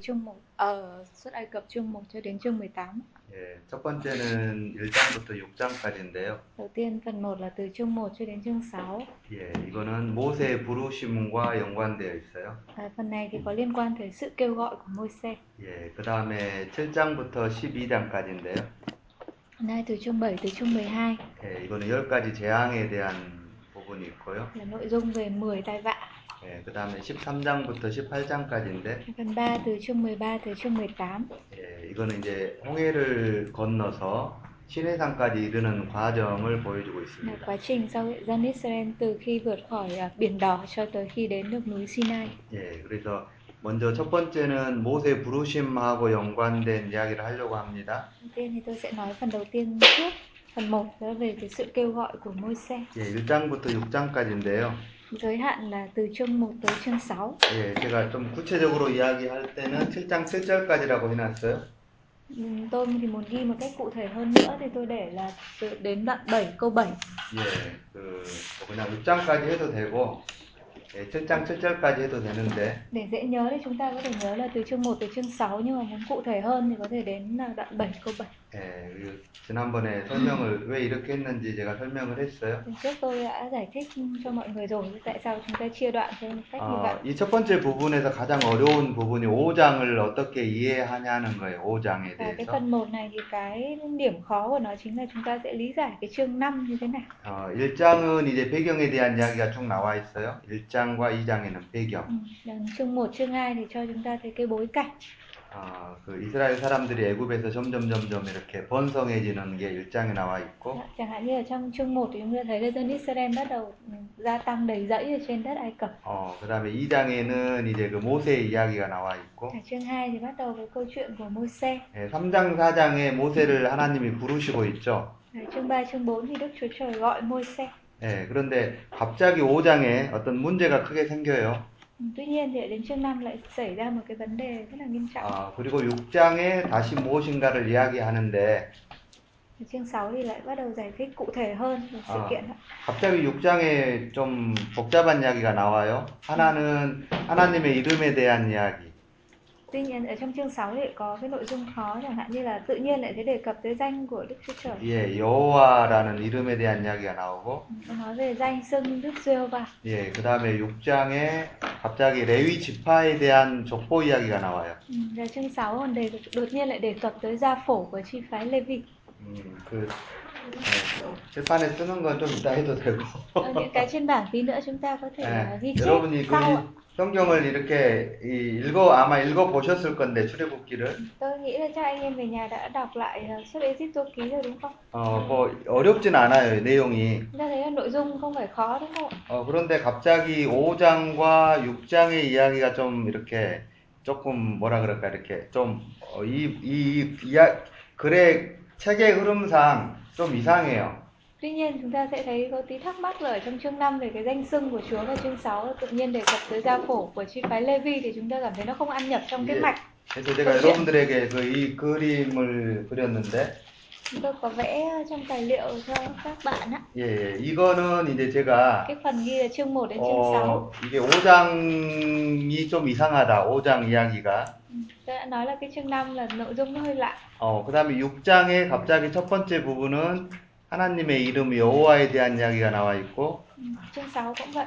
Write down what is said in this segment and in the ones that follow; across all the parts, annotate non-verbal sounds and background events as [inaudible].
chương 1 ờ xuất Ai Cập chương 1 cho đến chương 18. 예, 첫 번째는 1장부터 6장까지인데요. Đầu tiên phần 1 là từ chương 1 cho đến chương 6. 예, 이거는 모세의 부르심과 연관되어 있어요. À, phần này thì có liên quan tới sự kêu gọi của Môi-se. 예, 그 다음에 7장부터 12장까지인데요. Phần hai từ chương 7 tới chương 12 예, 이거는 10가지 재앙에 대한 부분이 있고요. là nội dung về 10 tai vạ. 예, 그 다음에 13장부터 18장까지인데, Phần 3 từ chương 13 tới chương 18 예, 이거는 이제 홍해를 건너서 신해산까지 이르는 과정을 보여주고 là 있습니다. quá trình sau hệ dân Israel từ khi vượt khỏi à, biển đỏ cho tới khi đến được núi Sinai. 예, 그래서 먼저 첫 번째는 모세 부르심하고 연관된 이야기를 하려고 합니다. Đầu tiên thì tôi sẽ nói phần đầu tiên trước. Phần 1 đó về cái sự kêu gọi của Môi-se. 예, 1장부터 6장까지인데요. Giới hạn là từ chương 1 tới chương 6. 예, 제가 좀 구체적으로 이야기할 때는 7장 7절까지라고 해놨어요. Ừ, Tôi thì muốn ghi một cách cụ thể hơn nữa thì tôi để là từ đến đoạn 7 câu 7 예, 그, 뭐 그냥 6장까지 해도 되고, 예, 7장 7절까지 해도 되는데, Để dễ nhớ thì chúng ta có thể nhớ là từ chương 1 tới chương 6 Nhưng mà muốn cụ thể hơn thì có thể đến là đoạn 7 câu 7 예, 그 지난번에 설명을 왜 이렇게 했는지 제가 설명을 했어요. Tuần trước tôi đã giải thích cho mọi người rồi Tại sao chúng ta chia đoạn theo một cách như vậy 어, 이 첫 번째 부분에서 가장 어려운 부분이 5장을 어떻게 이해하냐는 거예요, 5장에 Và cái 대해서. phần 1 này thì cái điểm khó của nó chính là chúng ta sẽ lý giải cái chương 5 như thế nào 어, 1장은 이제 배경에 대한 이야기가 쭉 나와 있어요. 1장과 2장에는 배경. ừ. còn Chương 1, chương 2 thì cho chúng ta thấy cái bối cảnh 아, 그 이스라엘 사람들이 애굽에서 점점 점점 이렇게 번성해지는 게 1장에 나와 있고 Chẳng hạn như ở trong chương 1 thì chúng ta thấy là dân Israel bắt đầu ừ, gia tăng đầy rẫy ở trên đất Ai Cập 어, 그다음에 2장에는 이제 그 모세의 이야기가 나와 있고 Ở chương 2 thì bắt đầu với câu chuyện của Môi-se. 예, 3장 4장에 모세를 하나님이 부르시고 있죠. Ở chương 3, chương 4 thì Đức Chúa Trời gọi Môi-se. 예, 그런데 갑자기 5장에 어떤 문제가 크게 생겨요. Ừ, Tuy nhiên thì đến chương 5 lại xảy ra một cái vấn đề rất là nghiêm trọng. 아, 그리고 6장에 다시 무엇인가를 이야기하는데 Ở chương 6 thì lại bắt đầu giải thích cụ thể hơn về sự À. kiện đó. 갑자기 6장에 좀 복잡한 이야기가 나와요. 하나는 하나님의 이름에 대한 이야기. Tuy nhiên ở trong chương 6 thì lại có cái nội dung khó chẳng hạn như là tự nhiên lại thấy đề cập tới danh của Đức Chúa Trời. 예, 여호와라는 이름에 대한 이야기가 나오고 Ừ, Nó nói về danh xưng Đức giê va 예, 그 다음에 6장에 갑자기 레위 지파에 대한 족보 이야기가 나와요. Ừ, Và chương 6 còn đề, đột nhiên lại đề cập tới gia phổ của chi phái Lê Vị. 음, 그, 예, 칠판에 쓰는 건 좀 이따 해도 되고. Ờ, Những cái trên bảng tí nữa chúng ta có thể là ghi 예, chép 여러분이 그 sau ạ. 이- 성경을 이렇게 이 읽어, 아마 읽어 보셨을 건데, 출애굽기를. Tôi nghĩ là chắc anh em về nhà đã đọc lại ờ, sách Egypto ký rồi đúng không? 어, 뭐, 어렵진 않아요, 내용이. Chúng ta thấy là nội dung không phải khó đúng không ạ? 어, 그런데 갑자기 5장과 6장의 이야기가 좀 이렇게 조금 뭐라 그럴까 이렇게 좀 어, 이, 이, 이 이야- 글의 책의 흐름상 좀 이상해요. Tuy nhiên chúng ta sẽ thấy có tí thắc mắc là ở trong chương 5 về cái danh xưng của Chúa và chương 6 tự nhiên đề cập tới gia phổ của chi phái Levi thì chúng ta cảm thấy nó không ăn nhập trong cái Gì? mạch. 그래서 제가 여러분들에게 그 이 그림을 그렸는데 Chúng tôi có vẽ trong tài liệu cho các bạn á. 예, 예, 이거는 이제 제가 Cái phần ghi là chương 1 đến chương 6. 어, 이게 5장이 좀 이상하다. 5장 이야기가. Ừ, Tôi đã nói là cái chương 5 là nội dung nó hơi lạ. 어, 그다음에 6장에 갑자기 첫 번째 부분은 하나님의 이름 여호와에 대한 이야기가 나와 있고 Ừ, Chương 6 cũng vậy.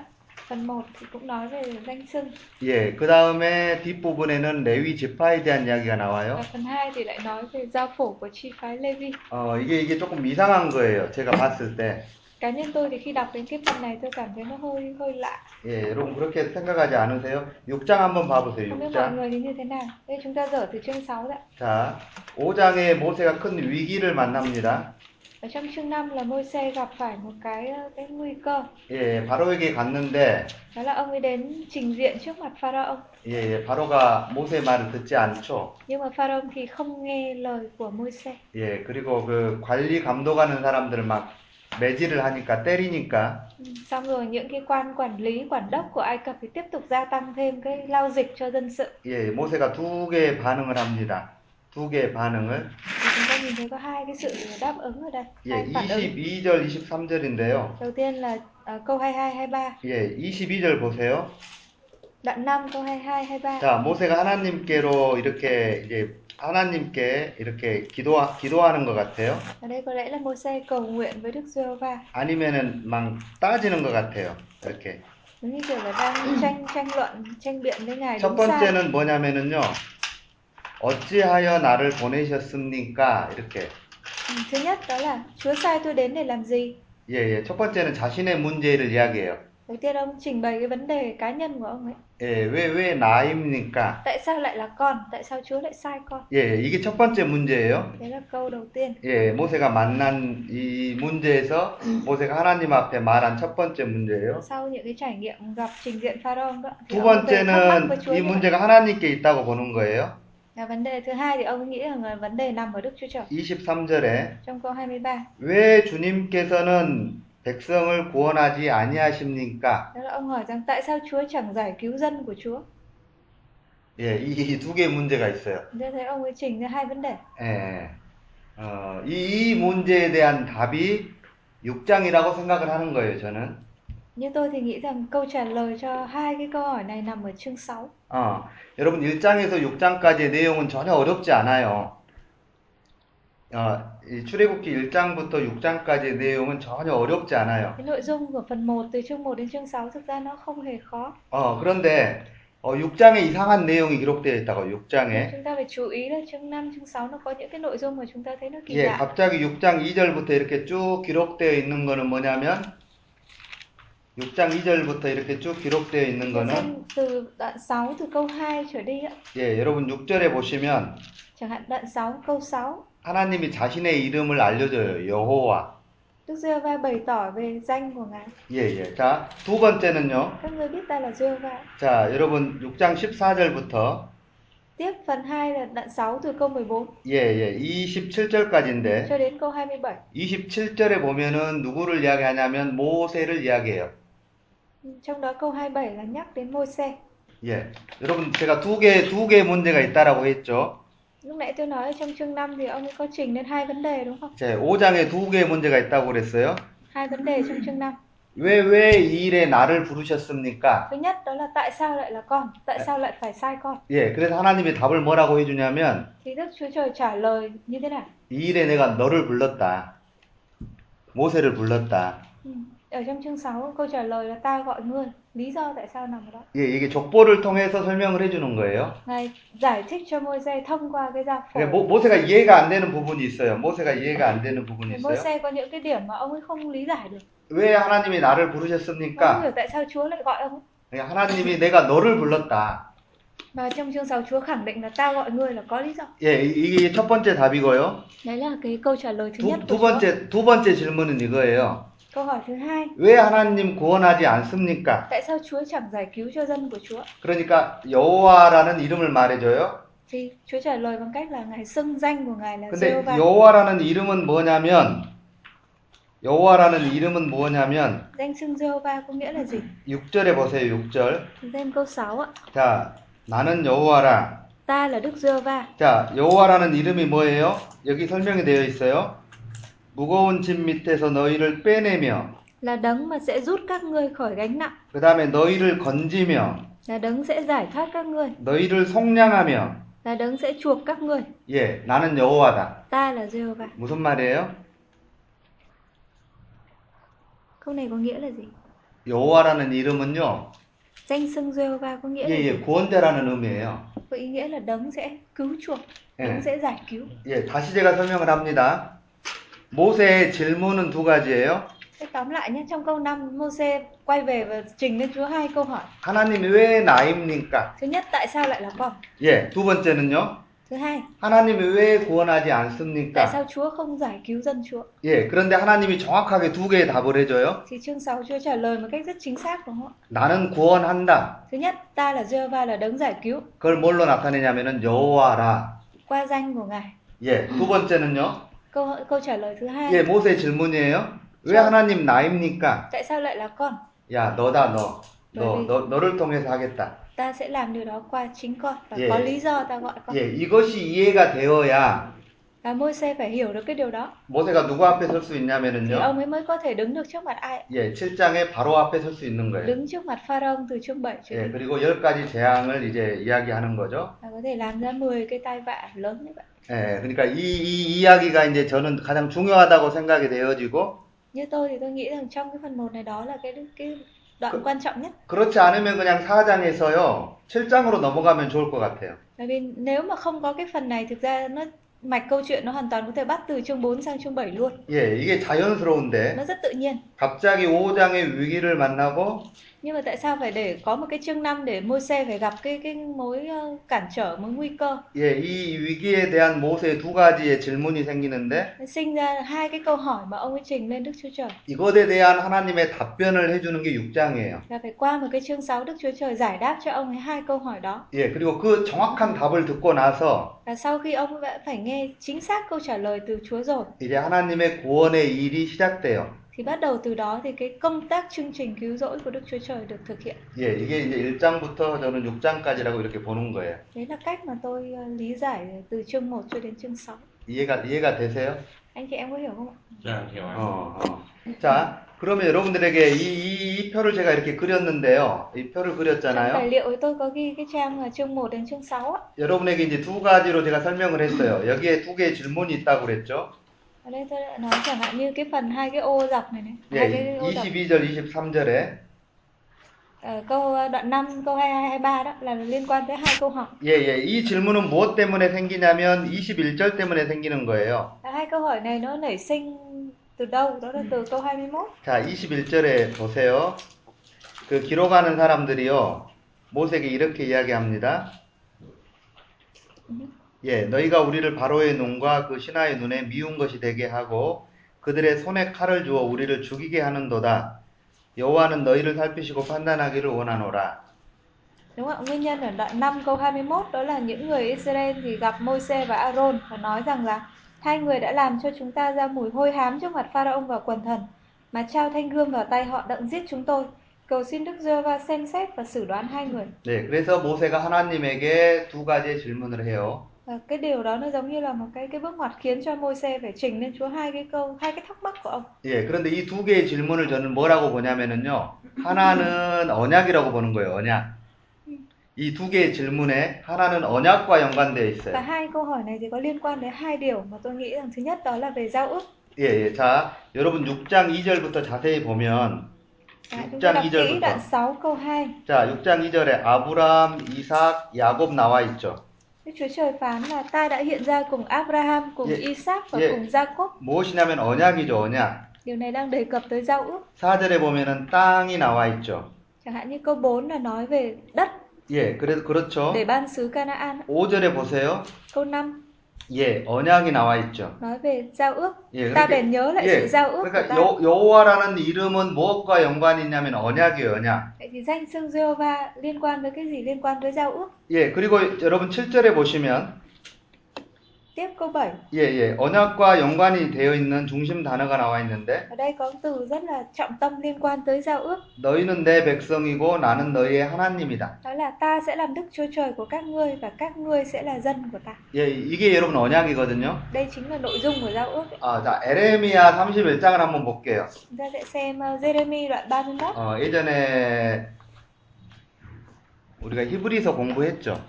Phần 1 thì cũng nói về danh xưng 예, 그 다음에 뒷부분에는 레위 지파에 대한 이야기가 나와요. và phần 2 thì lại nói về gia phổ của chi phái Levi. 어, 이게, 이게 조금 이상한 거예요. 제가 봤을 때. cá nhân tôi thì khi đọc đến cái phần này tôi cảm thấy nó hơi hơi lạ 예, 여러분 그렇게 생각하지 않으세요? 6장 한번 봐보세요, không biết mọi 6장. người thì như thế nào đây chúng ta dở từ chương 6 đã 자, 5장에 모세가 큰 위기를 만납니다. ở trong chương 5 là môi xe gặp phải một cái ờ, cái nguy cơ 예, 바로에게 갔는데, đó là ông ấy đến trình diện trước mặt pharaoh 예, 예, 바로가 모세 말을 듣지 않죠. nhưng mà pharaoh thì không nghe lời của môi xe 예, 그리고 그 관리 감독하는 사람들 막 매질을 하니까 때리니까, xong rồi những cái quan quản lý quản đốc của ai cập thì tiếp tục gia tăng thêm cái lao dịch cho dân sự 예, 모세가 두 개의 반응을 합니다. 두 개의 반응을. thì chúng ta nhìn thấy có hai cái sự đáp ứng ở đây 예, hai phản ứng 22절, 23절인데요. ờ, đầu tiên là à, câu 22 23 예, 22절 보세요. Đoạn 5 câu 22, 23. 자, 모세가 하나님께로 이렇게 이제 하나님께 이렇게 기도 기도하는 것 같아요. Ở đây có lẽ là Môi-se cầu nguyện với Đức Giê-hô-va. 아니면은 막 따지는 것 같아요. 이렇게 Giống như kiểu là đang tranh tranh luận, tranh biện với Ngài 첫 đúng sai. 번째는 뭐냐면은요. 어찌하여 나를 보내셨습니까? 이렇게 Ừ, Thứ nhất đó là Chúa sai tôi đến để làm gì? 예, 예. 첫 번째는 자신의 문제를 이야기해요. Đầu tiên ông trình bày cái vấn đề cá nhân của ông ấy. 예, 왜, 왜 나입니까? Tại sao lại là con? Tại sao Chúa lại sai con? 예, 이게 첫 번째 문제예요. Đấy là câu đầu tiên. 예, 모세가 만난 이 문제에서 모세가 하나님 앞에 말한 첫 번째 문제예요. Sau những cái trải nghiệm gặp trình diện Pharaoh đó, thì 두 ông về thắc mắc với Chúa 번째는 như vậy. 이 문제가 하나님께 있다고 보는 거예요. Và vấn đề thứ hai thì ông nghĩ rằng là vấn đề nằm ở Đức Chúa Trời. 23절에 Trong câu 23, 왜 주님께서는 백성을 구원하지 아니하십니까? đó là ông hỏi rằng tại sao Chúa chẳng giải cứu dân của Chúa? 예, 이두 개의 문제가 있어요. Thế thấy ông ấy trình ra hai vấn đề. 예. 어, 이, 이 문제에 대한 답이 6장이라고 생각을 하는 거예요, 저는. Như tôi thì nghĩ rằng câu trả lời cho hai cái câu hỏi này nằm ở chương 6. 어, 여러분 1장에서 6장까지의 내용은 전혀 어렵지 않아요. 어, 이 출애굽기 1장부터 6장까지의 내용은 전혀 어렵지 않아요. Cái nội dung của phần 1 từ chương 1 đến chương 6 thực ra nó không hề khó. 어, 그런데 어, 6장에 이상한 내용이 기록되어 있다고 6장에 Chúng ta phải chú ý là chương 5, chương 6 nó có những cái nội dung mà chúng ta thấy nó kỳ 예, lạ. 갑자기 6장 2절부터 이렇게 쭉 기록되어 있는 거는 뭐냐면 6장 2절부터 이렇게 쭉 기록되어 있는 거는 Xem từ đoạn 6 từ câu 2 trở đi ạ. 예, 여러분 6절에 보시면 Chẳng hạn đoạn 6 câu 6, 하나님이 자신의 이름을 알려줘요. 여호와. Đức Giê-hô-va bày tỏ về danh của Ngài. 예, 예. 자, 두 번째는요. Các ngươi biết ta là Giê-hô-va. 자, 여러분 6장 14절부터 Tiếp phần 2 là đoạn 6 từ câu 14 예, 예. 27절까지인데 cho đến câu 27. 27절에 보면은 누구를 이야기하냐면 모세를 이야기해요. Trong đó câu 27 là nhắc đến Môi-se. 예. 여러분 제가 두 개 두 개의 문제가 있다라고 했죠. Lúc nãy tôi nói trong chương 5 thì ông ấy có trình lên hai vấn đề đúng không? 제 5장에 두 개의 문제가 있다고 그랬어요. Hai vấn đề trong chương 5. 왜 왜 이 일에 나를 부르셨습니까? Thứ nhất đó là tại sao lại là con? Tại sao lại phải sai con? 예. 그래서 하나님이 답을 뭐라고 해 주냐면 Thì Đức Chúa Trời trả lời như thế nào? 이 일에 내가 너를 불렀다. 모세를 불렀다. Ừ. Ở trong chương 6 câu trả lời là ta gọi ngươi. Lý do tại sao nằm ở đó? 예, 이게 족보를 통해서 설명을 해 주는 거예요. Ngài giải thích cho Môi-se thông qua cái gia phổ. 그러니까 모, 모세가 이해가 안 되는 부분이 있어요. 모세가 이해가 안 되는 부분이 있어요. Môi-se có những cái điểm mà ông ấy không lý giải được. 왜 하나님이 나를 Ông không 부르셨습니까? hiểu tại sao Chúa lại gọi ông ấy. 그러니까 하나님이 내가 너를 불렀다. Và trong chương 6 Chúa khẳng định là ta gọi ngươi là có lý do. 예, 이- 이게 첫 번째 답이고요. Đấy là cái câu trả lời thứ nhất 두, của Chúa. 두 번째 두 번째 질문은 이거예요. Câu hỏi thứ hai, 왜 하나님 구원하지 않습니까? tại sao Chúa chẳng giải cứu cho dân của Chúa? 그러니까 여호와라는 이름을 말해줘요. Thì Chúa trả lời bằng cách là Ngài xưng danh của Ngài là 근데 Jehovah. 여호와라는 이름은 뭐냐면 여호와라는 이름은 뭐냐면 Danh xưng Jehovah có nghĩa là gì? 6절에 보세요. 6절. Xem câu 6 ạ. 자, 나는 여호와라. Ta là Đức Jehovah. 자, 여호와라는 이름이 뭐예요? 여기 설명이 되어 있어요. 무거운 짐 밑에서 너희를 빼내며 Là đấng mà sẽ rút các ngươi khỏi gánh nặng, 그다음에 너희를 건지며 là đấng sẽ giải thoát các ngươi, 너희를 속량하며 là đấng sẽ chuộc các ngươi. 예, 나는 여호와다. Ta là Jehovah. 무슨 말이에요? Câu này có nghĩa là gì? 여호와라는 이름은요. Danh xưng Jehovah có nghĩa 예, là 예, 구원자라는 의미예요. có ý nghĩa là đấng sẽ cứu chuộc, Ừ. đấng sẽ giải cứu. 예, 다시 제가 설명을 합니다. 모세의 질문은 두 가지예요. Thế tóm lại nhé, trong câu 5 Môi-se quay về và trình lên Chúa hai câu hỏi. 하나님이 왜 나입니까? Thứ nhất tại sao lại là con? 예, 두 번째는요. Thứ hai, 하나님이 왜 구원하지 tại 않습니까? sao Chúa không giải cứu dân Chúa? 예, 그런데 하나님이 정확하게 두 개의 답을 해줘요. Thì chương 6 Chúa trả lời một cách rất chính xác đúng không ạ? 나는 구원한다. Thứ nhất, ta là Jehovah là đấng giải cứu 그걸 뭘로 나타내냐면은 여호와라. qua danh của Ngài. 예, 두 번째는요. Câu hỏi- câu trả lời thứ hai, 예, 모세 질문이에요. 왜 하나님 나입니까? tại sao lại là con? 야, 너다 너. 너, 너 너를 통해서 하겠다. Ta sẽ làm điều đó qua chính con và Gì? có lý do ta gọi con. 예, 이것이 이해가 예, 되어야 Và Môi-se phải hiểu được cái điều đó 모세가 누구 앞에 설 수 thì 있냐면은요. ông ấy mới có thể đứng được trước mặt ai? 예, 7장에 바로 앞에 설 수 있는 거예요. Đứng trước mặt Pharaoh từ chương 7 cho 예, đến 그리고 열 가지 재앙을 이제 이야기하는 거죠. và có thể làm ra 10 cái tai vạ lớn như vậy. 예, 그러니까 이, 이 이야기가 이제 저는 가장 중요하다고 생각이 되어지고, Như tôi thì tôi nghĩ rằng trong cái phần 1 này đó là cái cái đoạn Cứ- quan trọng nhất. 그렇지 않으면 그냥 4장에서요, 7장으로 넘어가면 좋을 것 같아요. Bởi vì nếu mà không có cái phần này thực ra nó mạch câu chuyện nó hoàn toàn có thể bắt từ chương 4 sang chương 7 luôn. 예, 이게 자연스러운데, Nó rất tự nhiên. 갑자기 5장의 위기를 만나고, Nhưng mà tại sao phải để có một cái chương 5 để Môi-se phải gặp cái cái mối ờ, cản trở, mối nguy cơ. 예, 이 위기에 대한 모세의 두 가지의 질문이 생기는데, Nó sinh ra hai cái câu hỏi mà ông ấy trình lên Đức Chúa Trời. 이것에 대한 하나님의 답변을 해주는 게 6장이에요. Là phải qua một cái chương 6 Đức Chúa Trời giải đáp cho ông ấy hai câu hỏi đó. 예, 그리고 그 정확한 답을 듣고 나서, Và sau khi ông đã phải nghe chính xác câu trả lời từ Chúa rồi 이제 하나님의 구원의 일이 시작돼요. thì bắt đầu từ đó thì cái công tác chương trình cứu rỗi của Đức Chúa Trời được thực hiện. 예, 이게 이제 1장부터 저는 6장까지라고 이렇게 보는 거예요. Đấy là cách mà tôi ờ, lý giải từ chương 1 cho đến chương 6. 이해가, 이해가 되세요? Anh chị em có hiểu không ạ? 네, 네, 맞아요. 어, 어. 자, 그러면 여러분들에게 이, 이, 이 표를 제가 이렇게 그렸는데요. 이 표를 Trong tài 그렸잖아요. liệu ấy tôi có ghi cái trang là chương 1 đến chương 6 ạ. 여러분에게 이제 두 가지로 제가 설명을 했어요. 여기에 두 개의 질문이 있다고 그랬죠. Ở đây tôi đã nói chẳng hạn như cái phần hai cái ô dọc này này, hai cái 예, ô dọc. 22절, 23절에. Ờ, câu ờ, đoạn 5, câu 22, 23 đó là liên quan tới hai câu hỏi. 예, 예. 이 질문은 무엇 때문에 생기냐면 21절 때문에 생기는 거예요. Và Ờ, Hai câu hỏi này nó nảy sinh từ đâu? Đó là từ câu 21. 자, 21절에 보세요. 그 기록하는 사람들이요. 모세에게 이렇게 이야기합니다. 예, 너희가 우리를 바로의 눈과 그 신하의 눈에 미운 것이 되게 하고 그들의 손에 칼을 주어 우리를 죽이게 하는도다. 여호와는 너희를 살피시고 판단하기를 원하노라. Đúng không? ạ? Nguyên nhân ở đoạn 5 câu 21 đó là những người Israel thì gặp Môi-se và Aaron và nói rằng là hai người đã làm cho chúng ta ra mùi hôi hám trước mặt Pharaoh và quần thần mà trao thanh gươm vào tay họ đặng giết chúng tôi. Cầu xin Đức Giê-hô-va xem xét và xử đoán hai người. 네, 그래서 모세가 하나님에게 두 가지의 질문을 해요. Và cái điều đó nó giống như là một cái cái bước ngoặt khiến cho Môi-se phải trình lên Chúa hai cái câu, hai cái thắc mắc của ông. 예, 그런데 이 두 개의 질문을 저는 뭐라고 보냐면은요. 하나는 언약이라고 보는 거예요, 언약. 이 두 개의 질문에 하나는 언약과 연관되어 Và 있어요. hai câu hỏi này thì có liên quan đến hai điều mà tôi nghĩ rằng thứ nhất đó là về giao ước. 예, 예. 자, 여러분 6장 2절부터 자세히 보면 Và chúng ta Trang đọc ghi kỹ rồi. đoạn 6 câu 2. 자, 6장 2절에 아브람, 이삭, 야곱 나와 있죠. Đức Chúa Trời phán là ta đã hiện ra cùng Abraham, cùng Dạ. Isaac và Dạ. cùng Jacob. 무엇이냐면 언약이죠, 언약. Điều này đang đề cập tới giao ước. 4절에 보면은 땅이 나와 있죠. Chẳng hạn như câu 4 là nói về đất 예, 그래서 그렇죠. để ban xứ Canaan. 5절에 보세요. Câu 5 예, 언약이 나와 있죠. nói về giao ước. 예, Ta bèn nhớ lại 예, sự giao ước của 그러니까 ta. 여, 여호와라는 이름은 무엇과 연관이 있냐면 언약이에요, 언약. Vậy thì danh xưng Jehovah liên quan với cái gì? Liên quan với giao ước. 예, 그리고 여러분 7절에 보시면 Tiếp câu 7. 예, 예, 언약과 연관이 되어 있는 중심 단어가 나와 있는데 Ở đây có từ rất là trọng tâm liên quan tới giao ước. 너희는 내 백성이고 나는 너희의 하나님이다. Đó là ta sẽ làm Đức Chúa Trời của các ngươi và các ngươi sẽ là dân của ta. 예, 이게 여러분 언약이거든요. Đây chính là nội dung của giao ước. 아, 자, 에레미야 31장을 한번 볼게요. Chúng ta sẽ xem ờ, Jeremy đoạn 31. 어, 예전에 우리가 히브리서 공부했죠?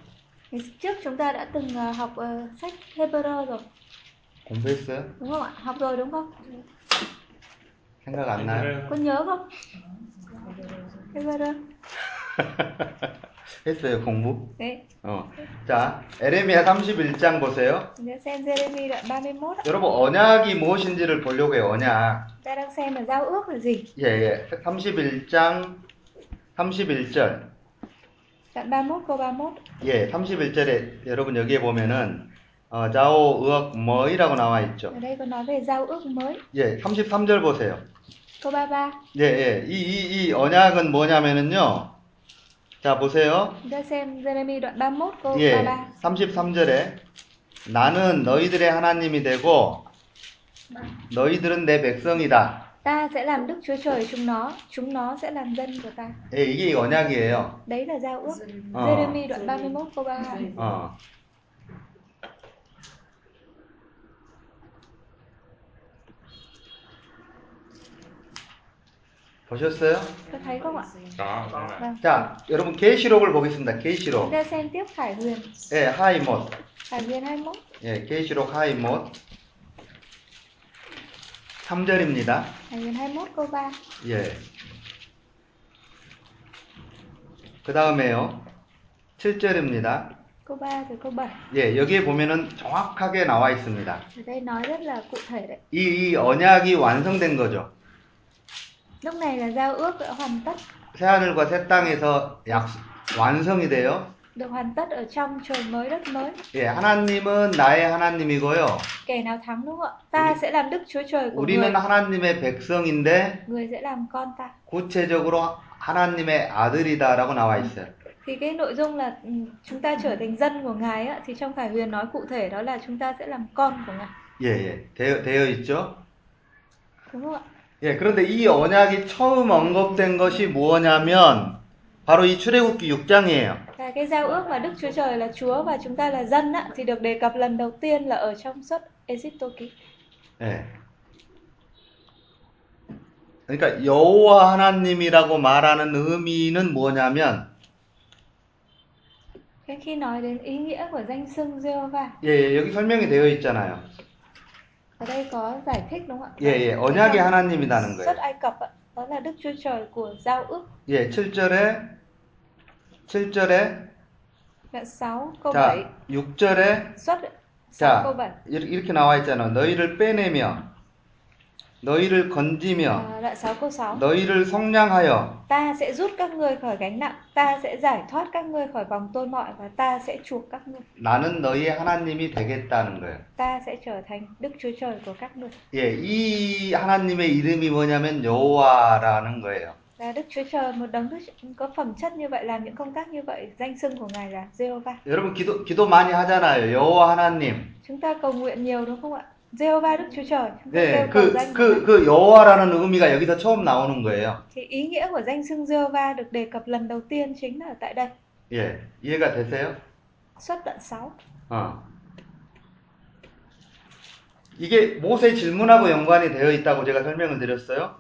Ngày Trước chúng ta đã từng ờ, học ờ, sách Hebrew rồi, 공부했어요? đúng không ạ? Học rồi đúng không? 생각 안 나요? Có nhớ không? Hebrew. 했어요, 공부? Đấy, 어. 자, 에레미야 31장 보세요. chúng ta xem Jeremy đoạn 31. ạ. 여러분, 언약이 무엇인지를 보려고 해요, 언약. Chúng ta đang xem là giao ước là gì? 예, 예. 31장, 31절. Đoạn 31 câu 31. 예, 31절에 여러분 여기에 보면은, 어, 자오, 의학, 머이라고 나와 있죠. Ở đây có nói về giao ước mới. 예, 33절 보세요. Câu 33. 예, 예. 이, 이, 이 언약은 뭐냐면은요. 자, 보세요. Chúng ta xem Jeremy đoạn 31 câu 예. 33. 33절에 나는 너희들의 하나님이 되고 너희들은 내 백성이다. Ta sẽ làm Đức Chúa Trời chúng nó, chúng nó sẽ làm dân của ta. 예, 이게 언약이에요. Đấy là giao ước. 어. 아. Jeremy đoạn 31 câu 32. 어. 보셨어요? Có thấy không ạ? có có ạ. Vâng. 자, 여러분 게시록을 보겠습니다. Chúng 게시록. ta xem tiếp Khải Huyền, 예, 하이못. Khải Huyền 21. 예, 게시록 하이못. 3절입니다. Khải Huyền 21 câu 3. 예. 그 다음에요. 7절입니다. Câu 3 từ câu 7. 예, 여기에 보면은 정확하게 나와 있습니다. Ở đây nói rất là cụ thể đấy. 이, 이 언약이 완성된 거죠. Lúc này là giao ước đã hoàn tất, 새하늘과 새 땅에서 약, 완성이 돼요. được hoàn tất ở trong trời mới đất mới. 예, 하나님은 나의 하나님이고요. Kẻ nào thắng đúng không ạ? Ta sẽ làm đức Chúa trời của người, 우리는 하나님의 백성인데 người sẽ làm con ta. 구체적으로 하나님의 아들이다라고 나와 있어요. Thì cái nội dung là ừ, chúng ta trở thành dân của Ngài á, thì trong Khải Huyền nói cụ thể đó là chúng ta sẽ làm con của Ngài. 예, 예. 되어, 되어 있죠. Đúng không ạ? 예, 그런데 이 언약이 처음 언급된 것이 무엇냐면 바로 이 출애굽기 6장이에요. Và cái giao ước mà Đức Chúa Trời là Chúa và chúng ta là dân á, thì được đề cập lần đầu tiên là ở trong suất Egypto ký. 예. 그러니까 여호와 하나님이라고 말하는 의미는 뭐냐면 Thế khi nói đến ý nghĩa của danh xưng Jehovah, 예, 예, 여기 설명이 되어 있잖아요. ở đây có giải thích đúng không ạ? 예, 예. 언약이 Trong 하나님이라는 Xuất 거예요. Ai Cập ạ, đó là Đức Chúa Trời của giao ước. 예, 7절에 7절에 Đoạn 6 câu 자, 7. 6절에 Xuất ạ, 6 câu 7. 자, 이렇- 이렇게 나와 있잖아. 너희를 빼내며 너희를 건지며 À, đoạn 6 câu 6. 너희를 성량하여 Ta sẽ rút các ngươi khỏi gánh nặng, ta sẽ giải thoát các ngươi khỏi vòng tôi mọi và ta sẽ chuộc các ngươi. 나는 너희의 하나님이 되겠다는 거예요. Ta sẽ trở thành Đức Chúa Trời của các ngươi. 예, 이 하나님의 이름이 뭐냐면 여호와라는 거예요. Là Đức Chúa Trời một đấng Đức có phẩm chất như vậy làm những công tác như vậy, danh xưng của Ngài là Jehovah. 여러분 기도 기도 많이 하잖아요. 여호와 하나님. Chúng ta cầu nguyện nhiều đúng không ạ? Jehovah Đức Chúa Trời, chúng ta 네, kêu cầu 그 danh 그 của Ngài. 그 여호와라는 의미가 여기서 처음 나오는 거예요. Thì ý nghĩa của danh xưng Jehovah được đề cập lần đầu tiên chính là ở tại đây, 예, 이해가 되세요? xuất đoạn 6. 어. 이게 모세 질문하고 연관이 되어 있다고 제가 설명을 드렸어요.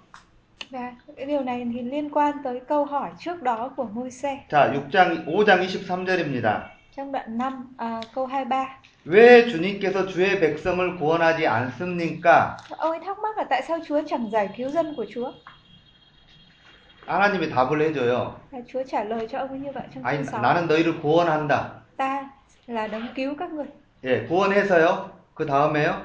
Và cái điều này thì liên quan tới câu hỏi trước đó của Môi-se 자, 6장 5장 23절입니다. trong đoạn 5 à, câu 23. 왜 주님께서 주의 백성을 구원하지 않습니까? Ông ấy thắc mắc là tại sao Chúa chẳng giải cứu dân của Chúa? 하나님이 답을 해줘요. Và Chúa trả lời cho ông ấy như vậy trong 아니 câu 6. 나- 나는 너희를 구원한다. Ta là đấng cứu các ngươi. 예, 구원해서요. 그 다음에요.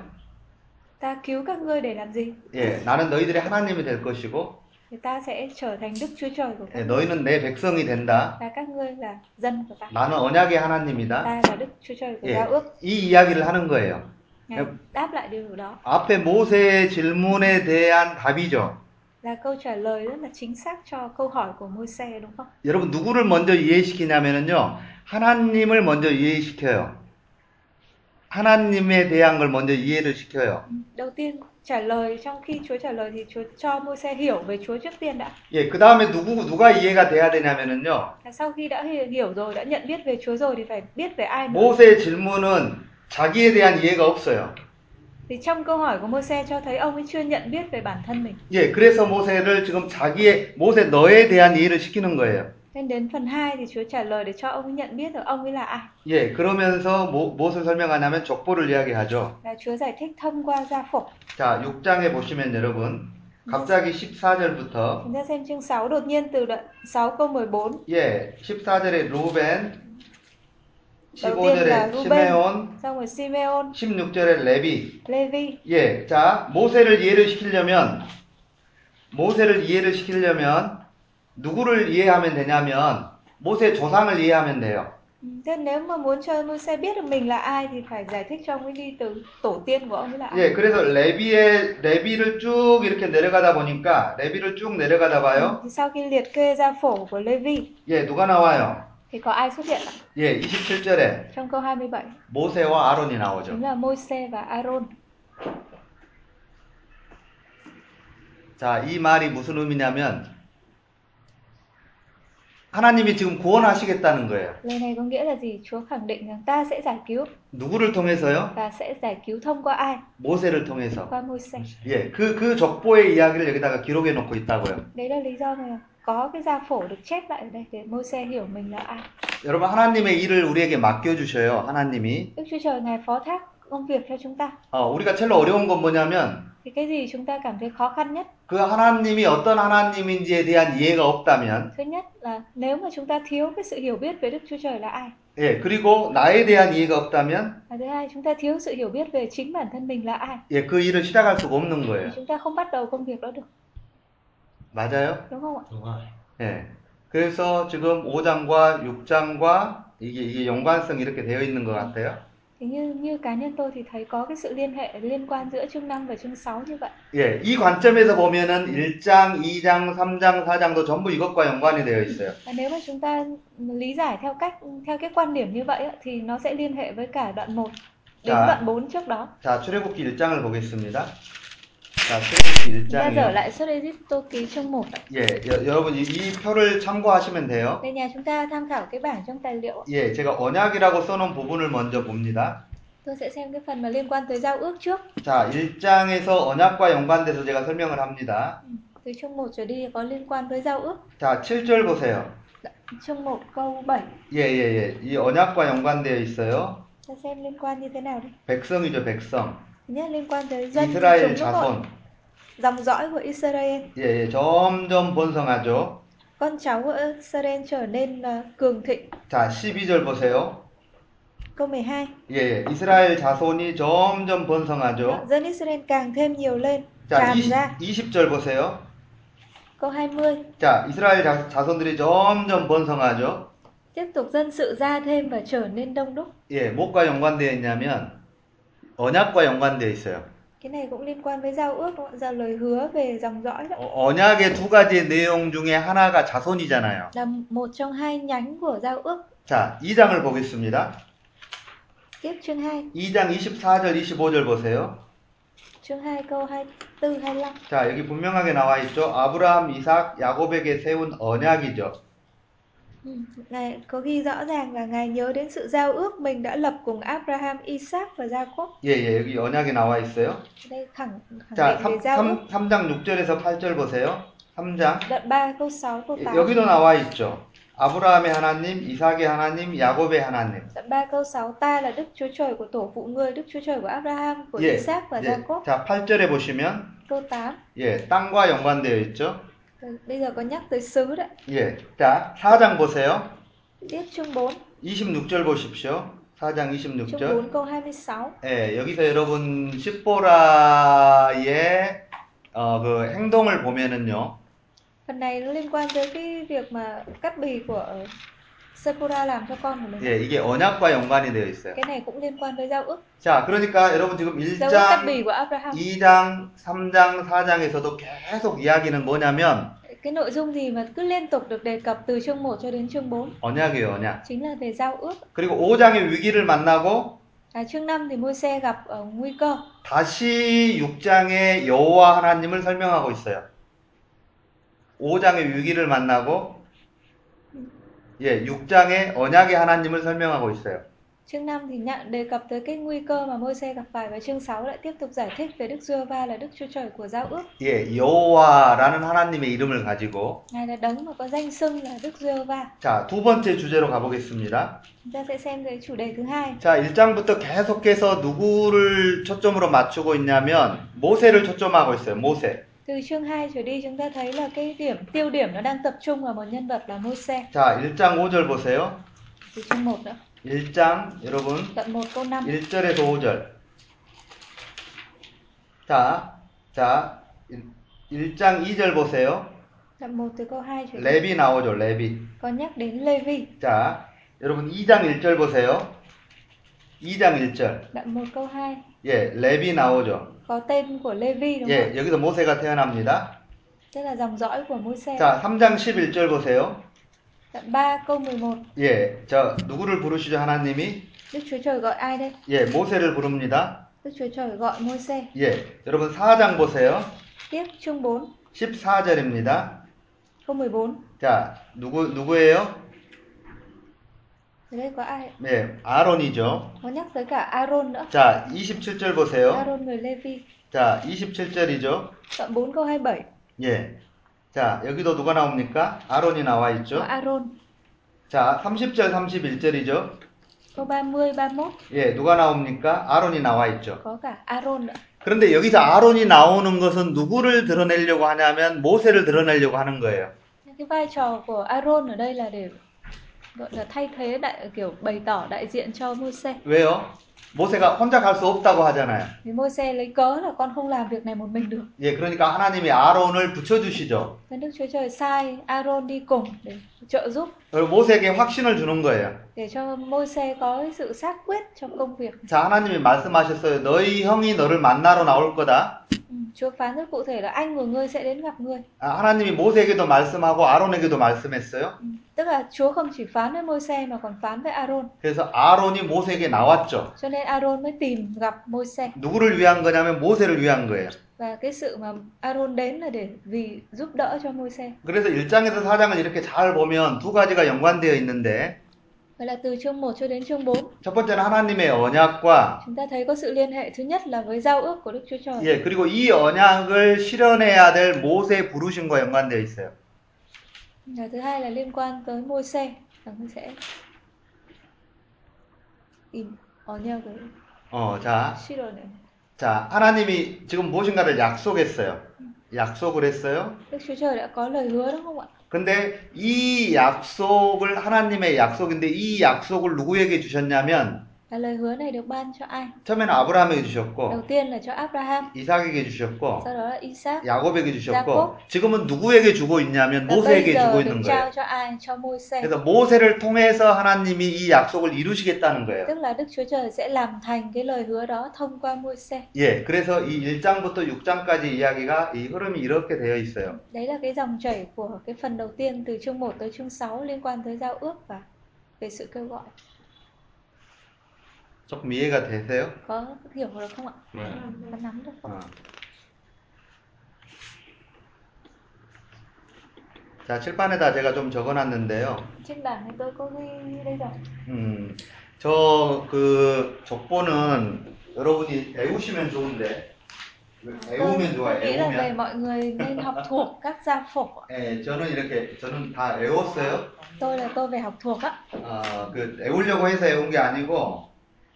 Ta cứu các ngươi để làm gì? 예, 나는 너희들의 하나님이 될 것이고, Thì ta sẽ trở thành Đức Chúa Trời của các 예, ngươi. 너희는 내 백성이 된다. Và các ngươi là dân của ta. 나는 언약의 하나님이다. Ta là Đức Chúa Trời của 예, giao ước. 이 이야기를 하는 거예요. Ngài đáp lại điều đó 앞에 모세의 질문에 대한 답이죠. là câu trả lời rất là chính xác cho câu hỏi của Môi-se đúng không? 여러분 누구를 먼저 이해시키냐면요, 하나님을 먼저 이해시켜요. 하나님에 대한 걸 먼저 이해를 시켜요. Đầu tiên trả lời trong khi Chúa trả lời thì Chúa cho Môi-se hiểu về Chúa trước tiên đã. 예, 그 다음에 누구 누가 이해가 돼야 되냐면요, Và sau khi đã hi- hiểu rồi, đã nhận biết về Chúa rồi thì phải biết về ai nữa. 모세의 질문은 자기에 대한 이해가 없어요. Thì trong câu hỏi của Môi-se cho thấy ông ấy chưa nhận biết về bản thân mình. 예, 그래서 모세를 지금 자기의 모세 너에 대한 이해를 시키는 거예요. Nên đến phần 2 thì Chúa trả lời để cho ông ấy nhận biết được ông ấy là ai. 예, 그러면서 뭐, 무엇을 설명하냐면 족보를 이야기하죠. Và Chúa giải thích thông qua gia phục. 자, 6장에 보시면 여러분 갑자기 14절부터 Chúng ta xem chương 6 đột nhiên từ đoạn 6 câu 14. 예, 14절에 루벤, Đầu tiên là 15절에 Ruben, 시메온, xong rồi Simeon, 16절에 레비. Levi. 예, 자, 모세를 이해를 시키려면 모세를 이해를 시키려면 누구를 이해하면 되냐면 모세 조상을 이해하면 돼요. Ừ, Thế nếu mà muốn cho Môi-se biết được mình là ai thì phải giải thích cho ông ấy đi từ tổ tiên của ông ấy là ai. 예, 그래서 레비의 레비를 쭉 이렇게 내려가다 보니까 레비를 쭉 내려가다 봐요. Thì sau khi liệt kê gia phổ của Levi 예, 누가 나와요? thì có ai xuất hiện ạ? 예, 27절에 Trong câu 27 Dạ. 모세와 아론이 나오죠. chính là Môi-se và Aaron. 자, 이 말이 무슨 의미냐면 하나님이 지금 구원하시겠다는 거예요. Lời này có nghĩa là gì? Chúa khẳng định rằng ta sẽ giải cứu 누구를 통해서요? và sẽ giải cứu thông qua ai? 모세를 통해서. Qua Môi-se. 예, 그, 그 적보의 이야기를 여기다가 기록해 놓고 있다고요. Đấy là lý do mà có cái gia phổ được chép lại ở đây để Môi-se hiểu mình là ai. 여러분, 하나님의 일을 우리에게 맡겨주셔요, 하나님이. Đức Chúa Trời ngài phó thác công việc cho chúng ta. 어, 우리가 제일 어려운 건 뭐냐면, Thì cái gì chúng ta cảm thấy khó khăn nhất? 그 하나님이 어떤 하나님인지에 대한 이해가 없다면, Thứ nhất là nếu mà chúng ta thiếu cái sự hiểu biết về Đức Chúa Trời là ai. 예, 그리고 나에 대한 이해가 없다면, Và thứ hai, chúng ta thiếu sự hiểu biết về chính bản thân mình là ai. 예, 그 일을 시작할 수가 없는 Thì 거예요. chúng ta không bắt đầu công việc đó được, 맞아요? đúng không ạ? đúng rồi 예. 그래서 지금 5장과 6장과 이게, 이게 연관성이 이렇게 되어 있는 것 같아요. Thế như như cá nhân tôi thì thấy có cái sự liên hệ liên quan giữa chương 5 và chương 6 như vậy. 예, 이 관점에서 보면은 1장, 2장, 3장, 4장도 전부 이것과 연관이 되어 있어요. Và nếu mà chúng ta lý giải theo cách theo cái quan điểm như vậy á, thì nó sẽ liên hệ với cả đoạn 1 đến Dạ. đoạn 4 trước đó. 자, 출애굽기 1장을 보겠습니다. 자, 출애굽기 Chúng ta dở 1장이요. lại xuất Egypto ký chương 1 ạ. 예, 여, 러분 이, 이 표를 참고하시면 돼요. Đây nhà chúng ta tham khảo cái bảng trong tài liệu. ạ. 예, 제가 언약이라고 써놓은 부분을 먼저 봅니다. Tôi sẽ xem cái phần mà liên quan tới giao ước trước. 자, 1장에서 언약과 연관돼서 제가 설명을 합니다. Từ chương 1 trở đi có liên quan với giao ước. 자, 7절 보세요. Chương 1 câu 7. 예, 예, 예. 이 언약과 연관되어 있어요. Ta xem liên quan như thế nào đi. 백성이죠, 백성. Thứ nhất liên quan tới dân 이스라엘 chúng nước 자손. hội, dòng dõi của Israel. 예, 예. 점점 번성하죠. Con cháu của Israel trở nên ờ, cường thịnh. 자, 12절 보세요. Câu 12. 예, 예. 이스라엘 자손이 점점 번성하죠. Dân Israel càng thêm nhiều lên, 자, tràn 20, ra. 20절 보세요. Câu 20. 자, 이스라엘 자, 자손들이 점점 번성하죠. Tiếp tục dân sự ra thêm và trở nên đông đúc. 예, 뭐과 연관되어 있냐면 언약과 연관되어 있어요. Cái này cũng liên quan với giao ước đúng không? ạ? Giao lời hứa về dòng dõi đó. 어, 언약의 두 가지 내용 중에 하나가 자손이잖아요. Là một trong hai nhánh của giao ước. 자, 2장을 보겠습니다. Tiếp chương 2. 2장 24절, 25절 보세요. Chương 2 câu 24 25. 자, 여기 분명하게 나와 있죠. 아브라함, 이삭, 야곱에게 세운 언약이죠. Ừ, Ngài có ghi rõ ràng là Ngài nhớ đến sự giao ước mình đã lập cùng Abraham, Isaac và Jacob. 예, 예, 여기 언약이 나와 있어요. Ở Đây khẳng, khẳng 자, định về 3, giao ước. 3, 장 6절에서 8절 보세요. 3장. Đoạn 3 câu 6 câu 8. 여기도 나와 있죠. 아브라함의 하나님, 이삭의 하나님, 야곱의 하나님. Đoạn 3 câu 6 ta là Đức Chúa Trời của tổ phụ ngươi, Đức Chúa Trời của Abraham, của 예, Isaac và 예. Jacob. 자, 8절에 보시면 Câu 8. 예, 땅과 연관되어 있죠. Rồi, Bây giờ có nhắc tới xứ đấy. 예. 자, 4장 보세요. Tiếp chương 4, 26절 보십시오. 4장 chương 26절. 4 câu 26. 예, 여기서 여러분 십보라의 어, 그 행동을 보면은요. Phần này nó liên quan tới cái việc mà cắt bì của Sephora làm cho con của mình. 예, 이게 언약과 연관이 되어 있어요. Cái này cũng liên quan với giao ước. 자, 그러니까 여러분 지금 Giao ước cắt 1장, bì của Abraham. 2장, 3장, 4장에서도 계속 이야기는 뭐냐면 Cái nội dung gì mà cứ liên tục được đề cập từ chương 1 cho đến chương 4 언약이에요, 언약. chính là về giao ước. 그리고 5장의 위기를 만나고 À, chương 5 thì Môi-se gặp ở nguy cơ. 다시 6장의 여호와 하나님을 설명하고 있어요. 5장의 위기를 만나고 예, 6장의 언약의 하나님을 설명하고 있어요. Chương 5 thì nhận đề cập tới cái nguy cơ mà Môi-se gặp phải và chương 6 lại tiếp tục giải thích về Đức giê va là Đức Chúa Trời của giao ước. 예, 여호와라는 하나님의 이름을 가지고 Ngài là đấng mà có danh xưng là Đức giê va 자, 두 번째 주제로 가보겠습니다. Chúng ta sẽ xem cái chủ đề thứ hai. 자, 1장부터 계속해서 누구를 초점으로 맞추고 있냐면 모세를 초점하고 있어요. 모세. Từ chương 2 trở đi chúng ta thấy là cái điểm tiêu điểm nó đang tập trung vào một nhân vật là Môi-se. 자, 1장 5절 보세요. Từ chương 1 nữa. 1장 여러분 Đoạn 1 câu 5. 1절에서 5절. 자, 자, 1장 2절 보세요. Đoạn 1 từ câu 2 trở đi 레비 나오죠, 레비. có nhắc đến Lê-vi. 자, 여러분 2장 1절 보세요. 2장 1절. Đoạn 1 câu 2 예, 레비 나오죠. có tên của Lê-vi đúng không? 예, 여기서 모세가 태어납니다. Tức là dòng dõi của Môi-se. 자, 3장 11절 보세요. Đoạn 3 câu 11 예, 저 누구를 부르시죠, 하나님이? Đức Chúa Trời gọi ai đây? 예, 모세를 부릅니다. Đức Chúa Trời gọi Môi-se. 예, 여러분 4장 보세요. Tiếp chương 4 14절입니다. Câu 14. 자, 누구, 누구예요? Ở đây có ai? 네, 아론이죠. Có nhắc tới cả Aaron nữa. 자, 27절 보세요. Aaron người Levi. 자, 27절이죠. Đoạn 4 câu 27. 예. 자, 여기도 누가 나옵니까? 아론이 나와 Có 있죠. Aaron. 자, 30절, 31절이죠. Câu 30, 31 예, 누가 나옵니까? 아론이 나와 있죠. có cả Aaron nữa. 그런데 여기서 아론이 나오는 것은 누구를 드러내려고 하냐면 모세를 드러내려고 하는 거예요. Cái vai trò của Aaron ở đây là để gọi là thay thế đại kiểu bày tỏ đại diện cho Môi-se. 왜요? 모세가 혼자 갈 수 없다고 하잖아요. Vì Môi-se lấy cớ là con không làm việc này một mình được. 예, 그러니까 하나님이 아론을 붙여주시죠. Nên Đức Chúa Trời sai Aaron đi cùng để trợ giúp 그리고 모세에게 확신을 주는 거예요. để cho Môi-se có cái sự xác quyết trong công việc. 자, 하나님이 말씀하셨어요. 너희 형이 너를 만나러 나올 거다. Ừ, Chúa phán rất cụ thể là anh của ngươi sẽ đến gặp ngươi. 아, 하나님이 모세에게도 말씀하고 아론에게도 말씀했어요. Ừ, Tức là Chúa không chỉ phán với Môi-se mà còn phán với Aaron. 그래서 아론이 모세에게 나왔죠. Cho nên Aaron mới tìm gặp Môi-se 누구를 위한 거냐면 모세를 위한 거예요. và cái sự mà Aaron đến là để vì giúp đỡ cho Môi-se. 그래서 1장에서 4장을 이렇게 잘 보면 두 가지가 연관되어 있는데 Vậy là từ chương 1 cho đến chương 4 첫 번째는 하나님의 언약과 Chúng ta thấy có sự liên hệ thứ nhất là với giao ước của Đức Chúa Trời 예, 그리고 이 언약을 실현해야 될 모세 부르심과 연관되어 있어요. Và thứ hai là liên quan tới môi xe Rằng nó sẽ im ở nhau với 어, 자, suy đồ này 자, 하나님이 지금 무엇인가를 약속했어요. 약속을 했어요. Đức Chúa Trời đã có lời hứa đúng không ạ? 근데 이 약속을 하나님의 약속인데 이 약속을 누구에게 주셨냐면 Là lời hứa này được ban cho ai? 처음에는 아브라함에게 Đầu 주셨고 tiên là cho Abraham 이삭에게 주셨고 Sau đó là Isaac 야곱에게 주셨고 야곱. 지금은 누구에게 주고 Và 있냐면 bây 모세에게 주고 giờ được 있는 거예요. trao cho ai? Cho môi xe 그래서 모세를 통해서 하나님이 이 약속을 이루시겠다는 거예요. Tức là Đức Chúa Trời sẽ làm thành cái lời hứa đó thông qua môi xe 예, 그래서 이 1장부터 6장까지 이야기가 이 흐름이 이렇게 되어 있어요. Đấy là cái dòng chảy của cái phần đầu tiên từ chương 1 tới chương 6 liên quan tới giao ước và về sự kêu gọi 조금 이해가 되세요? có hiểu được không ạ 네. Vâng, có nắm được không 어. 자, 칠판에다 제가 좀 적어 놨는데요. trên bảng này tôi có ghi đây rồi 음, 저 그 족보는 여러분이 배우시면 좋은데 tôi, 배우면 좋아 tôi nghĩ là về 배우면. mọi người nên học thuộc các gia phổ ạ. 예, 저는 이렇게 저는 다 외웠어요. tôi là tôi về học thuộc á 어, 그 외우려고 해서 외운 게 아니고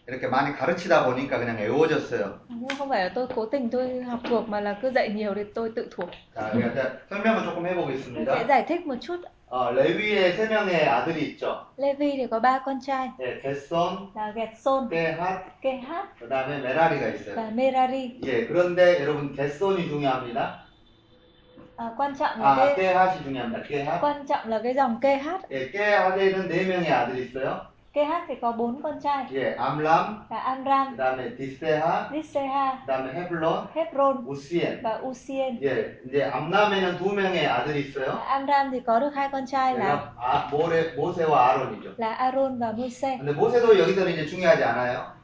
이렇게 많이 가르치다 보니까 그냥 외워졌어요. nhưng không phải là tôi cố tình tôi học thuộc mà là cứ dạy nhiều thì tôi tự thuộc 자, 그러니까 일단 설명을 조금 tôi sẽ 해보겠습니다. giải thích một chút 어, 레위의 세 명의 아들이 있죠. Levi thì có ba con trai 예, 겟손, là Gethson, 깨핫, Kehat 그다음에 메라리가 있어요. và Merari 예, 그런데 여러분 겟손이 중요합니다. à, quan trọng là 아, cái 깨핫이 중요합니다. 깨핫. quan trọng là cái dòng Kehat 예, 깨핫에는 네 명의 아들이 있어요. Kehat thì có bốn con trai 예, 암람, là Amram, 그다음에 디세하, Disseha, 그다음에 헤블론, Hebron 우시엘. và Usien 예, 이제 암람에는 두 명의 아들이 있어요. Amram thì có được hai con trai là 그래서 아, 모레, 모세와 아론이죠. là Aaron và Môi-se. 근데 모세도 여기서는 이제 중요하지 않아요.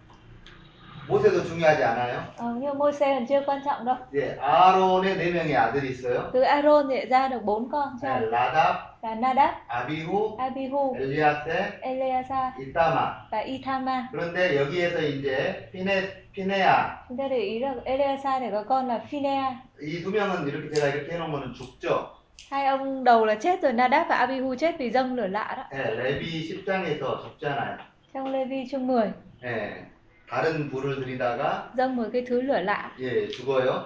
모세도 중요하지 않아요. Ờ, nhưng mà Môi-se còn chưa quan trọng đâu. 예, 아론의 네 명의 아들이 있어요. Từ Aaron thì ra được bốn con 예, trai 라답, là Nadab, 아비후, Abihu, 엘리아세, Eleazar 이따마. và Ithama. 그런데 여기에서 이제 피네 피네아 Chúng ta để ý là Eleazar để có con là Phinea. 이 두 명은 이렇게 제가 이렇게 해놓은 거는 죽죠. Hai ông đầu là chết rồi Nadab và Abihu chết vì dâng lửa lạ đó. 예, 레비 10장에서 죽잖아요. Trong Lê-vi chương 10 예, 다른 불을 들이다가 dâng một cái thứ lửa lạ. 예, 죽어요.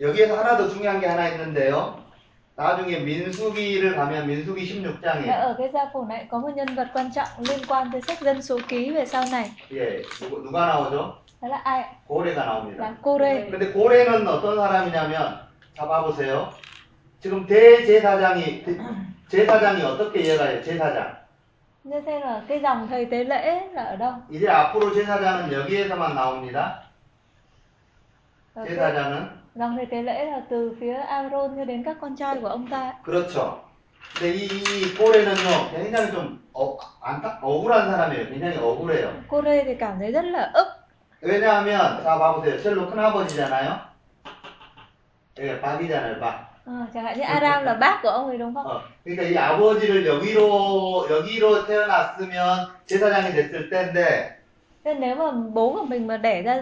여기에서 하나 더 중요한 게 하나 있는데요. 나중에 민수기를 가면 민수기 Và 16장에 ở cái gia phổ này có một nhân vật quan trọng liên quan tới sách dân số ký về sau này. 예, 누구- 누가 나오죠? Đó là ai? ạ? 고래가 나옵니다. Là Cô-rê. 근데 고래는 어떤 사람이냐면 자 봐보세요. 지금 대제사장이 대- 제사장이 어떻게 이해가 해요? 제사장. Như thế là cái dòng thầy tế lễ là ở đâu? 이제 앞으로 제사장은 여기에서만 나옵니다. 아, 네. Ở cái- 제사장은 Dòng thầy tế lễ là từ phía Aaron cho đến các con trai của ông ta. 그렇죠. 근데 이, 이 꼬레는요 굉장히 좀 어, 안타 억울한 사람이에요. 굉장히 억울해요. Cô Rê thì cảm thấy rất là ức. 왜냐하면 자 봐보세요. 셀로 큰 아버지잖아요. 예, 박이잖아요, 박. Ờ, chẳng hạn như Aram là bác của ông ấy đúng không? 어, 그러니까 이 아버지를 여기로 여기로 태어났으면 제사장이 됐을 때인데 Nên nếu mà bố của mình mà đẻ ra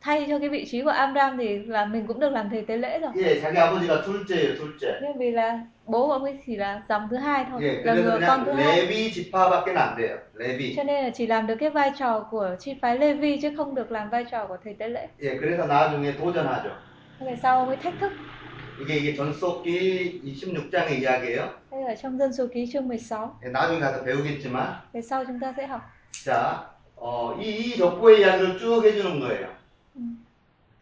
thay cho cái vị trí của Amram thì là mình cũng được làm thầy tế lễ rồi. 예 자기 아버지가 둘째예요 둘째. Nhưng vì là bố của ông ấy chỉ là dòng thứ hai thôi, 예 là 그래서 người con 그냥 thứ hai. 레비 지파밖에 안 돼요 레비. Cho nên là chỉ làm được cái vai trò của chi phái Levi chứ không được làm vai trò của thầy tế lễ. 예 그래서 나중에 도전하죠. Thế Về sau ông ấy thách thức. 이게 이게 전속기 26장의 이야기예요. Đây ở trong dân số ký chương 16. 예, 나중에 가서 배우겠지만 Về sau chúng ta sẽ học. 자, 어, 이, 이 족보의 이야기를 쭉 해주는 거예요.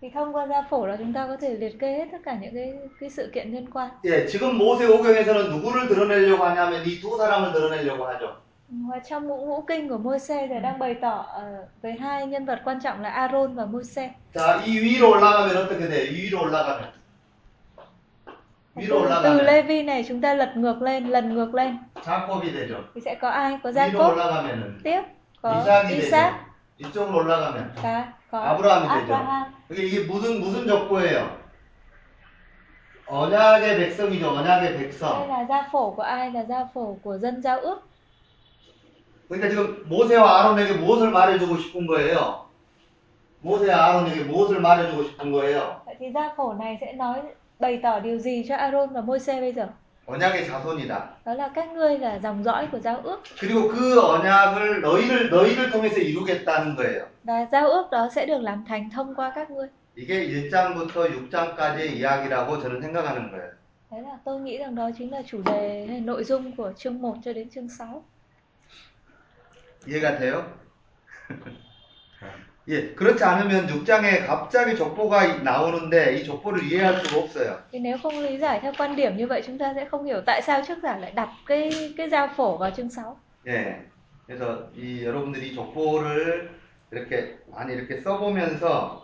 Thì thông qua gia phổ là chúng ta có thể liệt kê hết tất cả những cái cái sự kiện liên quan. 예, 지금 모세 오경에서는 누구를 드러내려고 하냐면 이 두 사람을 드러내려고 하죠. Và trong ngũ ngũ kinh của Môi-se thì đang bày tỏ ờ, về hai nhân vật quan trọng là Aaron và Môi-se. 자, 이 위로 올라가면 어떻게 돼요? 이 위로 올라가면. 위로 Từ, từ 올라가면 Levi này chúng ta lật ngược lên, lần ngược lên 자곱이 되죠. thì sẽ có ai? Có 위로 Jacob 올라가면은 tiếp, có 이삭이 되죠. Isaac 이쪽으로 올라가면 và có 아브라함이 되죠. 그러니까 Abraham. 이게, 이게 무슨 무슨 족보예요? 언약의 백성이죠. 언약의 Đây 백성. là gia phổ của ai? Là gia phổ của dân giao ước. 그러니까 지금 모세와 아론에게 무엇을 말해주고 싶은 거예요? 모세와 아론에게 무엇을 말해주고 싶은 거예요? Vậy thì gia phổ này sẽ nói bày tỏ điều gì cho Aaron và Môi-se bây giờ? 언약의 자손이다. Đó là các ngươi là dòng dõi của giao ước 그리고 그 언약을 너희를 너희를 통해서 이루겠다는 거예요. và giao ước đó sẽ được làm thành thông qua các ngươi. 이게 1장부터 6장까지의 이야기라고 저는 생각하는 거예요. Đấy là tôi nghĩ rằng đó chính là chủ đề hay nội dung của chương 1 cho đến chương 6. 이해가 돼요? 예, 그렇지 않으면 6장에 갑자기 족보가 나오는데 이 족보를 이해할 수가 없어요. Thì nếu không lý giải theo quan điểm như vậy chúng ta sẽ không hiểu tại sao trước giả lại đặt cái cái giao phổ vào chương 6. 예. 그래서 이 여러분들이 족보를 이렇게 많이 이렇게 써보면서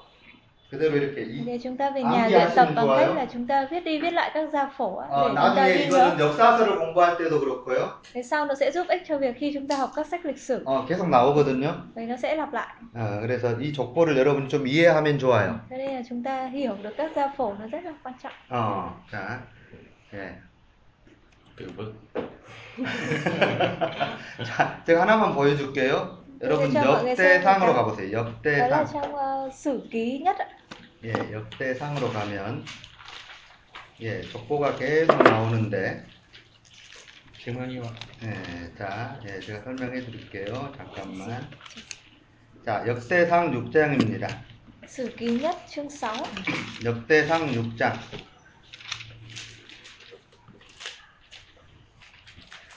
그대로 이렇게 Thì 이, Để chúng ta về À, nhà thì à, luyện tập xin bằng gọi cách không? là chúng ta viết đi viết lại các giao phổ á, để 어, chúng ta 나중에 ghi nhớ. 이거는 역사서를 공부할 때도 그렇고요. Thế sau nó sẽ giúp ích cho việc khi chúng ta học các sách lịch sử. 어, 계속 나오거든요. Vậy nó sẽ lặp lại. 아, 그래서 이 족보를 여러분 좀 이해하면 좋아요. Cho nên là chúng ta hiểu được các giao phổ nó rất là quan trọng. 어, 자, 예. từ vựng 자, 제가 하나만 보여줄게요. 여러분 괜찮아, 역대상으로 괜찮아. 가보세요. Đó là 역대상. trong ờ, sử ký nhất ạ. 예, 역대상으로 가면 예, 족보가 계속 나오는데 희망이와 예, 자, 예, 제가 설명해 드릴게요. 잠깐만. 자, 역대상 6장입니다. Sử ký nhất chương 6. 역대상 6장.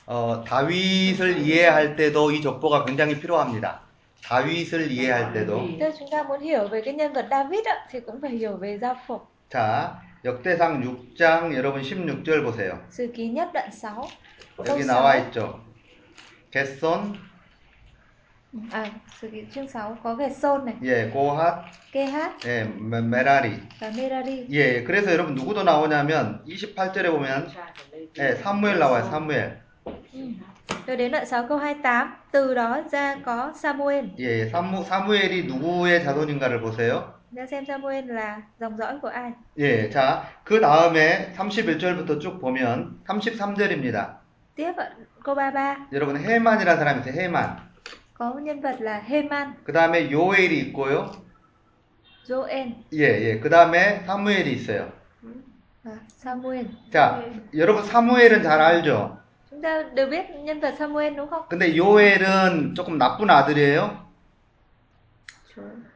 어, 다윗을 이해할 때도 이 족보가 굉장히 필요합니다. 다윗을 이해할 때도. Tức là chúng ta muốn hiểu về cái nhân vật David ạ, thì cũng phải hiểu về giao phổ. 자, 역대상 6장 여러분 16절 보세요. Sử ký nhất đoạn 6. 여기 Câu 나와 6. 있죠. 겟손, À, sử ký chương 6 có Gesôn này, 예, 고핫, Kehat 예, 메- 메라리. và Merari. 예, 그래서 여러분 누구도 나오냐면 28절에 보면 예, 사무엘 나와요. 사무엘. Rồi Ừ. đến đoạn 6 câu 28, từ đó ra có Samuel. 예, 사무 사무엘이 누구의 자손인가를 보세요. Ra xem Samuel là dòng dõi của ai. 예, 자, 그 다음에 31절부터 쭉 보면 33절입니다. Tiếp ạ, câu 33 여러분 헤만이라는 사람이 있어요. 헤만. có một nhân vật là Heman, 그 다음에 요엘이 있고요. Joel 예, 예. 그 다음에 사무엘이 있어요. và Samuel. 자, 여러분 사무엘은 잘 알죠. Chúng ta đều biết nhân vật Samuel đúng không? 근데 요엘은 조금 나쁜 아들이에요.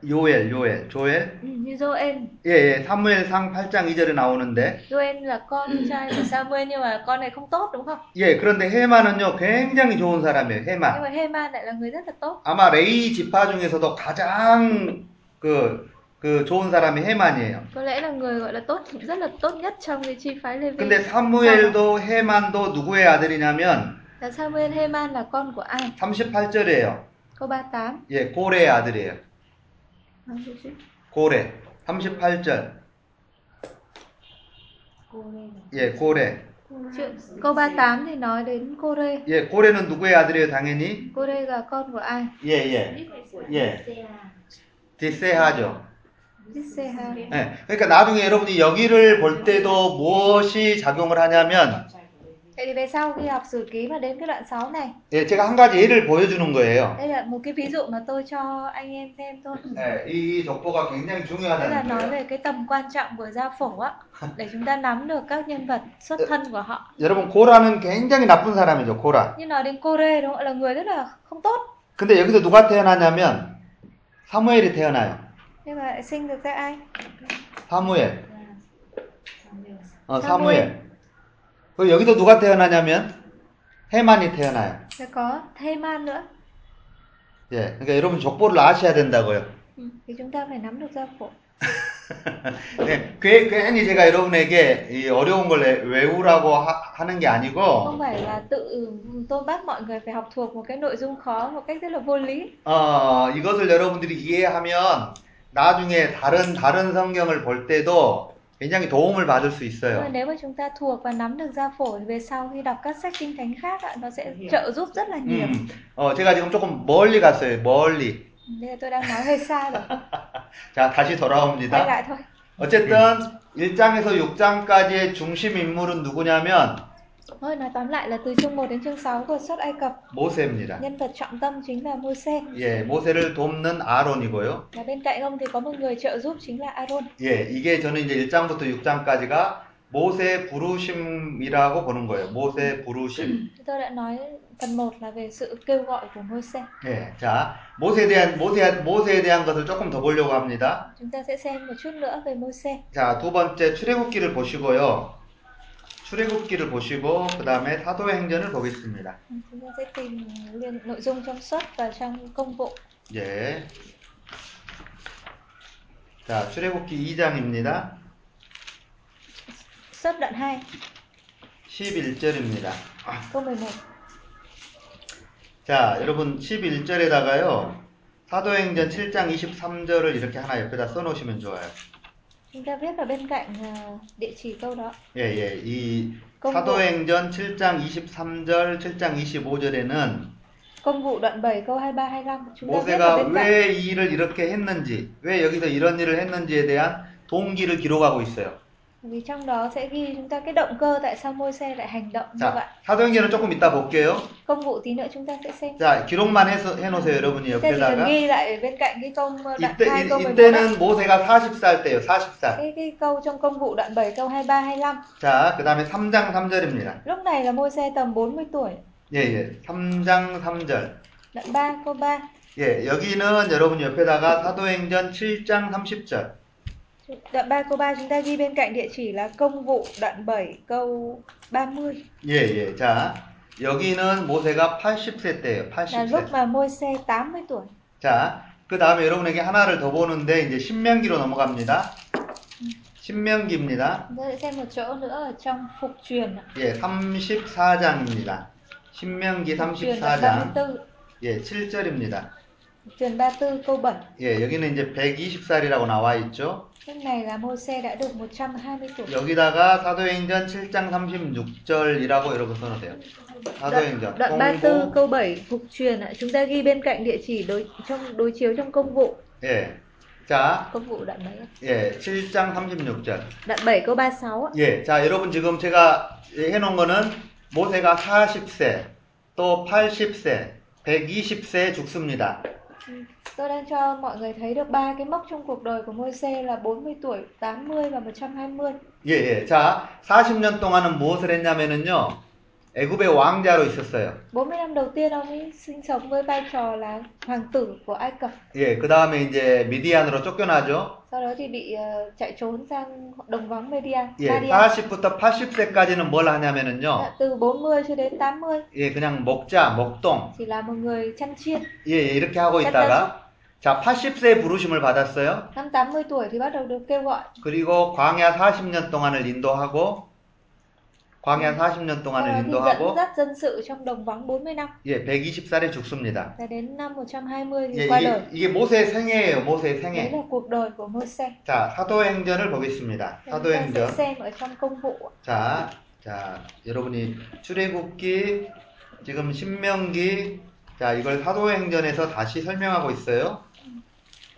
요엘, 요엘, 조엘. Ừ, Như Joel, 예, 예. 사무엘 상 8장 2절에 나오는데. Joel là con trai của Samuel nhưng mà con này không tốt đúng không? 예, 그런데 헤만은요, 굉장히 좋은 사람이에요, Nhưng 헤만. mà Heman lại là người rất là tốt. 아마 레이 지파 중에서도 가장 그, 그 좋은 사람이 헤만이에요. Có lẽ là người gọi là tốt rất là tốt nhất trong cái chi phái Levi. 근데 사무엘도 헤만도 누구의 아들이냐면 Là Samuel Heman là con của ai? 38절이에요. Câu 38. 예, 고래의 아들이에요. Nói chút xíu. 고래. 38절. 예, 고래. Chuyện, câu 38 thì nói đến Cô-rê. 예, 고래는 누구의 아들이에요, 당연히? Cô-rê là con của ai? 예, 예. 예. 디세하죠. 히세하 예, 그러니까 나중에 여러분이 여기를 볼 때도 무엇이 작용을 하냐면 Vậy thì về sau khi học sử ký mà đến cái đoạn 6 này 예, 제가 한 가지 예를 보여주는 거예요. Đây là một cái ví dụ mà tôi cho anh em xem thôi 예, 이 족보가 굉장히 Tức là 중요하다는 nói 거예요. về cái tầm quan trọng của gia phổ á Để chúng ta nắm được các nhân vật xuất thân của họ 여러분 고라는 굉장히 나쁜 사람이죠. 고라. Nhưng nói đến cô Rê đúng không? ạ? Là người rất là không tốt 근데 여기서 누가 태어나냐면 사무엘이 태어나요. Nhưng mà lại sinh được ra ai? 사무엘. 어, 사무엘. 그리고 여기서 누가 태어나냐면 해만이 태어나요. Sẽ có Thê Man nữa 예, 그러니까 여러분 족보를 아셔야 된다고요. [laughs] ừ. Thì chúng ta phải nắm được gia phổ 네, 괜- 괜히 제가 여러분에게 이 어려운 걸 외- 외우라고 하, 는게 Không 아니고, phải là tự ừ, tôn bắt mọi người phải học thuộc một cái nội dung khó một cách rất là vô lý 어, 이것을 여러분들이 이해하면 나중에 다른, 다른 성경을 볼 때도 굉장히 도움을 받을 수 Nhưng mà 있어요. nếu mà chúng ta thuộc và nắm được gia phổ thì về sau khi đọc các sách kinh thánh khác ạ, nó sẽ trợ giúp rất là nhiều. 음, 어, 제가 지금 조금 멀리 갔어요, 멀리. Bây giờ tôi đang nói hơi xa rồi, 자, 다시 quay 돌아옵니다. lại thôi. 어쨌든, 1장에서 6장까지의 중심 인물은 누구냐면, Thôi nói tóm lại là từ chương 1 đến chương 6 của xuất Ai Cập, 모세입니다. nhân vật trọng tâm chính là Môi-se. 예, 모세를 돕는 아론이고요. Và bên cạnh ông thì có một người trợ giúp chính là Aaron. 예, 이게 저는 이제 1장부터 6장까지가 모세 부르심이라고 보는 거예요. 모세 부르심. Chúng Tôi đã nói phần 1 là về sự kêu gọi của Môi-se. 예, 자, 모세에 대한, 모세, 모세에 대한 것을 조금 더 보려고 합니다. Chúng ta sẽ xem một chút nữa về Môi-se. 자, 두 번째 출애굽기를 보시고요. 출애굽기를 보시고, 그 다음에 사도의 행전을 보겠습니다. Ừ, Chúng ta sẽ tìm liên nội dung trong xuất và trong công vụ. 예. 자, 출애굽기 2장입니다. Xuất đoạn 2, 11절입니다. câu 11. 자, 여러분 11절에다가요. 사도행전 7장 23절을 이렇게 하나 옆에다 써 놓으시면 좋아요. Chúng ta viết vào bên cạnh ờ, địa chỉ câu đó. 예, 예. 이 그럼 뭐- 사도행전 7장 23절, 7장 25절에는 Công vụ đoạn 7 câu 23 25 chúng ta viết 모세가 vào bên 왜 cạnh. 이 일을 이렇게 했는지, 왜 여기서 이런 일을 했는지에 대한 동기를 기록하고 있어요. Vì trong đó sẽ ghi chúng ta cái động cơ tại sao môi xe lại hành động như vậy. 자, 사도행전은 조금 이따 볼게요. Công vụ tí nữa chúng ta sẽ xem. 자, 기록만 해서 해 놓으세요, 여러분이 Chúng ta chỉ cần 옆에다가. ghi lại ở bên cạnh cái câu ờ, đoạn 이때 2 câu 이, 11. ạ. 이때는 네. 모세가 40살 때예요. 40살. Cái, cái câu trong công vụ đoạn 7 câu 23 25. 자, 그다음에 3장 3절입니다. Lúc này là môi xe tầm 40 tuổi. 예, 예. 3장 3절. Đoạn 3 câu 3. 예, 여기는 여러분 옆에다가 사도행전 7장 30절. Đoạn 3 câu 3 chúng ta ghi bên cạnh địa chỉ là công vụ đoạn 7 câu 30 예, 예. 자, 여기는 모세가 80세 때예요. là lúc 80세. mà môi xe 80 tuổi. 자, 그다음에 여러분에게 하나를 더 보는데 이제 신명기로 넘어갑니다. 신명기입니다. Chúng ta sẽ xem một chỗ nữa ở trong phục truyền. ạ. 예, 34장입니다. 신명기 Phục truyền đoạn 34장. 34. 예, 7절입니다. Phục truyền 34 câu 7. 예, 여기는 이제 120살이라고 나와 있죠. Lúc này là Môi-se đã được 120 tuổi. 여기다가 사도행전 7장 36절이라고 여러분 써 놓으세요. 사도행전 đoạn 공부. 34 câu 7 phục truyền ạ, chúng ta ghi bên cạnh địa chỉ đối trong đối chiếu trong công vụ, 예. 자, công vụ đoạn mấy? ạ? 예, 7장 36절. Đoạn 7 câu 36 ạ. 예, 자, 여러분 지금 제가 해놓은 거는 모세가 40세, 또 80세, 120세 죽습니다. Ừ. Tôi đang cho mọi người thấy được ba cái mốc trong cuộc đời của Môi-se là 40 tuổi, 80 và 120. 예, 예. 자, 40년 동안은 무엇을 했냐면은요, 애굽의 왕자로 있었어요. 40 năm đầu tiên ông ấy sinh sống với vai trò là hoàng tử của Ai Cập. 예, 그 다음에 이제 미디안으로 쫓겨나죠. Sau đó thì bị ờ, chạy trốn sang đồng vắng Media. 예, Madian. 40부터 80세까지는 뭘 Dạ, 하냐면은요, Từ 40 cho đến 80 예, 그냥 먹자, 먹동, chỉ là một người chăn chiên. 예, 예, 이렇게 하고 있다가, 자, 80세에 부르심을 받았어요. Năm 80 tuổi thì bắt đầu được kêu gọi 그리고 광야 40년 동안을 인도하고 광야 40년 Sau đó 동안을 thì dẫn 인도하고 dắt dân sự trong đồng vắng 40 năm 예, 120살에 죽습니다. và đến năm 120 thì 예, qua đời. 이게, 이게 모세의 생애예요. 모세의 Đấy 생애. là cuộc đời của Môi-se. 자, 사도행전을 Chúng 보겠습니다. ta sẽ 사도행전. xem ở trong công vụ. 자, 자, 여러분이 출애굽기 지금 신명기 자, 이걸 사도행전에서 다시 설명하고 있어요.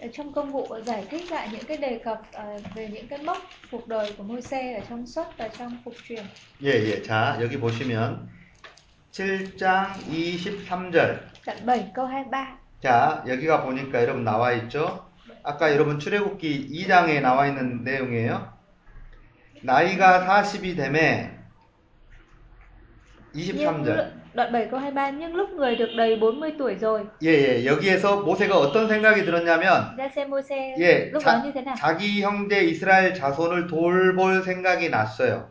ở trong công vụ giải thích lại những cái đề cập ờ, về những cái mốc cuộc đời của Môi-se ở trong xuất và trong phục truyền. 예, 예. 자, 여기 보시면 7장 23절. Đoạn 7 câu 23. 자, 여기가 보니까 여러분 나와 있죠? 아까 여러분 출애굽기 2장에 나와 있는 내용이에요. 나이가 40이 되매 Nhưng 23절. lự- đoạn 7 câu 23 nhưng lúc người được đầy 40 tuổi rồi, 예, 예. 여기에서 모세가 어떤 생각이 들었냐면 ra xem Môi-se 예, lúc đó 자, như thế nào? 자기 형제 이스라엘 자손을 돌볼 생각이 났어요.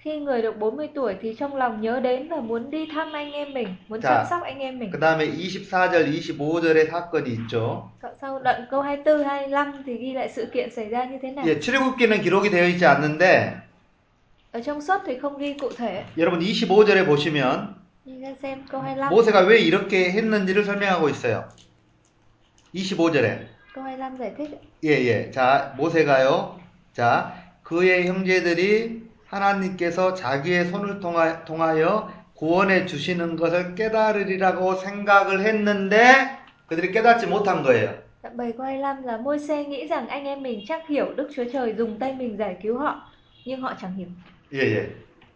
Khi người được 40 tuổi thì trong lòng nhớ đến và muốn đi thăm anh em mình, muốn Dạ. chăm sóc anh em mình. 그 다음에 24절, 25절의 사건이 있죠. Cậu sau đoạn câu 24 25 thì ghi lại sự kiện xảy ra như thế nào? 예, 출애굽기는 기록이 되어 있지 않는데 Ở trong suốt thì không ghi cụ thể. 여러분 25절에 보시면 Nhưng ra xem câu 25. 모세가 왜 이렇게 했는지를 설명하고 있어요. 25절에 Câu 25 giải thích ạ. 예예 자 모세가요 자 그의 형제들이 하나님께서 자기의 손을 통하, 통하여 구원해 주시는 것을 깨달으리라고 생각을 했는데 그들이 깨닫지 못한 거예요. Đoạn 7 câu 25 là môi xe nghĩ rằng anh em mình chắc hiểu Đức Chúa Trời dùng tay mình giải cứu họ, nhưng họ chẳng hiểu. 예예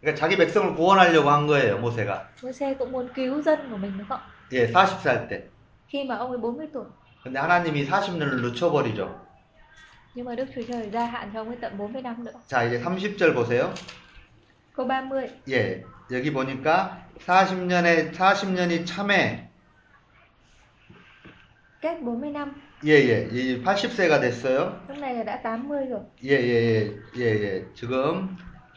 그러니까 자기 백성을 구원하려고 한 거예요 모세가 Môi xe cũng muốn cứu dân của mình đúng không? ạ? 예 40살 때 Khi mà ông ấy 40 tuổi, 근데 하나님이 40년을 늦춰버리죠. nhưng mà Đức Chúa Trời gia hạn cho ông ấy tận 40 năm nữa. 자, 이제 30절 보세요. Câu 30. 예. 여기 보니까 40년에 40년이 참에 Cách 40 năm, 예, 예. 이 80세가 됐어요. lúc này là đã 80 rồi. 예, 예, 예. 예, 예. 지금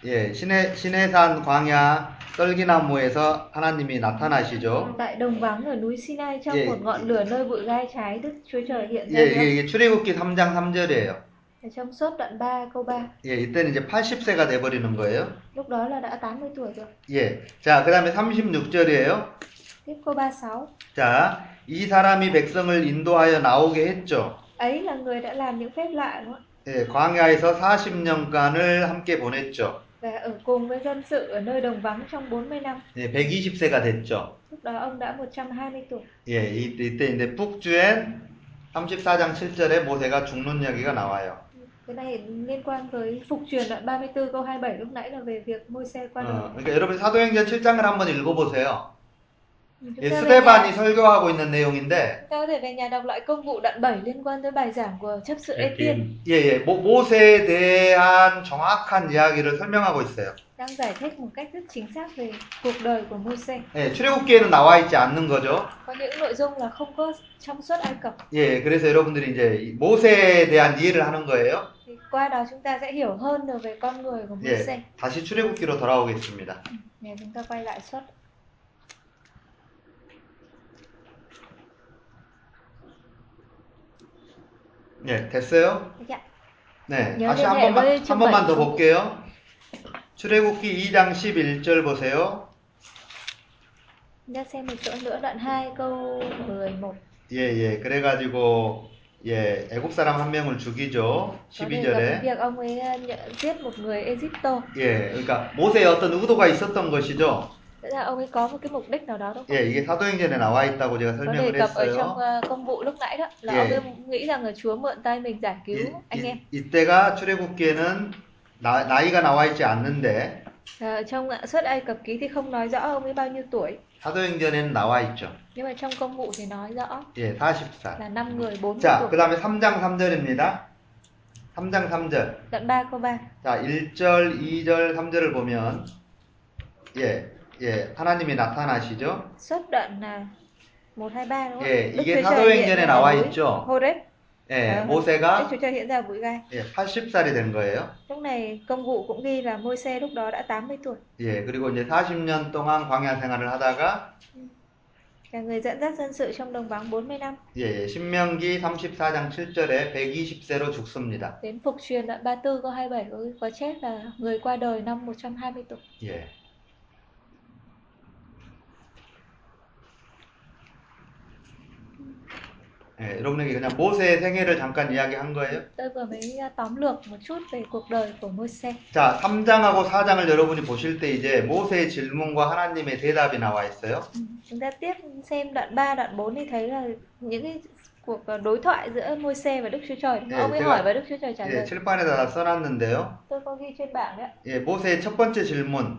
예, 신해 신해산 광야 떨기나무에서 하나님이 나타나시죠. Tại đồng vắng ở núi Sinai trong Vậy- một ngọn lửa nơi bụi gai trái Đức Chúa Trời hiện 예, ra nữa. 예, 이게 출애굽기 3장 3절이에요. Ở trong suốt đoạn 3 câu 3, 예, 이때는 이제 80세가 돼 버리는 거예요. lúc đó là đã 80 tuổi rồi. 예. 자, 그다음에 36절이에요. Tiếp câu 36. 자, 이 사람이 백성을 인도하여 나오게 했죠. Ấy là người đã làm những phép lạ đúng không? ạ? 예, 광야에서 40년간을 함께 보냈죠. Và ở cùng với dân sự ở nơi đồng vắng trong 40 năm. 예, 120세가 됐죠. Lúc đó ông đã 120 tuổi. 예, 이- 이때 이제 북주엔 34장 7절에 모세가 죽는 이야기가 나와요. Cái này liên quan với phục truyền đoạn 34 câu 27 lúc nãy là về việc môi xe qua 어, đường. 그러니까 여러분 사도행전 7장을 한번 읽어보세요. Ừ, Chúng 예, ta, về nhà, 스데반이 설교하고 있는 내용인데, chúng ta có thể về nhà đọc lại công vụ đoạn 7 liên quan tới bài giảng của chấp sự 에 Etienne 예, 예, 모, 모세에 대한 정확한 이야기를 설명하고 있어요. đang giải thích một cách rất chính xác về cuộc đời của môi xe. 예, 출애굽기에는 나와 있지 않는 거죠. Có những nội dung là không có trong suốt Ai Cập. 예, 그래서 여러분들이 이제 이 모세에 대한 이해를 하는 거예요. Thì qua đó chúng ta sẽ hiểu hơn được về con người của môi xe. 예, 다시 출애굽기로 돌아오겠습니다. Để chúng ta quay lại suốt. 예, 됐어요? Được ạ. 네, 여기에 다시 한 대해 번만, 왜 한 번만 더 정말- 볼게요. 출애굽기 2장 11절 보세요. Chúng ta xem một chỗ nữa đoạn 2 câu 11. 예, 예. 그래가지고, 예, 애국 사람 한 명을 죽이죠. Có đề cập đến 12절에. việc ông ấy ờ, nhận giết một người Egypto. 예, 그러니까 모세의 어떤 의도가 있었던 것이죠. Tức là ông ấy có một cái mục đích nào đó đúng không? 예, 이게 사도행전에 나와 있다고 제가 Có đề 설명을 cập ở trong 했어요. ờ, công vụ lúc nãy đó là Dạ. ông ấy nghĩ rằng là Chúa mượn tay mình giải cứu 이, anh em. 때가 출애굽기에는 나, 나이가 나와 있지 않는데 Ờ, trong ạ, suốt Ai Cập ký thì không nói rõ ông ấy bao nhiêu tuổi, 사도행전에는 나와 있죠. nhưng mà trong công vụ thì nói rõ 예, 40살. là 5 người 40 자, 그 tuổi. 다음에 3장 3절입니다. 3장 3절. Đoạn 3 câu 3. 자, 1절, 2절, 3절을 보면 예, 예, 하나님이 나타나시죠? Suốt đoạn à, là 1 2 3 đúng không? 예, Đức 이게 Chúa Trời hiện ra 사도행전에 나와 núi 있죠. Horeb. 예, 아, Đức 모세가 Chúa Trời hiện ra bụi gai. 예, 80살이 된 거예요. Lúc này công vụ cũng ghi là Môi-se lúc đó đã 80 tuổi. 예, 그리고 이제 40년 동안 광야 생활을 하다가 Là người dẫn dắt dân sự trong đồng vắng 40 năm 예, 예, 신명기 34장 7절에 120세로 죽습니다. đến phục truyền đoạn 34 câu 27 có, có chết là người qua đời năm 120 tuổi. 예. 예, 여러분에게 그냥 모세의 생애를 잠깐 이야기한 거예요. Tôi vừa mới à, tóm lược một chút về cuộc đời của Môi-se. 자, 3장하고 4장을 여러분이 보실 때 이제 모세의 질문과 하나님의 대답이 나와 있어요. Ừ. Chúng ta tiếp xem đoạn 3, đoạn 4 thì thấy là những cái cuộc ờ, đối thoại giữa Môi-se và Đức Chúa Trời. đúng không? 예, Ông ấy 제가- hỏi và Đức Chúa Trời trả 예, lời. 칠판에다 다 써놨는데요. Tôi có ghi trên bảng đấy. ạ. 예, 모세의 첫 번째 질문.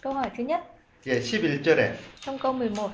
Câu hỏi thứ nhất 예, 11절에. trong câu 11,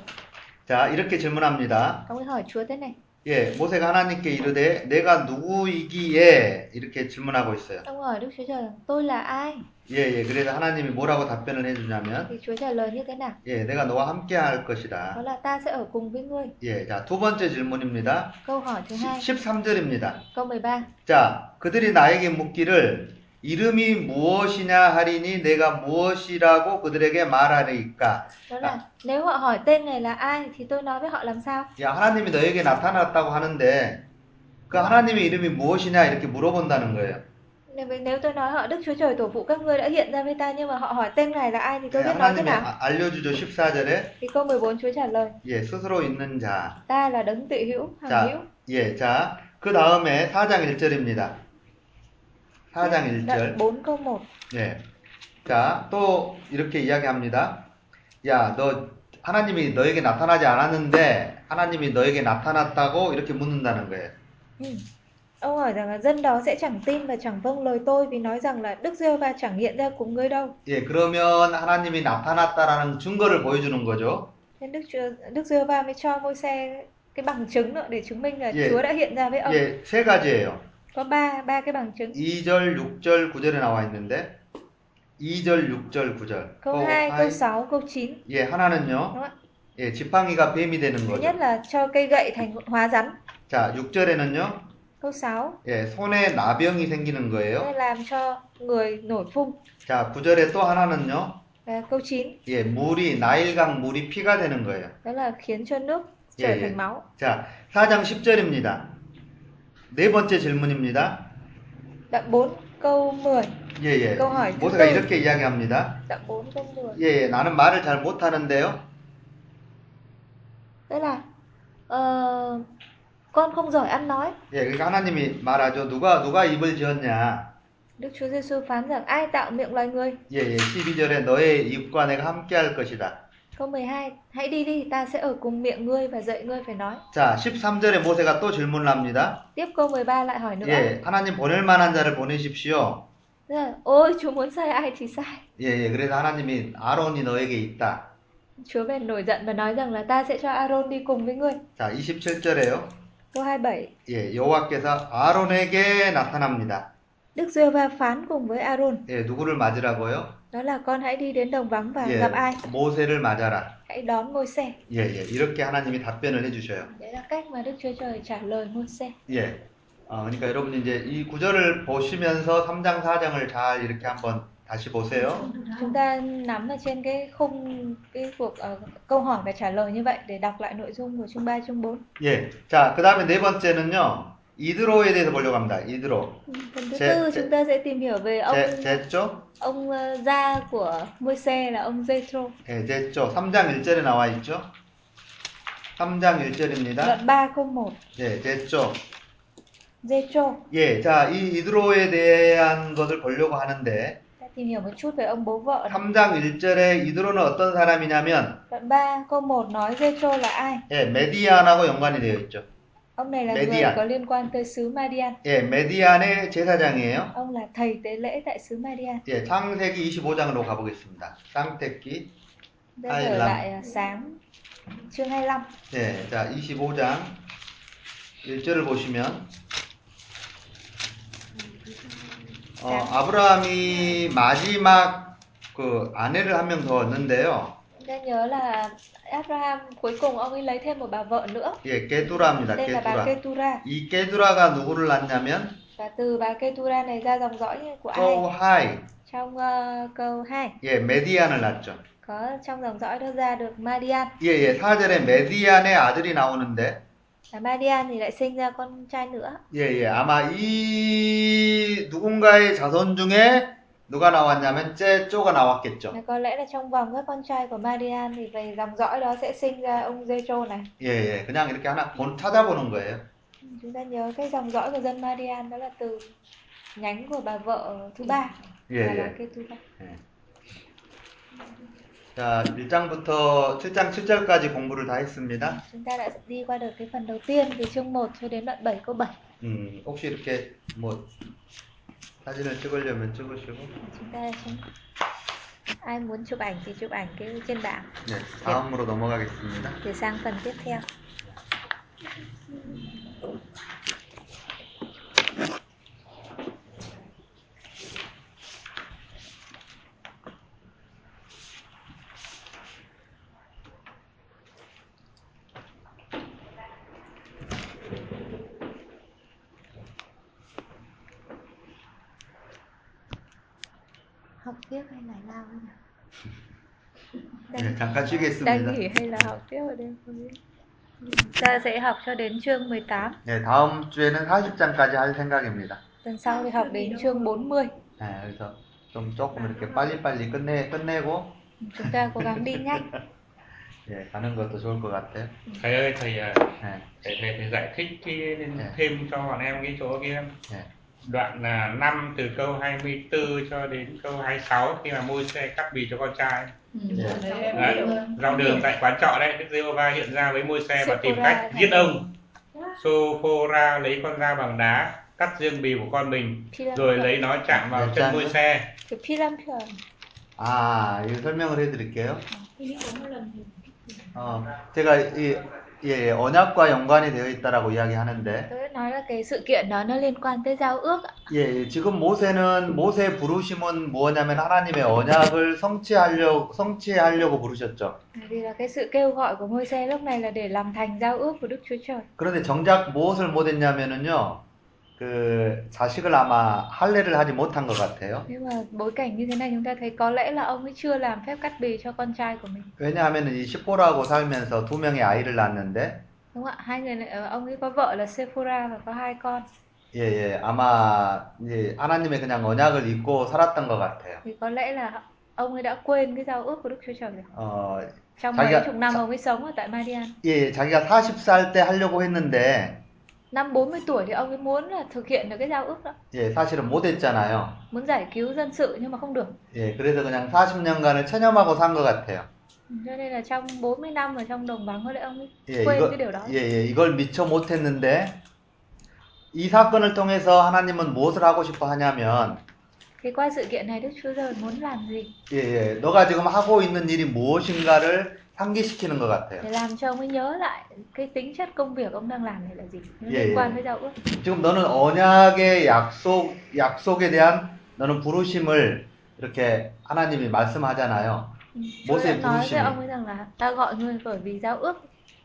자, 이렇게 질문합니다. ông ấy hỏi Chúa thế này. 예, 모세가 하나님께 이르되 내가 누구이기에 이렇게 질문하고 있어요. Ông hỏi Đức Chúa Trời, tôi là ai? 예, 예. 그래서 하나님이 뭐라고 답변을 해 주냐면 Thì Chúa trả lời như thế nào? 예, 내가 너와 함께 할 Đó 것이다. là ta sẽ ở cùng với ngươi. 예, 자, 두 번째 질문입니다. Câu hỏi thứ hai, 13절입니다. câu 13. 자, 그들이 나에게 묻기를 이름이 무엇이냐 하리니 내가 무엇이라고 그들에게 말하리까? Đó là nếu họ hỏi tên này là ai thì tôi nói với họ làm sao? 야, 하나님이 너에게 나타났다고 하는데 그 하나님의 이름이 무엇이냐 이렇게 물어본다는 거예요. Nếu nếu tôi nói họ Đức Chúa Trời tổ phụ các ngươi đã hiện ra với ta nhưng mà họ hỏi tên ngài là ai thì 예, tôi biết Dạ, nói thế 하나님이 nào? 아- 알려주죠. 14절에 Thì câu 14 Chúa trả lời, 예, 스스로 있는 자. ta là đấng tự hữu, hằng hữu. 자, 예, 자, 그 다음에 4장 1절입니다. 4장 1절. 4 câu 1 예. 자, 또 이렇게 이야기합니다. 야, 너 하나님이 너에게 나타나지 않았는데 하나님이 너에게 나타났다고 이렇게 묻는다는 거예요. ừ. Ông hỏi rằng là dân đó sẽ chẳng tin và chẳng vâng lời tôi vì nói rằng là Đức Giê-hô-va chẳng hiện ra cùng ngươi đâu. 예, 그러면 하나님이 나타났다라는 증거를 보여주는 거죠. Nên Đức Chúa, Đức Giê-hô-va mới cho Môi-se cái bằng chứng nữa để chứng minh là Dạ. Chúa đã hiện ra với ông. 예, 세 가지예요. Có ba ba cái bằng chứng. 2절, 6절, 9절에 나와 있는데 2절, 6절, 9절. Câu 2, câu 6, câu 9. 예, Đúng 하나는요. không ạ? 예, 지팡이가 뱀이 되는 Thứ 거죠. nhất là cho cây gậy thành hóa rắn. 자, 6절에는요. Câu 6 예, 손에 나병이 생기는 거예요. làm cho người nổi phung. 자, 9절에 또 하나는요. Và câu 9 예, 물이 나일강 물이 피가 되는 거예요. đó là khiến cho nước trở 예, 예. thành máu. 자, 4장 10절입니다. 네 번째 질문입니다. Đoạn 4 câu 10. 예, 예. 그거 알죠? 모세가 또- 이렇게 이야기합니다. Đoạn 4 câu 10. 예, 예, 나는 말을 잘 못하는데요. Tức là ờ, con không giỏi ăn nói. 예, 그러니까 하나님이 말하죠. 누가 누가 입을 지었냐? Đức Chúa Giêsu phán rằng ai tạo miệng loài người? 예, 예. 12절에 너의 입과 내가 함께 할 것이다. Câu 12 hãy đi đi ta sẽ ở cùng miệng ngươi và dạy ngươi phải nói. 자, 13절에 모세가 또 질문을 합니다. Tiếp câu 13 lại hỏi nữa. 예, 하나님 보낼 만한 자를 보내십시오. Tức là, Ôi Chúa muốn sai ai thì sai. 예, 예. 그래서 하나님이 아론이 너에게 있다. Chúa bèn nổi giận và nói rằng là ta sẽ cho Aaron đi cùng với ngươi. 자, 27절에요. Câu 27 예, 여호와께서 아론에게 나타납니다. Đức Giê-va phán cùng với Aaron 예, 누구를 맞으라고요? đó là con hãy đi đến đồng vắng và 예, gặp ai 모세를 맞아라. hãy đón môi xe 예, 예, 이렇게 하나님이 답변을 해주셔요. đấy là cách mà đức chúa trời trả lời môi xe 예. 어, 그러니까 여러분 이제 이 구절을 보시면서 3장 4장을 잘 이렇게 한번 다시 보세요. chúng ta nắm ở trên cái khung cái cuộc ờ, câu hỏi và trả lời như vậy để đọc lại nội dung của chương 3, chương 4 예. 자, 그 다음에 네 번째는요. 이드로에 대해서 보려고 합니다. 이드로. Ừ, phần thứ Sẽ- tư sẽ- chúng ta sẽ tìm hiểu về ông 제, 제죠? ông ờ, gia của môi xe là ông Jethro 예, 제죠. 3장 1절에 나와 있죠? 3장 1절입니다. đoạn 3 câu 1 예, 제죠. Jethro 예, 자, 이 이드로에 대한 것을 보려고 하는데, ta tìm hiểu một chút về ông bố vợ 3장 1절에 이드로는 어떤 사람이냐면, đoạn 3 câu 1 nói Jethro là ai 예, 메디안하고 연관이 되어 있죠. ông này là người Median. có liên quan tới xứ Madian 예, 메디안의 제사장이에요. ông là thầy tế lễ tại xứ Madian 예, 창세기 25장으로 가보겠습니다. 창세기, Bây Hay giờ là- lại à, sáng chương 25 예, 자, 25장 1절을 보시면, 어, 아브라함이 마지막 그 아내를 한 명 더 얻는데요. Chúng ta nhớ là Abraham cuối cùng ông ấy lấy thêm một bà vợ nữa 예, 게두라입니다. tên là bà 게두라. Ketura 이 게두라가 누구를 낳냐면, và từ bà Ketura này ra dòng dõi của ai 소하이, trong ờ, câu 2 예, 메디안을 낳죠. có trong dòng dõi đó ra được Madian 예, 예, 4절에 메디안의 아들이 나오는데, và Madian thì lại sinh ra con trai nữa 예, 예, 아마 이 누군가의 자손 중에 누가 나왔냐면 제쪼가 나왔겠죠. và có lẽ là trong vòng các con trai của Madian thì về dòng dõi đó sẽ sinh ra ông Jethro này 예, 예, 그냥 이렇게 하나 본, 찾아보는 거예요. chúng ta nhớ cái dòng dõi của dân Madian đó là từ nhánh của bà vợ thứ ba 예, là bà 예. Ketura 자, 1장부터 7장 7절까지 공부를 다 했습니다. Chúng ta đã đi qua được cái phần đầu tiên từ chương 1 cho đến đoạn 7 câu 7. 음, 혹시 이렇게 뭐 사진을 찍으려면 찍으시고. Chúng ta chúng ai muốn chụp ảnh thì chụp ảnh cái trên bảng 네, 다음으로 넘어가겠습니다. để sang phần tiếp theo. học tiếp hay là lao ấy nhỉ? Đang- 네, 잠깐 đang 쉬겠습니다. nghỉ hay là học tiếp ở đây không biết. Chúng ta sẽ học cho đến chương 18, 네, 다음 주에는 40장까지 할 생각입니다. tuần sau thì học đến chương 40. 네, 그래서 좀 조금 이렇게 빨리빨리 끝내 끝내고 Chúng ta cố gắng đi nhanh. 예, 가는 것도 좋을 것 같아요. thầy ơi thầy à, 네, thầy thầy, thầy giải thích cái, Dạ. thêm cho bọn em cái chỗ kia 네. đoạn là 5 từ câu 24 cho đến câu 26 khi mà môi xe cắt bì cho con trai 예. đấy, rào đường tại quán trọ đấy Đức Giê-hô-va hiện ra với môi xe và tìm cách giết ông Dạ. Sophora lấy con dao bằng đá cắt riêng bì của con mình rồi lấy nó chạm vào Dạ, chân chạm môi nữa. xe 그 피람편. 아, 이거 설명을 해드릴게요. 한 lần thì 어, 제가 이 예, 예, 언약과 연관이 되어 있다라고 이야기하는데, Tôi đã nói là cái sự kiện đó nó liên quan tới giao ước. ạ. 예, 예, 지금 모세는 모세 부르심은 뭐냐면 하나님의 언약을 성취하려 성취하려고 부르셨죠. Bởi Vì là cái sự kêu gọi của ngôi xe lúc này là để làm thành giao ước của Đức Chúa Trời. 그런데 정작 무엇을 못했냐면은요, 그 자식을 아마 할례를 하지 못한 것 같아요. Nhưng mà bối cảnh như thế này chúng ta thấy có lẽ là ông ấy chưa làm phép cắt bì cho con trai của mình. 왜냐하면 이 시포라하고 살면서 두 명의 아이를 낳았는데, Đúng không ạ? Hai người này, ờ, ông ấy có vợ là Sephora và có hai con. 예, 예, 아마 예, 하나님의 그냥 언약을 잊고 살았던 것 같아요. Thì có lẽ là ông ấy đã quên cái giao ước của Đức Chúa Trời rồi. 어, Trong Thành mấy ra- chục năm ông ấy sống ở tại Madian. 예, 예, 자기가 40살 때 하려고 했는데, Năm 40 tuổi thì ông ấy muốn là thực hiện được cái giao ước đó. 예, 사실은 못했잖아요. Muốn giải cứu dân sự nhưng mà không được. 예, 그래서 그냥 40년간을 체념하고 산 것 같아요. Cho nên là trong 40 năm ở trong đồng bằng có lẽ ông ấy 예, quên 이거, cái điều đó. 예, 예, 이걸 미처 못했는데, 이 사건을 통해서 하나님은 무엇을 하고 싶어 하냐면, Thì qua sự kiện này Đức Chúa Trời muốn làm gì 예, 예, 너가 지금 하고 있는 일이 무엇인가를 상기시키는 것 같아요. để làm cho ông ấy nhớ lại cái tính chất công việc ông đang làm này là gì nó Dạ, liên dạ. quan với giao ước 지금 너는 언약의 약속, 약속에 대한 너는 부르심을 이렇게 하나님이 말씀하잖아요. Ừ, Bố Chúa sẽ đã nói với bullshit. ông ấy rằng là ta gọi ngươi bởi vì giao ước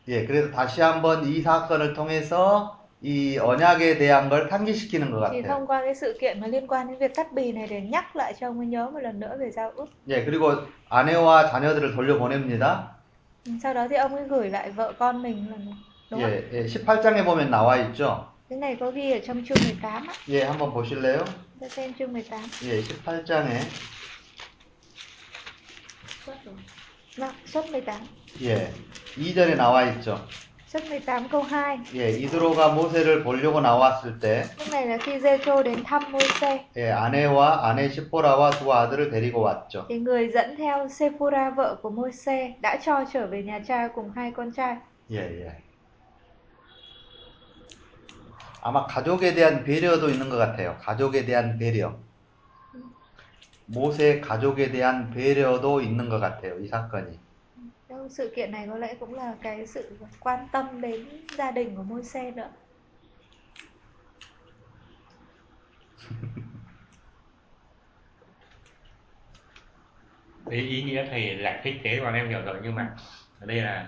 예, 그래서 다시 한번 이 사건을 통해서 이 언약에 대한 걸 상기시키는 것 thì 같아요. thông qua cái sự kiện mà liên quan đến việc cắt bì này để nhắc lại cho ông ấy nhớ một lần nữa về giao ước 예, 그리고 아내와 자녀들을 돌려보냅니다. Ừ, sau đó thì ông ấy gửi lại vợ con mình là đúng không? 예, 예, 18장에 보면 나와 있죠. Cái này có ghi ở trong chương 18 á. 예, 한번 보실래요? Ta xem chương 18. 예, 18장에 Vâng, xuất 18. 예, 2절에 나와 있죠. Xuất 18 câu 2. 예, 이드로가 모세를 보려고 나왔을 때 Lúc này là khi Jethro đến thăm Môi-se 예, 아내와 아내 시포라와 두 아들을 데리고 왔죠. thì người dẫn theo Sephora vợ của Môi-se đã cho trở về nhà cha cùng hai con trai. 예, 예. 아마 가족에 대한 배려도 있는 것 같아요. 가족에 대한 배려. 모세의 가족에 대한 배려도 있는 것 같아요. 이 사건이. Đâu, sự kiện này có lẽ cũng là cái sự quan tâm đến gia đình của Môi-se nữa. đấy ý nghĩa thầy giải thích thế bọn em hiểu rồi nhưng mà ở đây là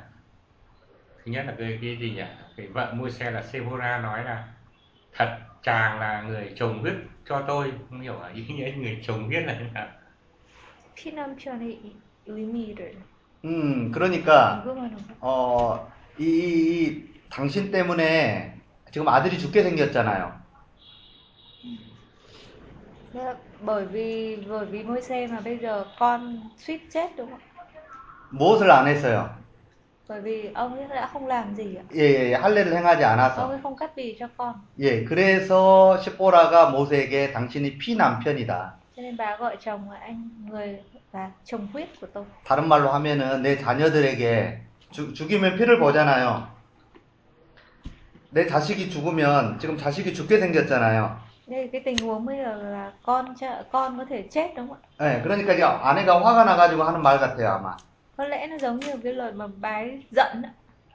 thứ nhất là cái, cái gì nhỉ cái vợ mua xe là Sephora nói là thật chàng là người chồng huyết cho tôi không hiểu là ý nghĩa người chồng huyết là thế nào 피남편의 의미를 음, 그러니까 궁금하는 거. 어, 이, 이- 이 당신 때문에 지금 아들이 죽게 생겼잖아요. Đó là bởi vì bởi vì Môi-se mà bây giờ con suýt chết đúng không? 무엇을 안 했어요? Bởi vì ông ấy đã không làm gì ạ. 예, 예, 예, 할례를 행하지 Ông 않아서. ấy không cắt bì cho con. 예, 그래서 시포라가 모세에게 당신이 피 남편이다. cho nên bà gọi chồng là anh người và trồng huyết của tôi. 다른 말로 하면은 내 자녀들에게 죽- 죽이면 피를 보잖아요. 내 자식이 죽으면 지금 자식이 죽게 생겼잖아요. Đây là cái tình huống bây giờ là con cha- con có thể chết đúng không ạ? 예, 그러니까 이제 아내가 화가 나가지고 하는 말 같아요 아마. Có lẽ nó giống như cái lời mà bà ấy giận ạ.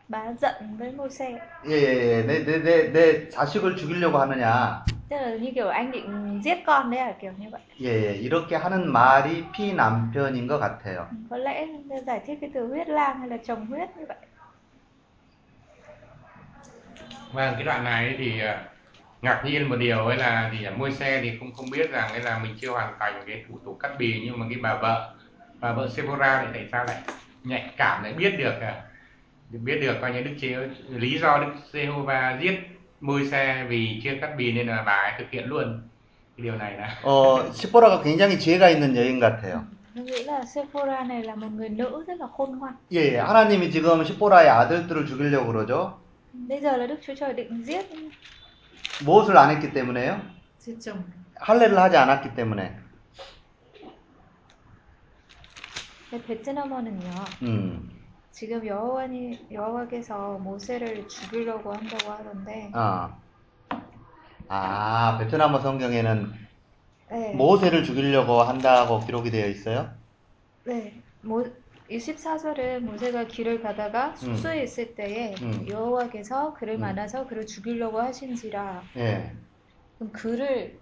Bà ấy giận với môi xe. 예, 예, 예. 내, 내, 내, 내 자식을 죽이려고 하느냐. Tức là như kiểu anh định giết con đấy à kiểu như vậy. 예, 예. 이렇게 하는 말이 피 남편인 것 같아요. Ừ, Có lẽ giải thích cái từ huyết lang hay là trồng huyết như vậy. Vâng, cái đoạn này thì à, ngạc nhiên một điều ấy là thì mua xe thì không không biết rằng ấy là mình chưa hoàn thành cái thủ tục cắt bì nhưng mà cái bà vợ bà vợ Sephora thì tại sao lại nhạy cảm lại biết được à, biết được coi như Đức Chúa lý do Đức Giê-hô-va giết môi xe vì chưa cắt bì nên là bà ấy thực hiện luôn cái điều này là 어, 시보라가 굉장히 지혜가 있는 여인 같아요. Tôi nghĩ là Sephora này là một người nữ rất là khôn ngoan. 예, 예. 하나님이 지금 시보라의 아들들을 죽이려고 그러죠. Bây giờ là Đức Chúa Trời định giết 무엇을 안 했기 때문에요? giết chồng 할례를 하지 않았기 때문에. 베트남어는요. 음, 지금 여호와니 여호와께서 모세를 죽이려고 한다고 하던데 아. 아, 베트남어 성경에는 네, 모세를 죽이려고 한다고 기록이 되어 있어요? 네. 모, 24절에 모세가 길을 가다가 숙소에 있을 때에 음. 여호와께서 그를 음. 만나서 그를 죽이려고 하신지라 예. 그럼 그를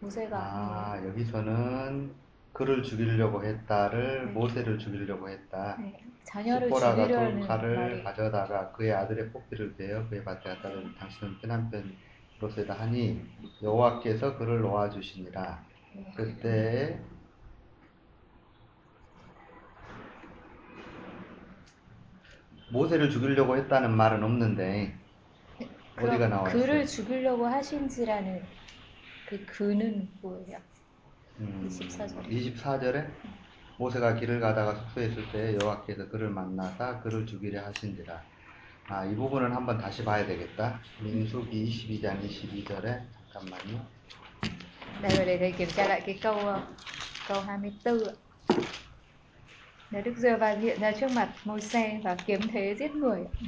모세가 아, 여기서는 그를 죽이려고 했다를 네. 모세를 죽이려고 했다. 네, 자녀를 시보라가 죽이려는 돌칼을 말이 가져다가 그의 아들의 뽑기를 베어 그의 밭에 갖다 놓으니 당신은 피난편으로서다 하니 여호와께서 그를 놓아주시니라. 네. 그때 모세를 죽이려고 했다는 말은 없는데 그럼 어디가 나와 그를 있어요? 죽이려고 하신지라는 그 그는 뭐예요? 24절 에. 음, 24절에 모세가 길을 가다가 숙소에 있을 때 여호와께서 그를 만나사 그를 죽이려 하신지라. 아, 이 부분은 한번 다시 봐야 되겠다. 민수기 22장 22절에 잠깐만요. Đây và để thầy kiểm tra lại cái câu ờ, câu 24 ạ. Nếu Đức Giê-va hiện ra trước mặt môi xe và kiếm thế giết người ạ. Ừ.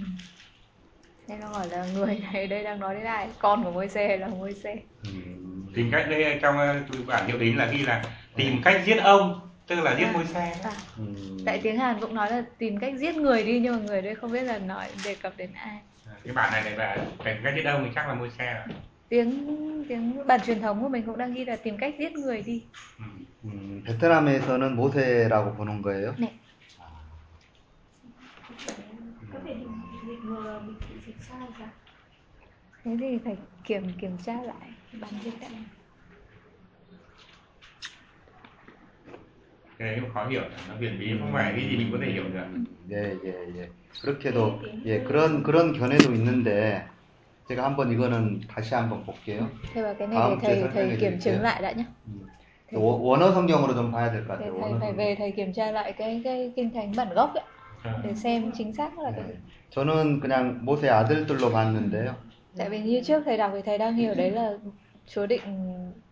Đây nó hỏi là người [laughs] này đây đang nói đến ai? Con của môi xe hay là môi xe? 음, tìm cách đây trong ờ, bản hiệu đính là ghi là tìm cách giết ông tức là giết môi xe À, 음, tại tiếng Hàn cũng nói là tìm cách giết người đi nhưng mà người đây không biết là nói đề cập đến ai. cái bản này này là tìm cách giết ông thì chắc là môi xe rồi Tiếng tiếng bản truyền thống của mình cũng đang ghi là tìm cách giết người đi. ừ. 음, 베트남에서는 모세라고 보는 거예요. 네. có thể định định mờ bị thị dịch sai ra Thế thì phải kiểm kiểm tra lại bản dịch ạ. cái đấy cũng khó hiểu nó huyền Ừ. bí không phải cái gì mình có thể hiểu được 예, 예, 예. 그렇게도 예, 그런 그런 견해도 있는데 제가 한번 이거는 다시 한번 볼게요. Thế và cái này À, để ông chưa thầy thấy cái thầy này kiểm gì chứng chưa? lại đã nhé. 음, Thầy- 워- 원어 성경으로 좀 봐야 될 것 Để 같아요. thầy 원어 phải 성경. về thầy kiểm tra lại cái cái kinh thánh bản gốc ấy, Ờ. để xem chính xác là cái gì. 네. 저는 그냥 모세 아들들로 봤는데요. Tại vì như trước thầy đọc thì thầy đang hiểu đấy là Chúa định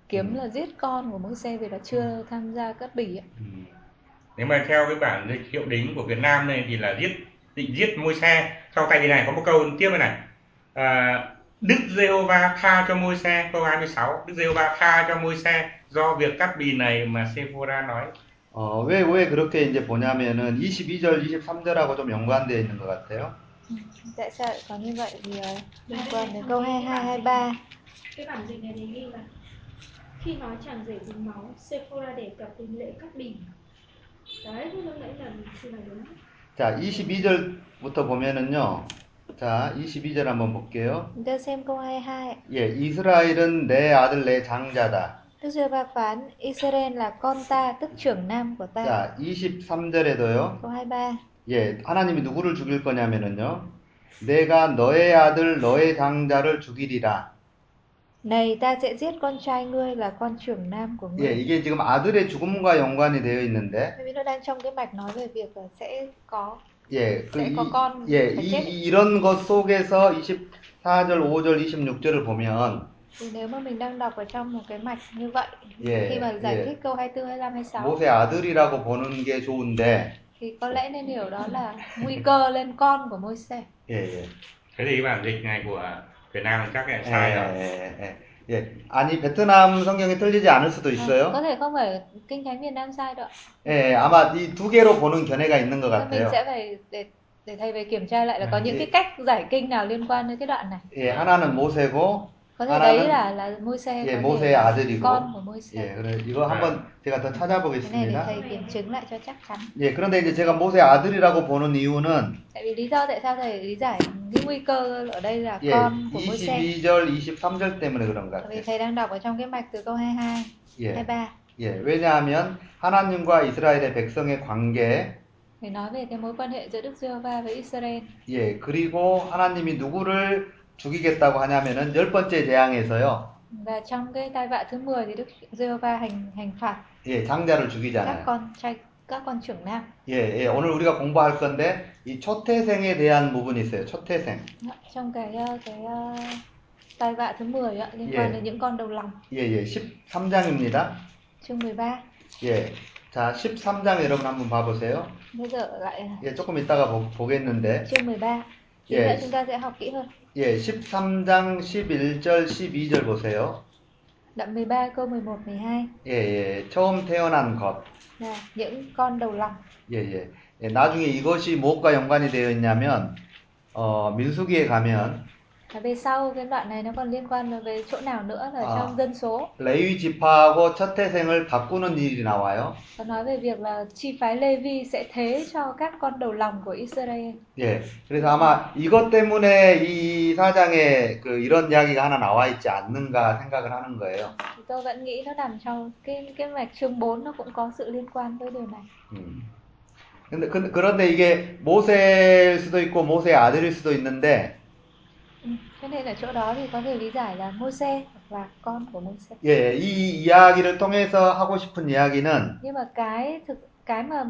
kiếm là giết con của môi xe vì là chưa tham gia cất bỉ ấy. 음, nếu mà theo cái bản dịch hiệu đính của Việt Nam này thì là giết định giết môi xe sau tại vì này có một câu tiếp đây này à, Đức Giê-hô-va tha cho môi xe câu 26 Đức Giê-hô-va tha cho môi xe do việc cắt bì này mà Sephora nói 어, 왜, 왜 그렇게 이제 보냐면은 22절, 23절하고 좀 연관되어 있는 것 같아요. Tại sao lại có như vậy vì ờ, liên Đấy, quan đến trong câu cái 22, bản 23 cái bản dịch này thì ghi là khi nói chàng rể dính máu Sephora đề cập đến lễ cắt bì đấy thế lúc nãy là chị này đúng 자, 22절부터 보면은요. 자, 22절 한번 볼게요. Chúng ta xem câu 22 예, 이스라엘은 내 아들, 내 장자다. Đức Giê Va phán Israel là con ta tức trưởng nam của ta 자, 23절에도요. Câu 23 예, 하나님이 누구를 죽일 거냐면은요. 내가 너의 아들, 너의 장자를 죽이리라. Này ta sẽ giết con trai ngươi là con trưởng nam của 예, ngươi 이게 지금 아들의 죽음과 연관이 되어 있는데, Vì nó đang trong cái mạch nói về việc là sẽ có 예, 그 네, 이- 그건 예, 잘 이, 깨- 이- 이런 것 속에서 24절, 5절, 26절을 보면 Thì nếu mà mình đang đọc ở trong một cái mạch như vậy 예, khi mà giải 예. thích câu 24, 25, 26 모세 아들이라고 보는 게 좋은데 thì có lẽ nên hiểu đó [laughs] là nguy cơ lên con của Môi-se. 예, 예. thế thì cái bản dịch này của Việt Nam chắc là 예, sai rồi 예, 예, 예. 예. 아니 베트남 성경이 틀리지 않을 수도 À, 있어요. có thể không phải kinh thánh Việt Nam sai đâu. ạ. 예, 아마 이 두 개로 보는 견해가 있는 Thế Mình 것 같아요. sẽ phải để để thầy về kiểm tra lại là À, có những thế- cái cách giải kinh nào liên quan đến cái đoạn này. 예, 하나는 모세고 Có thể À, đấy nó- là là Môi-se 예, à, có 모세의 thể là con 아들이고 của Môi-se. 예, 그래 이거 한번 Cái 제가 더 này để 찾아보겠습니다. thầy kiểm chứng lại cho chắc chắn. 예, 그런데 이제 제가 모세 아들이라고 보는 이유는 Tại vì lý do tại sao thầy lý giải cái nguy cơ ở đây là 예, con của Môi-se 22절, 23절 때문에 그런 것 Bởi vì 같아요. thầy đang đọc ở trong cái mạch từ câu 22, 예, 23 예, 왜냐하면 하나님과 이스라엘의 백성의 관계, Thầy nói về cái mối quan hệ giữa Đức Giê-hô-va với Israel 예, 그리고 하나님이 누구를 죽이겠다고 하냐면은 열 번째 재앙에서요, Và trong cái tai vạ thứ 10 thì Đức Giê-hô-va hành hành phạt 예, các 장자를 죽이잖아요. con trai các con trưởng nam. 예, 예, 오늘 우리가 공부할 건데 이 초태생에 대한 부분이 있어요. 초태생. Đó, Trong cái ờ, cái ờ, tai vạ thứ 10 ạ, liên quan Yeah. đến những con đầu lòng 예, 예, 13장입니다. chương 13. 예. 자, 13장 여러분 한번 봐보세요. Bây giờ lại 예, 조금 이따가 보, 겠는데 chương 13. Thì Yeah. nữa chúng ta sẽ học kỹ hơn. 예, 13장 11절, 12절 보세요. Đoạn 13 câu 11 12 예, 예, 처음 태어난 것. là những con đầu lòng. 예, 예. 예, 나중에 이것이 무엇과 연관이 되어 있냐면, 어, 민수기에 가면, Và về sau cái đoạn này nó còn liên quan về chỗ nào nữa là À. trong dân số 레위 지파하고 첫 태생을 바꾸는 일이 나와요. Nó nói về việc là chi phái Levi sẽ thế cho các con đầu lòng của Israel. 예, 그래서 아마 이것 때문에 이 사장에 그 이런 이야기가 하나 나와 있지 않는가 생각을 하는 거예요. Thì tôi vẫn nghĩ nó nằm trong cái cái mạch chương 4 nó cũng có sự liên quan với điều này. 음. 근데 근- 그런데 이게 모세일 수도 있고 모세의 아들일 수도 있는데, Ừ. Cho nên ở chỗ đó thì có thể lý giải là Môi-se hoặc là con của Môi-se. 예, 이 이야기를 통해서 하고 싶은 이야기는 Nhưng mà cái thực cái mà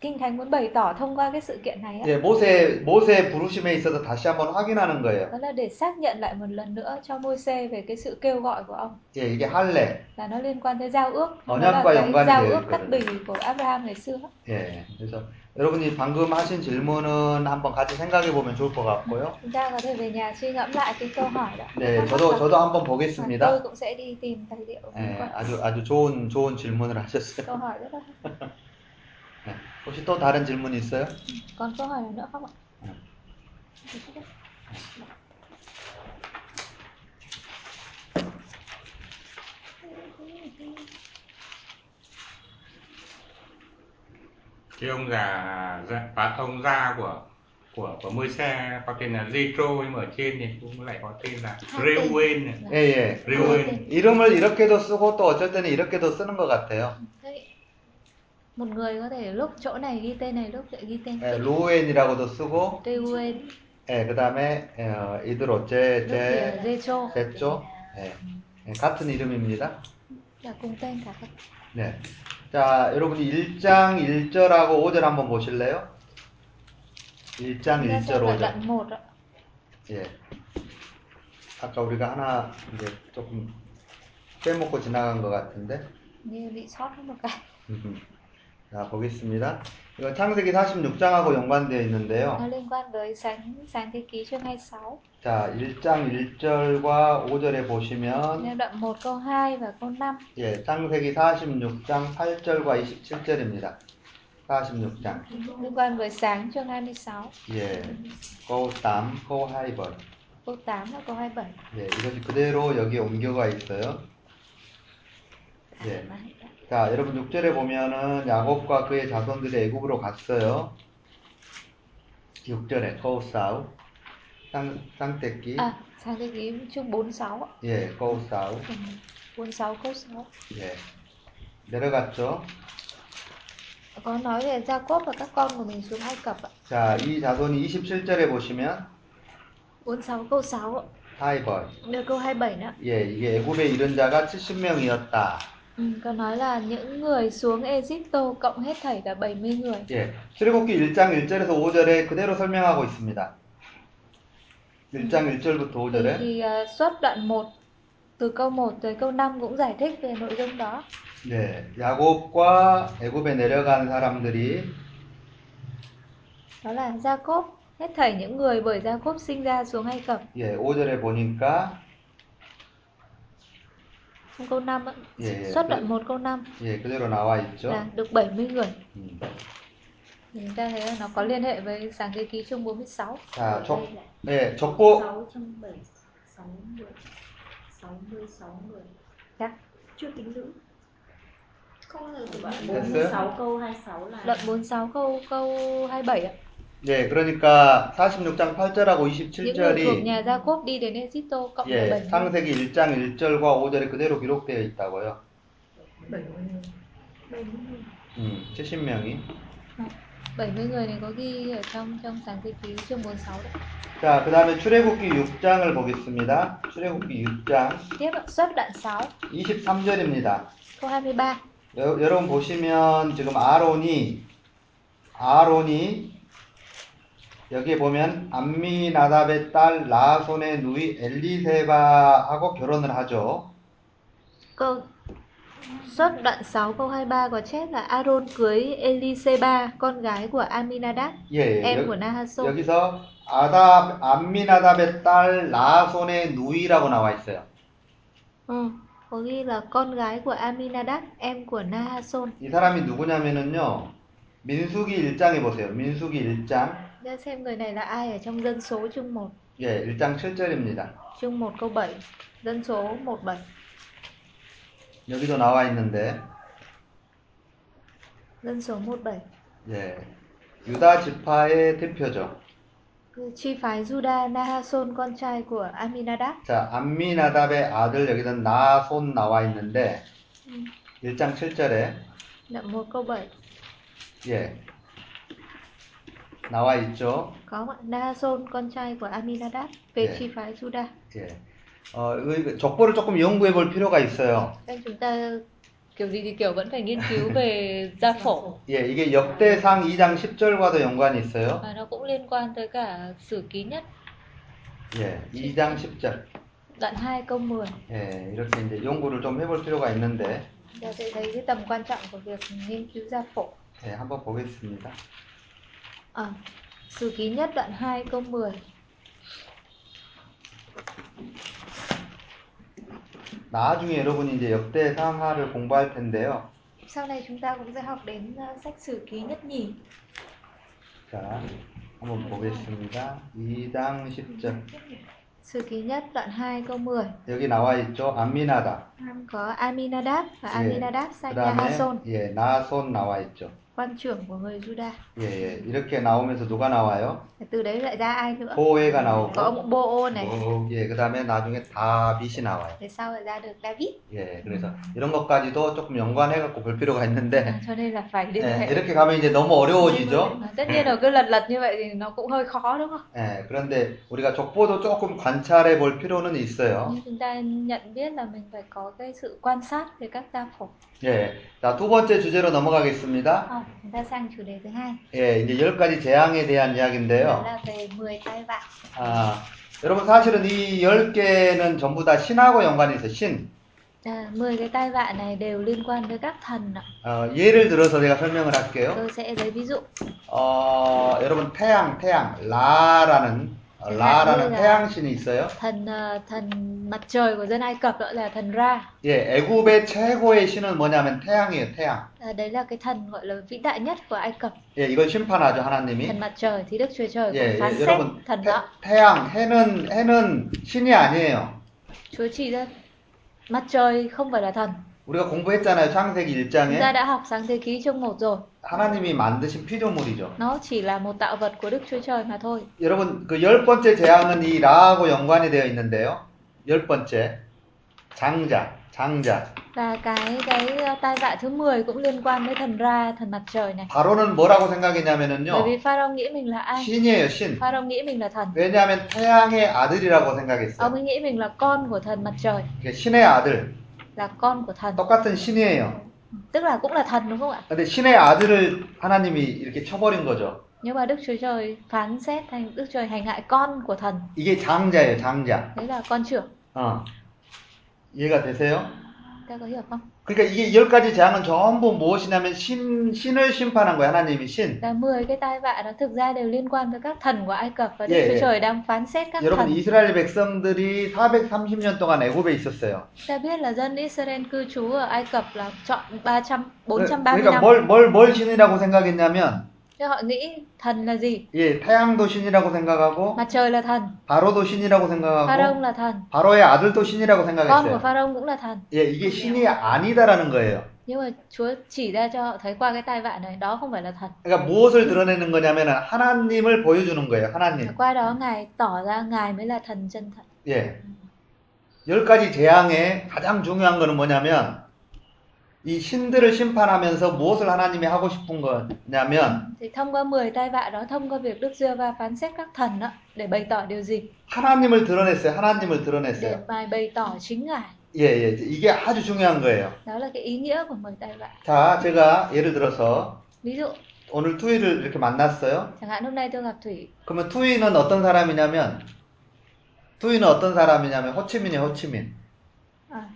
Kinh Thánh muốn bày tỏ thông qua cái sự kiện này á, 예, 모세 모세 부르심에 있어서 다시 한번 확인하는 거예요. đó là để xác nhận lại một lần nữa cho Môi-se về cái sự kêu gọi của ông 예, 이게 할례. là nó liên quan tới giao ước, nó Ở là Nam qua cái dòng quan giao thì- ước cắt bì của Abraham ngày xưa. 예, 그래서 여러분이 방금 하신 질문은 한번 같이 생각해 보면 좋을 것 같고요. Chúng ta có thể về nhà suy ngẫm lại cái câu hỏi đó. 네, 저도 저도 한번 Và 보겠습니다. tôi cũng sẽ đi tìm tài liệu liên 예, quan. 아주 아주 좋은 좋은 질문을 하셨어요. câu hỏi rất là 예, 혹시 또 다른 질문 있어요? còn câu hỏi nào nữa không ạ cái ông già già- và ông gia của của của môi xe có tên là Jethro nhưng mà ở trên thì cũng lại có tên là Hai tên. Reuben này. 예, 예. Reuben 이름을 이렇게도 쓰고 또 어쩔 때는 이렇게도 쓰는 것 같아요. Thế một người có thể lúc chỗ này ghi tên này lúc lại ghi tên 예, kia 로엔이라고도 쓰고, Reuben 예, 그 다음에 어, lúc 이들 thì là 어째, Jethro 제, 제죠. 예, 예, 같은 이름입니다. là cùng tên cả các 네. 자, 여러분이 1장 1절하고 5절 한번 보실래요? 1장 Chúng ta 1절, xem là 5절. đoạn một ạ 예. 아까 우리가 하나 이제 조금 빼먹고 지나간 것 같은데. [laughs] như bị sót mất một cái 자, 보겠습니다. 이건 창세기 46장하고 연관되어 nó 있는데요. liên quan với sáng sáng thế ký chương 26 자, 1장 1절과 5절에 보시면, Nên đoạn 1 câu 2 và câu 5 예, 창세기 46장 8절과 27절입니다. 46장. liên quan với sáng chương 26 예, go 땀, go 하이벌. câu 8 và câu 27 예, 이것이 그대로 여기 옮겨가 있어요. 예. Mà- 자, 여러분 6절에 보면은 야곱과 그의 자손들이 애굽으로 갔어요. 6절에 거우사우 땅 땅떼기 à sáng thế ký chương 46 ạ 예, 거우사우 Ừ, 46 câu 6 예. 내려갔죠. có nói về Jacob và các con của mình xuống Ai Cập ạ. 자, 이 자손이 27절에 보시면 46 câu 6 ạ. 하이벌 Đây câu 27 nữa. 예, 이게 애굽에 이른 자가 70명이었다. Ừ, có nói là những người xuống Egypto cộng hết thảy là 70 người. 예, 출애굽기 1장 1절에서 5절에 그대로 설명하고 있습니다. 1장 1절부터 Thì, 5절에 thì à, xuất đoạn 1 từ câu 1 tới câu 5 cũng giải thích về nội dung đó. 네, 야곱과 애굽에 내려간 사람들이 Đó là Gia Cốp, hết thảy những người bởi Gia Cốp sinh ra xuống Ai Cập. 예, 5절에 보니까 Trong câu 5 ạ, 예, 예, xuất đoạn 그- 1 câu 5 예, 그대로 나와 있죠. là được 70 người. 음. Thì Chúng ta thấy là nó có liên hệ với sáng thế ký chương 46. 자, 적, Đây là 예, 적고 676 người 66 người Dạ. Chưa tính nữ Không ngờ của bạn Dạ, 46 câu 26 là Đoạn 46 câu câu 27 ạ. 네, 그러니까 46장 8절하고 Những người thuộc 27절이 nhà Gia Cốp đi đến Egypto cộng là 예, 70 người. 창세기 1장 1절과 5절에 그대로 기록되어 있다고요. 70 người. 70 người 음, 70명이. 70 người này có ghi ở trong trong sáng thế ký chương 46 đấy. 자, 그다음에 출애굽기 6장을 보겠습니다. 출애굽기 6장 Tiếp ạ, xuất đoạn 6 23절입니다. câu 23. 여러분 보시면 지금 아론이 아론이 여기에 보면 암미나답의 딸 나손의 누이 엘리세바하고 결혼을 하죠. Câu xuất đoạn 6 câu 23 có chép là Aaron cưới Eliseba, con gái của Aminadab, 예, 예. em của 여, Nahasol. 여기서 아답 암미나답의 딸 나손의 누이라고 나와 있어요. Ừ, có ghi là con gái của Aminadab, em của Nahasol. 이 사람이 누구냐면은요. 민수기 1장에 보세요. 민수기 1장. Ra xem người này là ai ở trong dân số chương 1, 예, 1장 7절입니다. chương 1 câu 7, dân số 17. 여기도 나와 있는데 Dân số 17. 예. 유다 지파의 대표죠. Chi phái Juda Nahasol con trai của Aminadab. 자, 암미나답의 아들 여기다 나손 나와 있는데 1장 7절에 Đoạn 1 câu 7. 예. 나와 있죠. Có không ạ? Nahasol con trai của Aminadab về Dạ. chi phái Juda. 예. 어, 이거 적보를 조금 연구해 볼 필요가 있어요. Nên chúng ta kiểu gì thì kiểu vẫn phải nghiên cứu về gia phổ 예, 이게 역대상 2장 10절과도 연관이 있어요. và nó cũng liên quan tới cả sử ký nhất 예, 2장 10절. đoạn 2 câu 10. 예, 이렇게 이제 연구를 좀 해볼 필요가 있는데 Chúng ta sẽ thấy cái tầm quan trọng của việc nghiên cứu gia phổ. 예, 한번 보겠습니다. À, sử ký nhất đoạn 2 câu 10. 나중에 여러분이 이제 역대상하를 공부할 텐데요. Sau này chúng ta cũng sẽ học đến ờ, sách sử ký nhất nhì. 자, 한번 보겠습니다. 2장 10절. Sử ký nhất đoạn 2 câu 10 여기 나와 있죠. 안미나다. có Aminadab và Dạ. Aminadab sang nhà 그다음에 Hason, 예, 나손 나와 있죠. quan trưởng của người Juda. 예, 예. 이렇게 나오면서 누가 나와요? Từ đấy lại ra ai nữa? 호해가 Có 나오고 ông Bo này, 뭐, 예, 그다음에 나중에 다빗이 나와요. về sau lại ra được David. 예. 그래서 이런 것까지도 조금 연관해 갖고 볼 필요가 À, 있는데 cho nên là phải liên 예, hệ. 이렇게 가면 이제 너무 어려워지죠. Mà tất nhiên là cứ lật lật như vậy thì nó cũng hơi khó đúng không? 예. 그런데 우리가 족보도 조금 관찰해 볼 필요는 있어요. Nhưng chúng ta nhận biết là mình phải có cái sự quan sát về các gia phổ. 예. 자, 두 번째 주제로 넘어가겠습니다. À, chúng ta sang chủ đề thứ hai 예, 이제 열 가지 재앙에 대한 đó 이야기인데요. là về 10 tai vạ. 아, 여러분 사실은 이 열개는 전부 다 신하고 연관이 있어요. 신. À, 10 cái tai vạ này đều liên quan tới các thần ạ. 어, 예를 들어서 제가 설명을 할게요. Tôi sẽ lấy ví dụ 어, 여러분 태양, 태양, 라라는 어, 라라는 태양이라. 태양 신이 있어요. thần ờ, thần mặt trời của dân Ai Cập đó là thần Ra. 예, 애굽의 최고의 신은 뭐냐면 태양이에요, 태양. À, đấy là cái thần gọi là vĩ đại nhất của Ai Cập, 예, 이건 심판하죠, 하나님이. thần mặt trời thì Đức Chúa Trời 예, cũng 예, phán xét 여러분 thần 태, đó. 태양, 해는 해는 신이 아니에요. Chúa chỉ ra mặt trời không phải là thần. 우리가 공부했잖아요, 창세기 Chúng ta 1장에 đã học sáng thế ký chương 1 rồi. 하나님이 만드신 피조물이죠. Nó chỉ là một tạo vật của Đức Chúa Trời mà thôi. 여러분 그 열 번째 재앙은 이 라하고 연관이 되어 있는데요. 열 번째 장자, 장자. Và cái cái ờ, tai vạ thứ 10 cũng liên quan với thần Ra, thần mặt trời này. 바로는 뭐라고 Bởi 생각했냐면은요. vì Pharaoh nghĩ mình là 아. ai? 신이에요, 신. Pharaoh nghĩ mình là thần. 왜냐하면 태양의 아들이라고 Ông 생각했어요. ấy nghĩ mình là con của thần mặt trời, 이게 신의 아들, là con của thần. 똑같은 신이에요. Tức là cũng là thần đúng không ạ? 근데 신의 아들을 하나님이 이렇게 쳐버린 거죠. Nhưng mà Đức Chúa Trời phán xét thành Đức Trời hành hại con của thần, 이게 장자예요, 장자. đấy là con trưởng. 어. 이해가 되세요? ta có hiểu không 그러니까 이게 열 가지 재앙은 전부 무엇이냐면 신, 신을 심판한 거예요. 하나님이 신. là 10 cái tai vạ nó thực ra đều liên quan tới các thần của Ai Cập và Đức Yeah, Chúa yeah. Trời đang phán xét các 여러분 thần 이스라엘 백성들이 430년 동안 애굽에 있었어요. ta biết là dân Israel cư trú ở Ai Cập là chọn 300 430 그러니까 năm 뭘 뭘 뭘 신이라고 생각했냐면 Thế họ nghĩ thần là gì 예, 태양도 신이라고 생각하고 mặt trời là thần 바로도 신이라고 Pharaoh 생각하고 là thần 바로의 아들도 con của 신이라고 생각했어요. Pharaoh cũng là thần 예, 이게 신이 아니다라는 거예요. nhưng mà Chúa chỉ ra cho họ thấy qua cái tai vạ này đó không phải là thần 그러니까 무엇을 드러내는 거냐면 하나님을 보여주는 거예요. Và 하나님. qua đó ngài tỏ ra ngài mới là thần chân thật 예. 열 가지 재앙의 가장 중요한 거는 뭐냐면 이 신들을 심판하면서 무엇을 하나님이 하고 싶은 거냐면 thì thông qua 10 tai vạ đó thông qua việc Đức Giê va phán xét các thần đó để bày tỏ điều gì 하나님을 드러냈어요. 하나님을 để 드러냈어요. ngài bày tỏ chính ngài 예, 예. 이게 아주 중요한 거예요. đó là cái ý nghĩa của 10 tai vạ 자, 제가 예를 들어서 ví dụ 오늘 투이를 이렇게 만났어요. chẳng hạn hôm nay tôi gặp Thủy 그러면 투이는 어떤 사람이냐면 투이는 어떤 사람이냐면 호치민이에요, 호치민. à,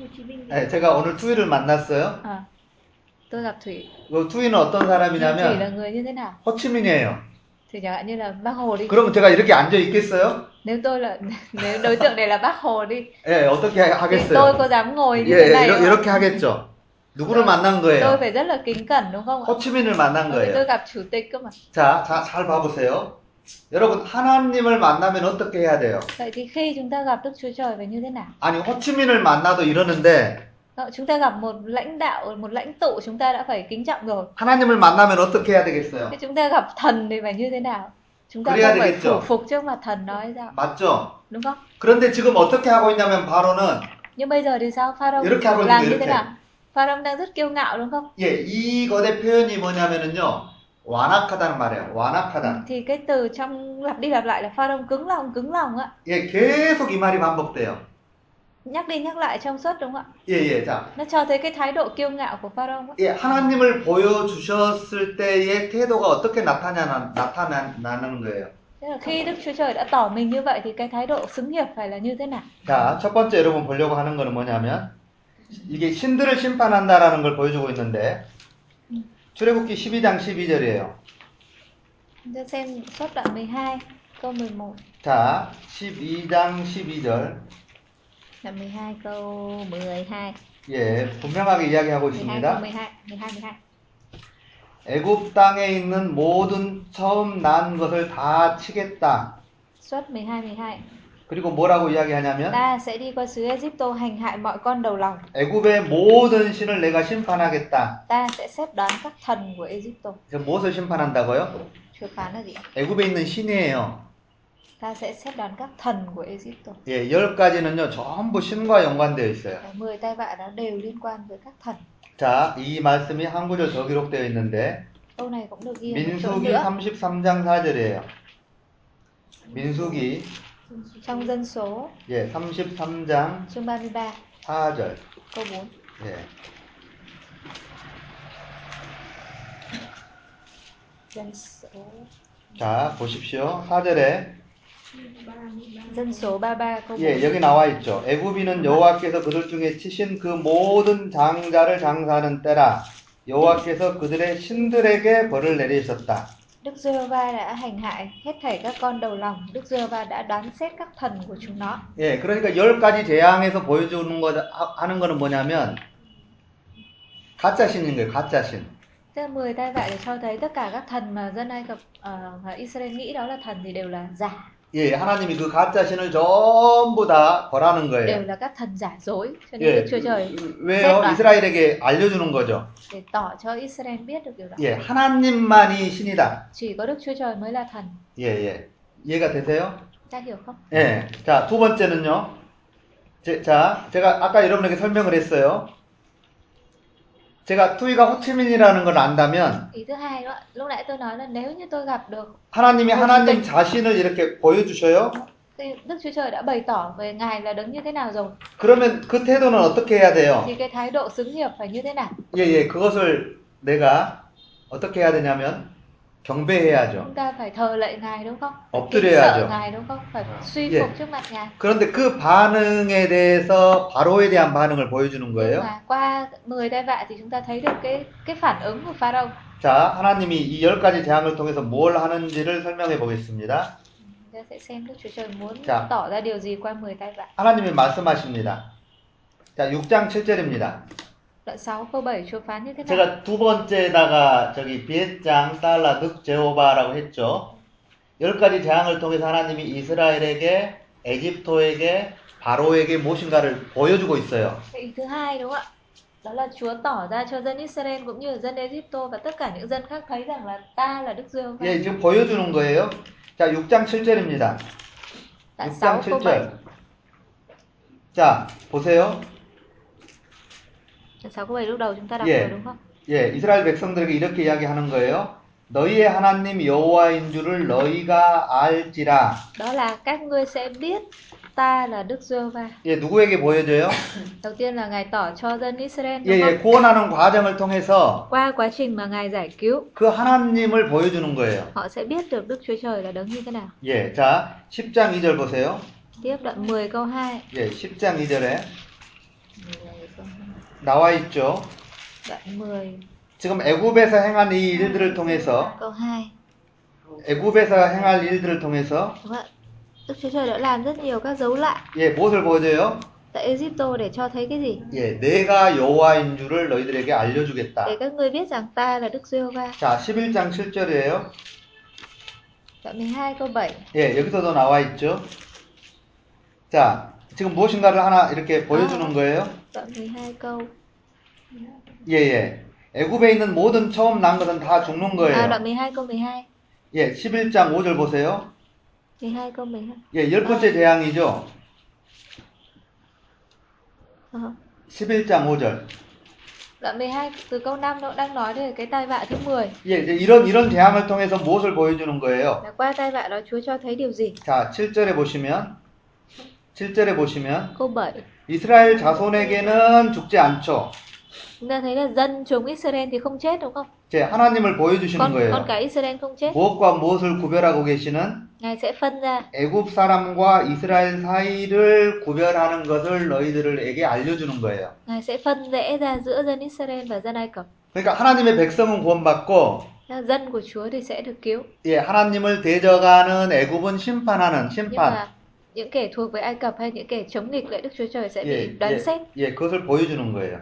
Hồ Chí Minh 예, 제가 오늘 투이를 만났어요. à, tôi gặp Thủy 그 투이는 어떤 Thủy là 사람이냐면 người như thế nào 호치민이에요. thì chẳng hạn như là bác Hồ đi 그러면 제가 이렇게 앉아 있겠어요? nếu tôi là [laughs] nếu đối tượng này là bác Hồ đi 예, 어떻게 thì tôi 하겠어요? có dám ngồi 예, như thế 예 này 이러, không? 이렇게 하겠죠. 누구를 만난 tôi 거예요? phải rất là kính cẩn đúng không ạ 호치민을 만난 Bởi vì tôi 거예요. gặp chủ tịch cơ mà 자, 자, 잘 봐보세요. 여러분, 하나님을 만나면 어떻게 해야 돼요? vậy thì khi chúng ta gặp Đức Chúa Trời phải như thế nào 아니, 호치민을 만나도 이러는데, Ờ, chúng ta gặp một lãnh đạo một lãnh tụ chúng ta đã phải kính trọng rồi 하나님을 만나면 어떻게 해야 되겠어요? thế chúng ta gặp thần thì phải như thế nào chúng ta Krea không phải diretto. phủ phục trước mặt thần nói ra 맞죠? đúng không 그런데 지금 어떻게 하고 있냐면, 바로는, nhưng bây giờ thì sao Pharaoh Iroke hago làm iroke. như thế nào Pharaoh đang rất kiêu ngạo đúng không 예, 이것의 표현이 뭐냐면은요, 완악하다는 말이에요. 완악하다. thì cái từ trong lặp đi lặp lại là Pharaoh cứng lòng cứng lòng á 예, 계속 이 말이 반복돼요. nhắc đi nhắc lại trong suốt đúng không ạ 예, 예, 자. nó cho thấy cái thái độ kiêu ngạo của Pharaoh á 예, 하나님을 보여주셨을 때의 태도가 어떻게 나타나, 나타나는 거예요. Thế là khi Đức Chúa Trời đã tỏ mình như vậy thì cái thái độ xứng hiệp phải là như thế nào? 자, 첫 번째 여러분 보려고 하는 거는 뭐냐면 이게 신들을 심판한다라는 걸 보여주고 있는데 출애굽기 12장 12절이에요. Chúng ta xem suốt đoạn 12 câu 11 자, 12장 12절. Đoạn 12 câu 12 예, 분명하게 12 câu 이야기하고 있습니다. 12 12 12 애굽 땅에 있는 모든 처음 난 것을 다 치겠다. Suốt 12 12 그리고 뭐라고 이야기하냐면 Ta sẽ đi qua xứ Egypto hành hại mọi con đầu lòng 애굽의 모든 신을 내가 심판하겠다. Ta sẽ xét đoán các thần của Egypto 그 무엇을 심판한다고요? Chúa phán là gì ạ? 애굽에 있는 신이에요. Ta sẽ xét đoán các thần của Egypto 예, 열 가지는요, 전부 신과 연관되어 있어요. Và 10 tai vạ đó đều liên quan với các thần 자, 이 말씀이 한 구절 더 기록되어 있는데 Câu này cũng được ghi ở một chỗ 민수기 nữa 33장 4절이에요. 민수기 Trong dân số 예, 33장 chương 33 4절. câu 4 예. Dân số 자, 보십시오. 4절에 dân số 33 câu 4 예, 여기 나와 있죠. 애굽인은 여호와께서 그들 중에 치신 그 모든 장자를 장사하는 때라 여호와께서 그들의 신들에게 벌을 내리셨다. Đức Giê-hô-va đã hành hại hết thảy các con đầu lòng, Đức Giê-hô-va đã đoán xét các thần của chúng nó. 예, 그러니까 열 가지 재앙에서 보여주는 거 하- 하는 거는 뭐냐면 가짜 신인 거예요. 가짜 신. Tức là 10 tai vạ để cho thấy tất cả các thần mà dân Ai Cập ờ, và Israel nghĩ đó là thần thì đều là giả, 예, 하나님이 그 가짜 신을 전부 다 벌하는 đều 거예요. là các thần giả dối. Cho nên 예, Đức Chúa Trời 왜요? 셋다. 이스라엘에게 알려주는 거죠. để tỏ cho Israel biết được điều đó. 예, 하나님만이 신이다. Chỉ có Đức Chúa Trời mới là thần. 예, 예. 이해가 되세요? Ta hiểu không? 예. 자, 두 번째는요. 제, 자, 제가 아까 여러분에게 설명을 했어요. 제가 투이가 호치민이라는 걸 안다면 Ý thứ hai đó, lúc nãy tôi nói là nếu như tôi gặp được 하나님이 하나님 자신을 이렇게 보여주셔요. thì Đức Chúa Trời đã bày tỏ về Ngài là đứng như thế nào rồi 그러면 그 태도는 어떻게 해야 돼요? thì cái thái độ xứng hiệp phải như thế nào? 예, 예. 그것을 내가 어떻게 해야 되냐면 경배해야죠. chúng ta phải thờ lạy ngài đúng không? Phải kính sợ 엎드려야죠. ngài đúng không? Phải À. suy Dạ. phục trước mặt ngài. 그런데 그 반응에 대해서 바로에 대한 반응을 보여주는 Nhưng 거예요. mà qua 10 tai vạ thì chúng ta thấy được cái cái phản ứng của Pharaoh. 자, 하나님이 이 열 가지 재앙을 통해서 뭘 하는지를 설명해 보겠습니다. Chúng ta sẽ xem Đức Chúa Trời muốn Dạ. tỏ ra điều gì qua 10 tai vạ. 하나님이 말씀하십니다. 자, 6장 7절입니다. Đoạn 6 câu 7 Chúa phán như thế nào? 제가 두 번째에다가 저기 비엣장 달라 늑 제호바라고 했죠. 열 가지 재앙을 통해서 하나님이 이스라엘에게, 에집토에게, 바로에게 무엇인가를 보여주고 있어요. Cái ý thứ hai đúng không ạ? Đó là Chúa tỏ ra cho dân Israel cũng như là dân Egypto và tất cả những dân khác thấy rằng là ta là Đức Giêsu. 예, 지금 보여주는 거예요. 자, 6장 7절입니다. Đoạn 6장 6 câu 7. 7절. 자, 보세요. Đoạn 6 câu 7 lúc đầu chúng ta đọc Dạ. rồi đúng không? 예, 이스라엘 백성들에게 이렇게 이야기하는 거예요. 너희의 하나님 여호와인 줄을 너희가 알지라. Đó là các ngươi sẽ biết ta là Đức Giê-hô-va. 예, 누구에게 보여줘요? Đầu tiên là Ngài tỏ cho dân Israel 예, đúng 예, không? 구원하는 과정을 통해서 Qua quá trình mà Ngài giải cứu, 그 하나님을 보여주는 거예요. họ sẽ biết được Đức Chúa Trời là đấng như thế nào. 예, 자, 10장 2절 보세요. Tiếp đoạn 10 câu 2. 예, 10장 2절에 10 câu hai. 나와 있죠. Đoạn 10 지금 애굽에서 행한 이 일들을 통해서 câu 2. 애굽에서 행할 일들을 Đúng 통해서 không Vâng ạ? Đức Chúa Trời đã làm rất nhiều các dấu lạ 예, 무엇을 보여줘요? tại Egypto để cho thấy cái gì? 예, 내가 여호와인 줄을 너희들에게 알려주겠다. Để các ngươi biết rằng ta là Đức Giê-hô-va. 자, 11장 7절이에요. Đoạn 12 câu 7. 예, 여기서도 나와 있죠. 자, 지금 무엇인가를 하나 이렇게 보여주는 거예요. Đoạn 12 câu. 예, 예. 애굽에 있는 모든 처음 난 것은 다 죽는 À, 거예요. đoạn 12 câu 12. 예, 11장 5절 보세요. 12 câu 12. 예, 열 번째 재앙이죠. Ờ. 11장 5절. Đoạn 12 từ câu 5 nó đang nói về cái tai vạ thứ 10. 예, 이제 이런 이런 재앙을 통해서 무엇을 보여주는 거예요? Là qua tai vạ đó Chúa cho thấy điều gì? 자, 7절에 보시면 7절에 보시면 Câu 7. 이스라엘 자손에게는 죽지 않죠. Chúng ta thấy là dân chúng Israel thì không chết đúng không? 제 하나님을 보여주시는 Con con 거예요. cái Israel không chết. 무엇과 무엇을 구별하고 계시는 Ngài sẽ phân ra 애굽 사람과 이스라엘 사이를 구별하는 것을 너희들에게 알려주는 거예요. Ngài sẽ phân rẽ ra giữa dân Israel và dân Ai Cập. 그러니까 하나님의 백성은 구원받고 Là Dân của Chúa thì sẽ được cứu. 예, 하나님을 대적하는 애굽은 심판하는 Nhưng 심판. mà những kẻ thuộc với Ai Cập hay những kẻ chống nghịch lại Đức Chúa Trời sẽ 예, bị 예, đoán xét. 예, 그것을 보여주는 거예요.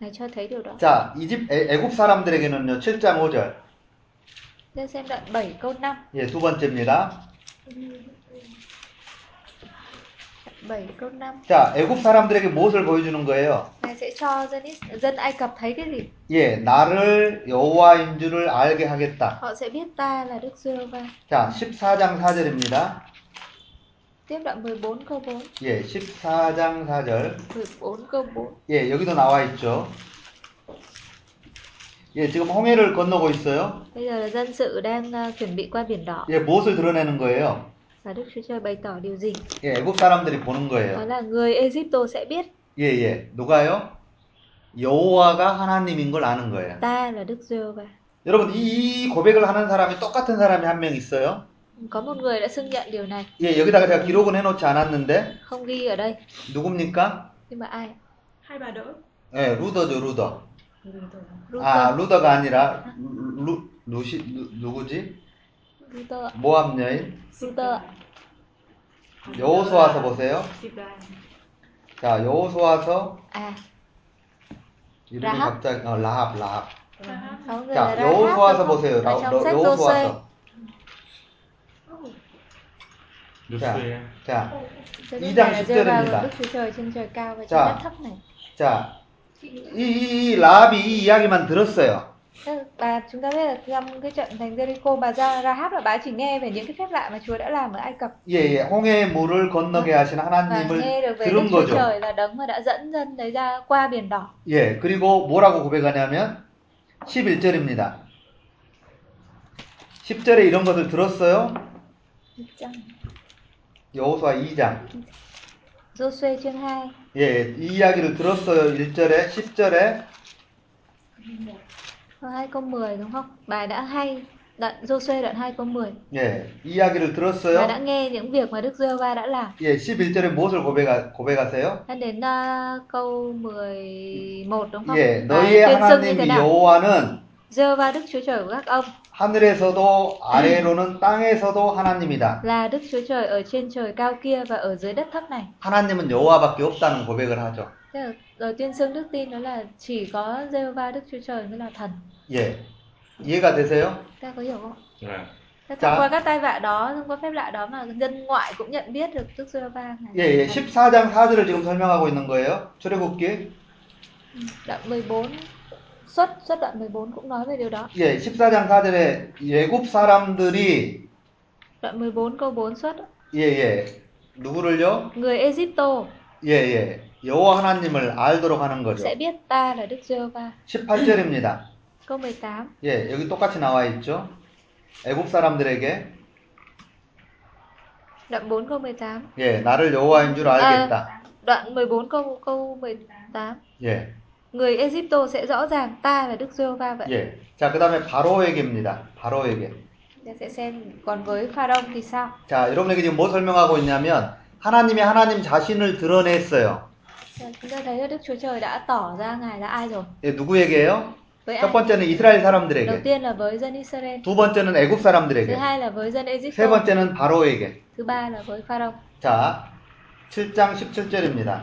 Ngài cho thấy điều đó. 자, 이집 애- 애굽 사람들에게는요. 7장 5절. Ta xem đoạn 7 câu 5. 예, 두 번째입니다. 7 câu 5. 자, 애굽 사람들에게 무엇을 보여주는 거예요? Ngài sẽ cho dân Is- dân Ai Cập thấy cái gì? 예, 나를 여호와인 줄을 알게 하겠다. Họ sẽ biết ta là Đức Giê-hô-va. 자, 14장 4절입니다. Tiếp đoạn 14 câu 4. 예, 14장 4절. 14 câu 4. 예, 여기도 나와 있죠. 예, 지금 홍해를 건너고 있어요. Bây giờ là dân sự đang à, chuẩn bị qua biển đỏ 예, 무엇을 드러내는 거예요? và Đức Chúa Trời bày tỏ điều gì? 예, 애국 사람들이 Đó 보는 거예요. là người Egypto sẽ biết 예, 예. 누가요? 여호와가 하나님인 걸 아는 거예요. ta là Đức Giê-hô-va. 여러분, 이, 이 고백을 하는 사람이 똑같은 사람이 한 명 있어요. Có một người đã xưng nhận điều này, 예, 여기다가 제가 기록은 해놓지 않았는데 không ghi ở đây. 누굽니까? Nhưng mà ai? hai bà đỡ 예, 루더죠, 루더. Luther. 아, 루더가 아니라 루, 루 루시 누, 누구지? Luther. ạ. 모함 여인. Luther. ạ. 여호수아서 보세요. Sibra. 자, 여호수아서 À, 이름이 라합? 갑자기 어, 라합 라합. à, có người là 자, Rahab 여호수아서 đúng không? 보세요. 라, Ở 여, trong sách Jose. 여호수아서. Ờ. 자, 루스에 자, Cho Ý nên đang là giúp Jehovah chân là người ta. Đức Chúa Trời trên trời cao và trên Dạ. đất thấp này. 자, 이, 이, 이 라합이 이 이야기만 들었어요. Thế Bà chúng ta biết là trong cái trận thành Jericho bà ra Rahab là bà chỉ nghe về những cái phép lạ mà Chúa đã làm ở Ai Cập 예, 예, 홍해 물을 건너게 và 하신 nghe được 하나님을 về Đức 들은 Chúa 거죠. Trời là đấng mà đã dẫn dân đấy ra qua biển đỏ. 예, 그리고 뭐라고 고백하냐면 11절입니다. 10절에 이런 것을 들었어요. Dạ. 여호수아 2장. Joshua chương 2 예, 이 이야기를 들었어요. 1절에 10절에 câu 2 câu 10 đúng không? Bà đã hay đoạn Giô-suê đoạn 2 câu 10 예, 이야기를 và 들었어요. đã nghe những việc mà Đức Giê-hô-va đã làm. 예, 11절에 무엇을 고백하, 고백하세요? Đã đến à, câu 11 đúng không? 예, Và 너희의 tuyên xưng như 하나님 thế nào? 여호와는 Giê-hô-va Đức Chúa Trời của các ông 하늘에서도 아래로는 땅에서도 하나님이다. là Đức Chúa Trời ở trên trời cao kia và ở dưới đất thấp này. 하나님은 여호와밖에 없다는 고백을 하죠. Thế là Rồi tuyên xưng đức tin đó là chỉ có Giê-hô-va Đức Chúa Trời mới là thần. 예, 이해가 되세요? Các có hiểu không? Vâng. Thế thông Dạ. qua các tai vạ đó, thông qua phép lạ đó mà dân ngoại cũng nhận biết được Đức Giê-hô-va. 예, 예, 14장 4절을 지금 설명하고 있는 거예요. 출애굽기. Đoạn 14 xuất xuất đoạn 14 cũng nói về điều đó. 예, 14장 4절에 예굽 사람들이 Đoạn 14 câu 4 xuất đó. 예, 예. 누구를요? người Egypto 예, 예. 여호와 하나님을 알도록 하는 거죠. sẽ biết ta là Đức Giê-hô-va. 18절입니다. Câu 18 예, 여기 똑같이 나와 있죠. 애굽 사람들에게 đoạn 4 câu 18 예, 나를 여호와인 줄 알겠다. đoạn 14 câu câu 18 예. người Egypto sẽ rõ ràng ta là Đức Giê-hô-va vậy. 예. 자, 그다음에 바로에게입니다. 바로에게. Ta sẽ xem còn với Pharaoh thì sao? 자, 여러분에게 지금 뭐 설명하고 있냐면 하나님이 하나님 자신을 드러냈어요. Dạ, Chúng ta thấy là Đức Chúa Trời đã tỏ ra Ngài là ai rồi. 예, 누구에게요? Với 첫 ai? 번째는 이스라엘 Đầu 사람들에게. tiên là với dân Israel, 두 번째는 애굽 thứ 사람들에게. hai là với dân 세 Egypto, 번째는 바로에게. thứ ba là với Pharaoh. 자, 7장 17절입니다.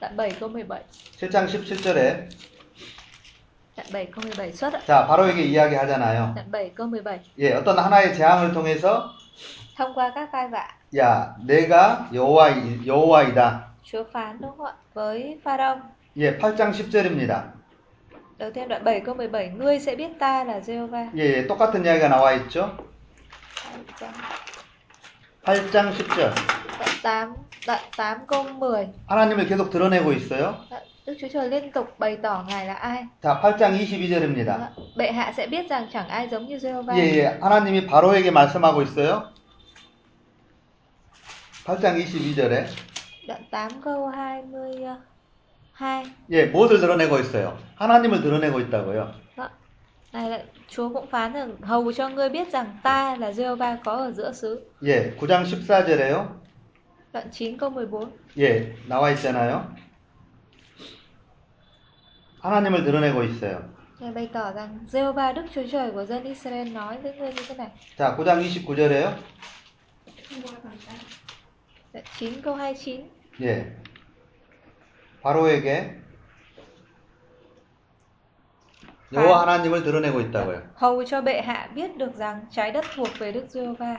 Đoạn 7 câu 17. 7장 17절에 Đoạn 7 câu 17 xuất ạ. 자, 바로에게 이야기하잖아요. Đoạn 7 câu 17. 예, 어떤 하나의 재앙을 통해서 Thông qua các vai vạ, 야, 내가 여호와 여호와이다. Chúa phán đúng không ạ? Với Pharaoh, 예, 8장 10절입니다. đầu tiên đoạn 7 câu 17, ngươi sẽ biết ta là Jehovah. 예, 예, 똑같은 이야기가 나와 있죠. 8장 10절. Đoạn 8, đoạn 8 câu 10. 하나님을 계속 드러내고 있어요. Đoạn, Đức Chúa Trời liên tục bày tỏ Ngài là ai. 자, 8장 Đúng 22절입니다. không ạ? Bệ hạ sẽ biết rằng chẳng ai giống như Jehovah. 예, 예. 하나님이 바로에게 말씀하고 있어요. 8장 22절에 Đoạn 8 câu ờ, 22. 예, 무엇을 드러내고 있어요? 하나님을 드러내고 있다고요. vâng. Này lại, Chúa cũng phán rằng hầu cho ngươi biết rằng ta là Jehovah có ở giữa xứ. 예, 9장 14절에요. Đoạn 9 câu 14. 예, 나와 있잖아요. 하나님을 드러내고 있어요. Ngài bày tỏ rằng Jehovah Đức Chúa Trời của dân Israel nói với ngươi như thế này. 자, 9장 29절에요. thông qua bàn tay Đoạn 9 Dạ, câu 29. 예. 바로에게 여호와 하나님을 드러내고 있다고요. Hầu cho bệ hạ biết được rằng trái đất thuộc về Đức Jehovah.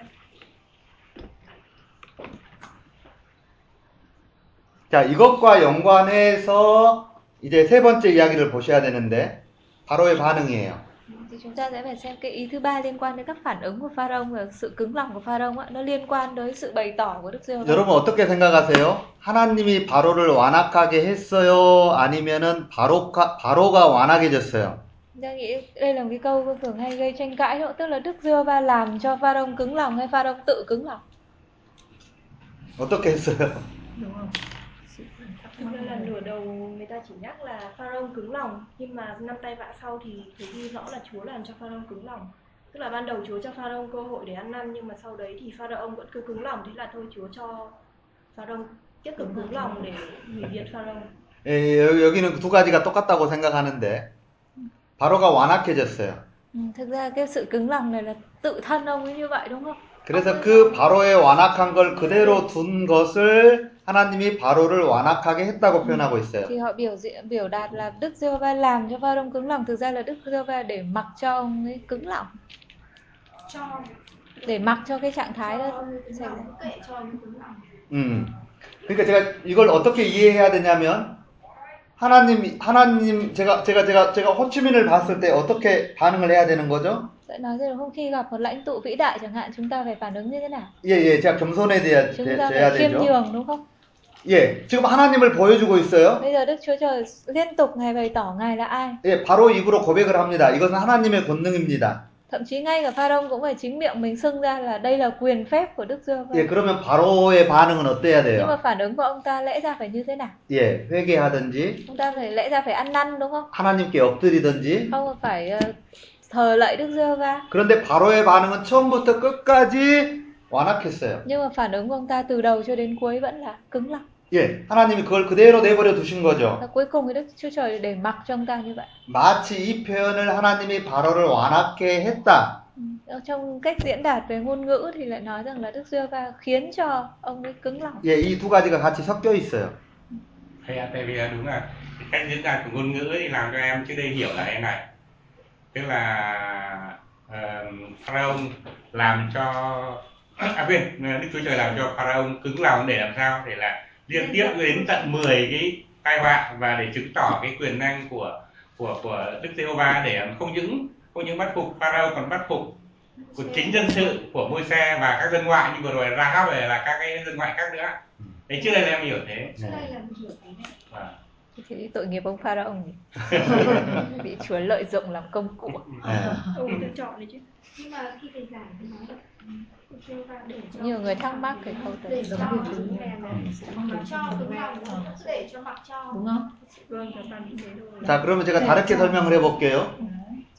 자, 이것과 연관해서 이제 세 번째 이야기를 보셔야 되는데 바로의 반응이에요. Thì chúng ta sẽ phải xem cái ý thứ ba liên quan đến các phản ứng của Pharaoh và sự cứng lòng của Pharaoh ạ. Nó liên quan đến sự bày tỏ của Đức Giê-hô-va. 여러분 어떻게 생각하세요? 하나님이 바로를 완악하게 했어요? 아니면은 바로가 바로가 완악해졌어요? Chúng ta nghĩ đây là một cái câu thường hay gây tranh cãi đó, tức là Đức Giê-hô-va làm cho Pharaoh cứng lòng hay Pharaoh tự cứng lòng. 어떻게 했어요? [laughs] đúng không? thực ra là nửa đầu người ta chỉ nhắc là pharaoh cứng lòng nhưng mà năm tay vạ sau thì thấy ghi rõ là chúa làm cho pharaoh cứng lòng tức là ban đầu chúa cho pharaoh cơ hội để ăn năn nhưng mà sau đấy thì pharaoh vẫn cứ cứng lòng thế là thôi chúa cho pharaoh tiếp tục cứng lòng để hủy diệt pharaoh 예, 여- 여기는 그두 가지가 똑같다고 생각하는데 바로가 완악해졌어요. Ừ, thực ra cái sự cứng lòng này là tự thân ông ấy như vậy đúng không? 그래서 그 바로의 완악한 걸 그대로 둔 것을 하나님이 바로를 완악하게 했다고 표현하고 있어요. Thì họ biểu diễn biểu đạt là Đức Giê-hô-va làm cho Pharaoh cứng lòng, thực ra là Đức Giê-hô-va để mặc cho ông ấy cứng lòng, cho để mặc cho cái trạng thái đó xảy ra. kệ cho ông cứng lòng 음. 그러니까 제가 이걸 어떻게 이해해야 되냐면 하나님 하나님 제가 제가 제가 제가 호치민을 봤을 때 어떻게 반응을 해야 되는 거죠? Sẽ nói rằng không khi gặp một lãnh tụ vĩ đại chẳng hạn chúng ta phải phản ứng như thế nào? 예, 예. 제가 겸손해져야 Chúng 돼- ta 돼야 phải khiêm 되죠. nhường đúng không? 예. 지금 하나님을 보여주고 있어요. Bây giờ Đức Chúa Trời liên tục Ngài bày tỏ Ngài là ai. 예, 바로 입으로 고백을 합니다. 이것은 하나님의 권능입니다. Thậm chí ngay cả Pharaoh cũng phải chính miệng mình xưng ra là đây là quyền phép của Đức Giê-hô-va. 예, 그러면 바로의 반응은 어때야 Nhưng mà 돼요? phản ứng của ông ta lẽ ra phải như thế nào? 예, 회개하든지 Chúng ta phải lẽ ra phải ăn năn đúng không? 하나님께 엎드리든지 Không phải ờ, thờ lạy Đức Giê-hô-va. 그런데 바로의 반응은 처음부터 끝까지 완악했어요. Nhưng mà phản ứng của ông ta từ đầu cho đến cuối vẫn là cứng lòng. 예, 하나님이 그걸 그대로 내버려 두신 거죠. Và cuối cùng thì Đức Chúa Trời để mặc cho ông ta như vậy. 마치 이 표현을 하나님이 바로를 완악케 했다. Ừ. Ở Trong cách diễn đạt về ngôn ngữ thì lại nói rằng là Đức Giê-hô-va khiến cho ông ấy cứng lòng. 예, 이 두 가지가 같이 섞여 있어요. Hay là tại vì là đúng là cái cách diễn đạt của ngôn ngữ thì làm cho em trước đây hiểu là thế này tức là ờ, pharaoh làm cho à quên đức chúa trời làm cho pharaoh cứng lòng để làm sao để là liên tiếp đến tận 10 cái tai họa và để chứng tỏ cái quyền năng của của của đức Giê-hô-va để không những không những bắt phục pharaoh còn bắt phục của chính dân sự của môi xe và các dân ngoại như vừa rồi ra về là các cái dân ngoại khác nữa đấy trước đây là em hiểu thế Trước 네. đây là mình hiểu thế này. à. Thế tội nghiệp ông Pharaoh [laughs] ông nhỉ? bị Chúa lợi dụng làm công cụ. 예. Ông Ừ, tự chọn đấy chứ. Ừ. nhưng mà khi thầy giảng thì nói là ừ, kêu ra để cho Nhiều người thắc mắc cái câu Để từ giống cho như cứng tiếng mềm này mặc cho cứng lòng cũng để cho mặc cho đúng không? Vâng, các bạn nghĩ thế rồi. Dạ. 자, 그러면 제가 다르게 설명을 해볼게요.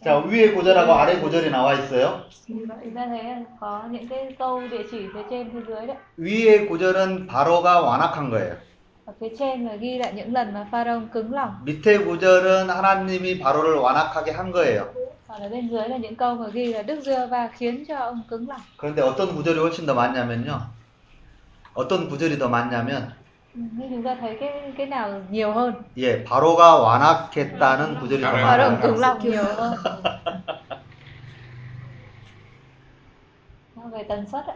자, 위에 고절하고 아래 고절이 나와 있어요. Chúng ta thấy là có những cái câu địa chỉ phía trên phía dưới đấy. 위에 고절은 바로가 완악한 거예요. Ở phía trên là ghi lại những lần mà Pharaoh cứng lòng. 밑에 고절은 하나님이 바로를 완악하게 한 거예요. Còn ở bên dưới là những câu mà ghi là Đức Giê-hô-va khiến cho ông cứng lòng. 그런데 어떤 구절이 훨씬 더 많냐면요. 어떤 구절이 더 많냐면, Ừ, Nhưng chúng ta thấy cái cái nào nhiều hơn, 예, 바로가 완악했다는 구절이 더 Pharaoh 많아요. cứng lòng nhiều hơn. Nó về tần suất ạ.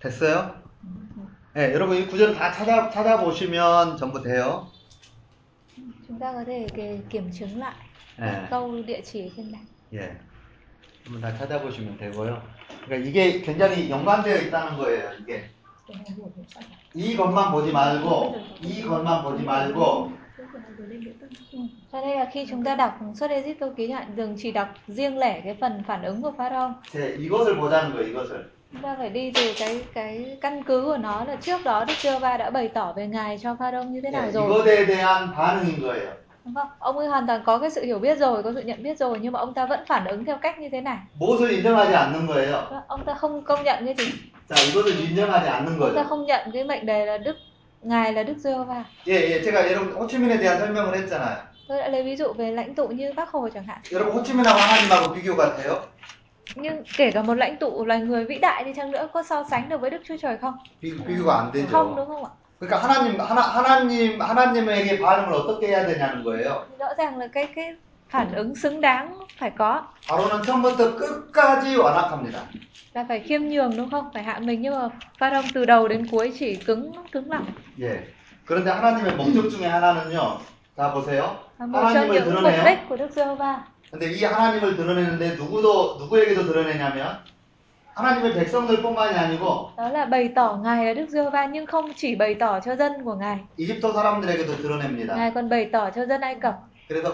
됐어요? 예, 여러분 이 구절을 다 찾아, 찾아보시면 전부 돼요. Chúng ta có thể kì- kiểm chứng lại 예, câu địa chỉ trên này. 예. 한번 다 찾아보시면 되고요. 그러니까 이게 굉장히 연관되어 있다는 거예요, 이게. 이 것만 보지 말고, 이 것만 보지 말고, Cho nên là khi chúng ta đọc xuất Egypt câu ký hạn đừng chỉ đọc riêng lẻ cái phần phản ứng của Pharaoh. 제 이것을 보자는 거예요, 이것을. Chúng ta phải đi từ cái cái căn cứ của nó là trước đó Đức Giê-hô-va đã bày tỏ về ngài cho Pharaoh như thế 예, nào rồi. 이것에 대한 반응인 거예요. Đúng không? Ông ấy hoàn toàn có cái sự hiểu biết rồi, có sự nhận biết rồi nhưng mà ông ta vẫn phản ứng theo cách như thế này. Vâng, 무엇을 인정하지 않는 거예요. Ông ta không công nhận cái gì. 자, 이것을 인정하지 않는 Ông ta 거죠. không nhận cái mệnh đề là Đức Ngài là Đức Giê-hô-va. 예, 예, 제가 여러분 호치민에 대한 설명을 했잖아요. Tôi đã lấy ví dụ về lãnh tụ như Bác Hồ chẳng hạn. 여러분 호치민하고 하나님하고 비교가 돼요? Nhưng kể cả một lãnh tụ loài người vĩ đại đi chăng nữa có so sánh được với Đức Chúa Trời không? 비, 비교가 안 Không 되죠. đúng không ạ? 그러니까 하나님, 하나, 하나님, 하나님에게 반응을 어떻게 해야 되냐는 거예요. Thì Rõ ràng là cái cái phản ứng xứng đáng phải có 바로는 처음부터 끝까지 완악합니다. là phải khiêm nhường đúng không? Phải hạ mình nhưng mà Pharaoh từ đầu đến cuối chỉ cứng cứng lòng. 예. 그런데 하나님의 목적 중에 하나는요. 자 보세요. Và một trong 하나님을 những mục đích 드러내요. của Đức Giê-hô-va 근데 이 하나님을 드러내는데 누구도 누구에게도 드러내냐면 하나님의 백성들뿐만이 아니고 đó là bày tỏ ngài là Đức Giê-hô-va nhưng không chỉ bày tỏ cho dân của ngài, 이집트 사람들에게도 드러냅니다. ngài còn bày tỏ cho dân Ai Cập. 그래서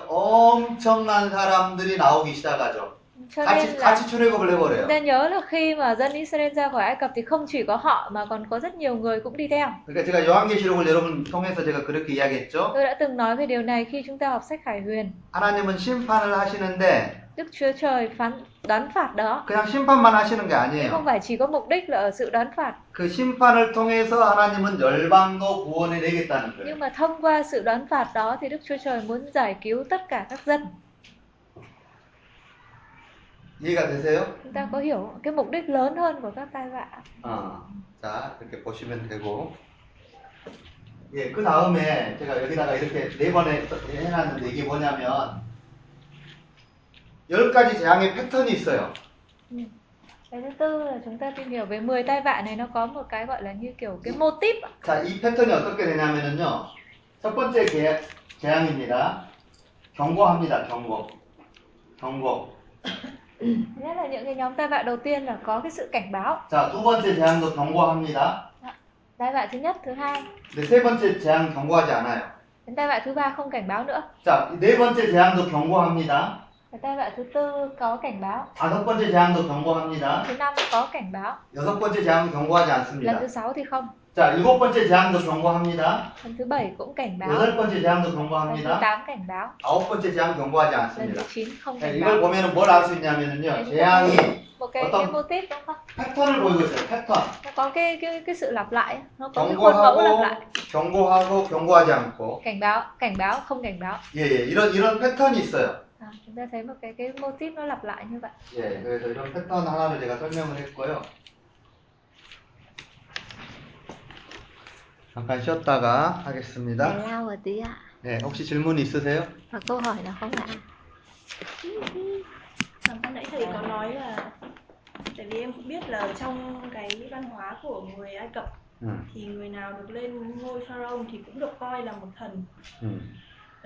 엄청난 사람들이 나오기 시작하죠. Cho nên 같이 là 같이 출애굽을 chúng 해버려요. ta nhớ là khi mà dân Israel ra khỏi Ai Cập thì không chỉ có họ mà còn có rất nhiều người cũng đi theo. 그러니까 제가 요한계시록을 여러분 통해서 제가 그렇게 이야기했죠. Tôi đã từng nói về điều này khi chúng ta học sách Khải Huyền. 하나님은 심판을 하시는데 Đức Chúa Trời phán đoán phạt đó 그냥 심판만 하시는 게 không 아니에요. phải chỉ có mục đích là ở sự đoán phạt 그 심판을 통해서 하나님은 열방도 구원해 내겠다는 거예요. nhưng mà thông qua sự đoán phạt đó thì Đức Chúa Trời muốn giải cứu tất cả các dân. 이해가 되세요? Chúng ta có hiểu cái mục đích lớn hơn của các tai vạ. 어. 자, 이렇게 보시면 되고. 예, 그 다음에 제가 여기다가 이렇게 네 번에 해놨는데 이게 뭐냐면 열 가지 재앙의 패턴이 있어요. Cái thứ tư là chúng ta tìm hiểu về 10 tai vạ này nó có một cái gọi là như kiểu cái mô típ ạ. 자, 이 패턴이 어떻게 되냐면요. 첫 번째 개, 재앙입니다. 경고합니다, 경고. 경고. Nhất là những cái nhóm tai vạ đầu tiên là có cái sự cảnh báo. 자, 두 번째 재앙도 경고합니다. Tai vạ thứ nhất, thứ hai. 근데 네, 세 번째 재앙 경고하지 않아요. Đến tai vạ thứ ba không cảnh báo nữa. 자, 네 번째 재앙도 경고합니다. Cái tai vạ thứ tư có cảnh báo, 다섯 번째 재앙도 경고합니다. thứ năm có cảnh báo, 여섯 번째 재앙은 경고하지 lần 않습니다. thứ sáu thì không, 자, 일곱 번째 재앙도 경고합니다. lần thứ bảy cũng cảnh báo, 여덟 번째 재앙도 lần thứ 경고합니다. tám cảnh báo, 아홉 번째 재앙 lần 경고하지 thứ 않습니다. chín không 자, cảnh báo. 이걸 보면은 뭘 알 수 있냐면은요. 재앙이 Một cái 어떤- cái mô típ đúng không? 패턴을 보이고 있어요. 패턴. Nó có cái cái cái sự lặp lại, nó có cái khuôn mẫu lặp 경고하고 lại. 경고하고 경고하지 않고 Cảnh báo, cảnh báo, không cảnh báo. 예, 예 이런 이런 패턴이 있어요. À, chúng ta thấy một cái cái mô típ nó lặp lại như vậy. 예, 그래서 이런 패턴 하나를 제가 설명을 했고요. 잠깐 쉬었다가 하겠습니다. lao một tí ạ 네, 혹시 질문 있으세요? và câu hỏi nào không ạ À, Ban nãy thầy có nói là tại vì em cũng biết là trong cái văn hóa của người Ai Cập 음, thì người nào được lên ngôi pharaoh thì cũng được coi là một thần 음.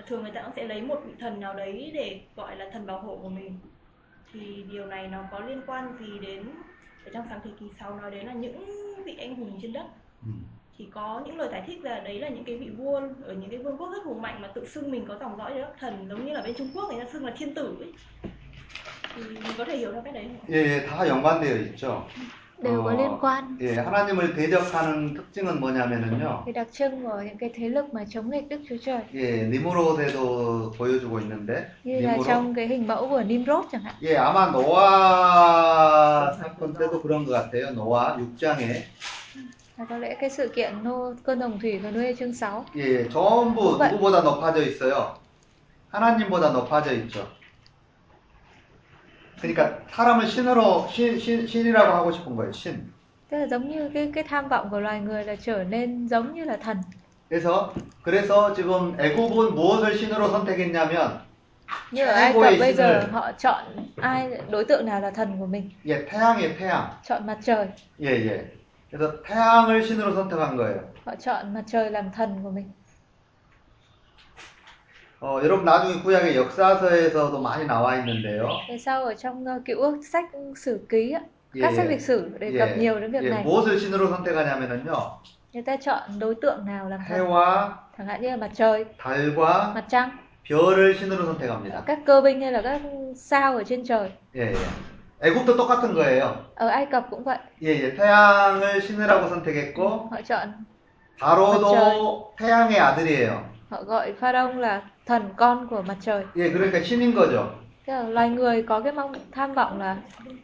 thường người ta cũng sẽ lấy một vị thần nào đấy để gọi là thần bảo hộ của mình thì điều này nó có liên quan gì đến ở trong sáng thế ký 6 nói đến là những vị anh hùng trên đất 음. thì có những lời giải thích là đấy là những cái vị vua ở những cái vương quốc rất hùng mạnh mà tự xưng mình có dòng dõi đất thần giống như là bên Trung Quốc người ta xưng là thiên tử ấy. thì mình có thể hiểu theo cách đấy 예, không? ạ? 예, 다 연관되어 있죠. đều có 어, liên quan 예, 하나님을 대적하는 특징은 뭐냐면은요. Cái đặc trưng của những cái thế lực mà chống nghịch Đức Chúa Trời 예, 니무롯에도 보여주고 있는데 như là 니무롯 trong cái hình mẫu của Nimrod chẳng hạn. 예, 아마 노아 사건 때도 그런 것 같아요. 노아 6장에 Và có lẽ cái sự kiện nô cơn đồng thủy và Noe chương 6 예, 전부 네. 누구보다 높아져 있어요. 하나님보다 높아져 있죠. 그러니까 사람을 신으로 신, 신 신이라고 하고 싶은 거예요. 신. tức là giống như cái cái tham vọng của loài người là trở nên giống như là thần. 그래서 그래서 지금 애굽은 무엇을 신으로 선택했냐면 Như ở Ai Cập Ngôi bây giờ sinh họ chọn ai đối tượng nào là thần của mình, 예, 태양의 태양. chọn mặt trời, 예, 예. 그래서 태양을 신으로 선택한 거예요. họ chọn mặt trời làm thần của mình. 어, 여러분 나중에 구약의 역사서에서도 많이 나와 있는데요. Về sau ở trong ờ, cựu ước sách sử ký á, 예, các sách 예. lịch sử đề cập nhiều đến việc 예, này. 무엇을 신으로 선택하냐면은요. Người ta chọn đối tượng nào làm thần, 해와 chẳng hạn như là mặt trời, 달과 mặt trăng, 별을 신으로 선택합니다. các cơ binh hay là các sao ở trên trời. 예, 예. 애굽도 똑같은 거예요. Ở Ai Cập cũng vậy, 예, 예. 태양을 신으라고 선택했고 họ chọn 그렇죠. 바로도 태양의 아들이에요. họ gọi Pharaoh là thần con của mặt trời. 예, 그러니까 신인 거죠. Tức là loài người có cái mong tham vọng là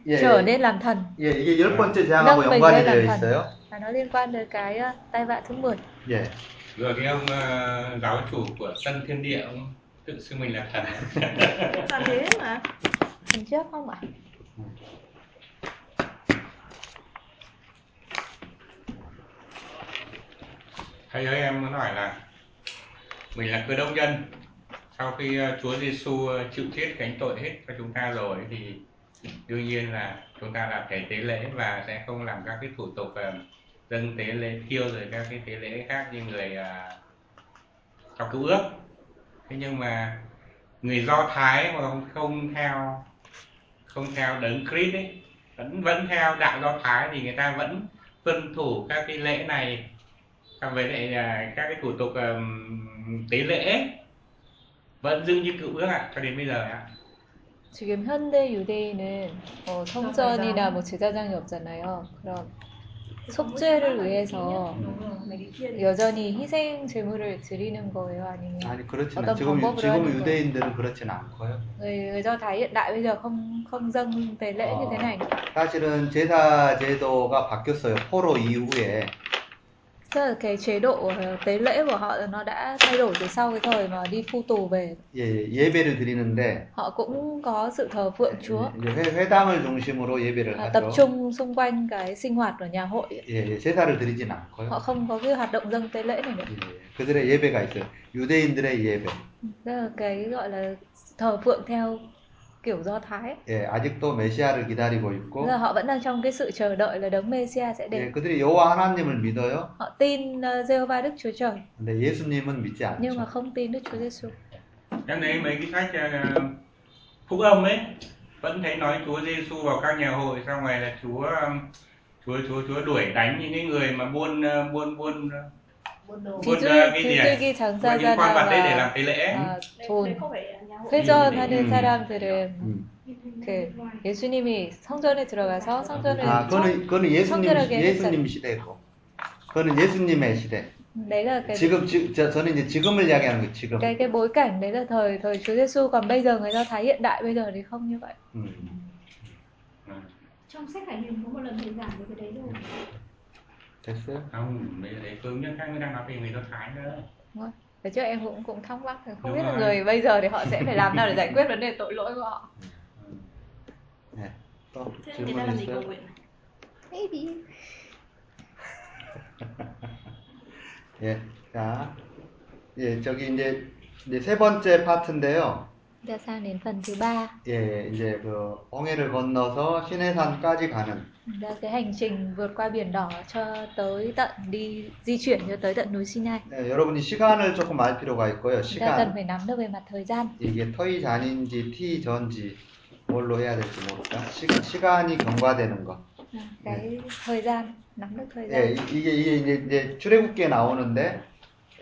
예, trở 예. nên làm thần 예, 이게 네. 열 번째 재앙하고 넉넉히 연관이 걸린 되어 판. 있어요. và nó liên quan đến cái ờ, tai vạ thứ 10. 예. rồi cái ông ờ, giáo chủ của sân thiên địa ông tự xưng mình là thần Toàn thế mà Phần trước không ạ? thầy ơi em muốn hỏi là mình là cơ đốc nhân sau khi ờ, Chúa Giêsu ờ, chịu chết gánh tội hết cho chúng ta rồi thì đương nhiên là chúng ta là phải tế lễ và sẽ không làm các cái thủ tục ờ, dâng tế lễ thiêu rồi các cái tế lễ khác như người ờ, trong cứu ước thế nhưng mà người Do Thái mà không không theo không theo đấng Christ ấy vẫn vẫn theo đạo Do Thái thì người ta vẫn tuân thủ các cái lễ này các với lại là các cái thủ tục ờm, tế lễ vẫn giữ như cựu ước ạ cho đến bây giờ ạ 지금 현대 유대인은 어, 성전이나 뭐 제사장이 없잖아요. 그럼 속죄를 위해서 Đúng rồi, mấy cái kia thì 여전히 희생 제물을 드리는 거예요, 아니면 아니 그렇진 어떤 않 지금 유- 방법으로 지금 하는 유대인들은 그렇진 않고요. người, người Do Thái hiện đại bây giờ không không dâng về lễ như thế này. 사실은 제사 제도가 바뀌었어요. 포로 이후에. Tức là cái chế độ ờ, tế lễ của họ là nó đã thay đổi từ sau cái thời mà đi phu tù về. 예, 예배를 드리는데 Họ cũng có sự thờ phượng Chúa, 이제 회- 회당을 중심으로 예배를 và 하죠. tập trung xung quanh cái sinh hoạt ở nhà hội. 예, 예, 제사를 드리진 않고요. Họ không có cái hoạt động dâng tế lễ này nữa. 예, 그들의 예배가 있어요. 유대인들의 예배. Tức là cái gọi là thờ phượng theo kiểu Do Thái. 예, 아직도 메시아를 기다리고 Tức 있고, là họ vẫn đang trong cái sự chờ đợi là đấng Mêsia sẽ 예, đến. 그들이 여호와 하나님을 믿어요. Họ tin ờ, Jehovah Đức Chúa Trời 근데 예수님은 믿지 nhưng mà 않죠. không tin Đức Chúa Giêsu. em thấy mấy cái sách ờ, phúc âm ấy vẫn thấy nói Chúa Giêsu vào các nhà hội xong rồi là Chúa ờm, Chúa Chúa Chúa đuổi đánh những cái người mà buôn ờ, buôn buôn buôn đồ Buôn Ký đời 주 cái gì ạ? 뒷줄기 và những 장사자랑 quan vật đấy để 아, làm cái Ừ. lễ 아, đấy, đấy 돈 không phải nhà hội 회전하는 음. 사람들은 음. 그 예수님이 성전에 들어가서 성전을 À, 아, 그거는, 그거는 예수님, 성결하게 예수님 시대고. 그거는 예수님의 시대. 내가 cái 지금, 지, 저, 저는 이제 지금을 이야기하는 거예요, 지금. cái cái bối cảnh đấy là thời thời Chúa Giêsu còn bây giờ người Do Thái hiện đại bây giờ thì không như vậy. 음. trong sách Khải Huyền có một lần thầy giảng về cái đấy rồi 됐어요? không mấy cái đấy tôi nhất khác mới đang nói về người do thái nữa Thế trước em cũng cũng thắc mắc không Đúng biết là rồi. người bây giờ thì họ sẽ phải làm nào để giải quyết vấn đề tội lỗi của họ. Ừ. 예. 또 thế người ta 질문 làm gì cầu 있어요? nguyện maybe 예. 자, 예, 저기 이제, 이제 세 번째 파트인데요. Giờ sang đến phần thứ ba 예, 이제 그 홍해를 건너서 시내산까지 가는 Là cái hành trình vượt qua biển đỏ cho tới tận đi di chuyển cho tới tận núi Sinai. 네, 여러분이 시간을 조금 알 필요가 있고요. Chúng ta cần 시간 phải nắm được về mặt thời gian. 이게 터이 잔인지 티 전지 뭘로 해야 될지 모르겠다. 시간 시간이 경과되는 거. Cái thời gian nắm được thời gian. 예, 이- 이게 이게 이제, 이제 출애굽기에 나오는데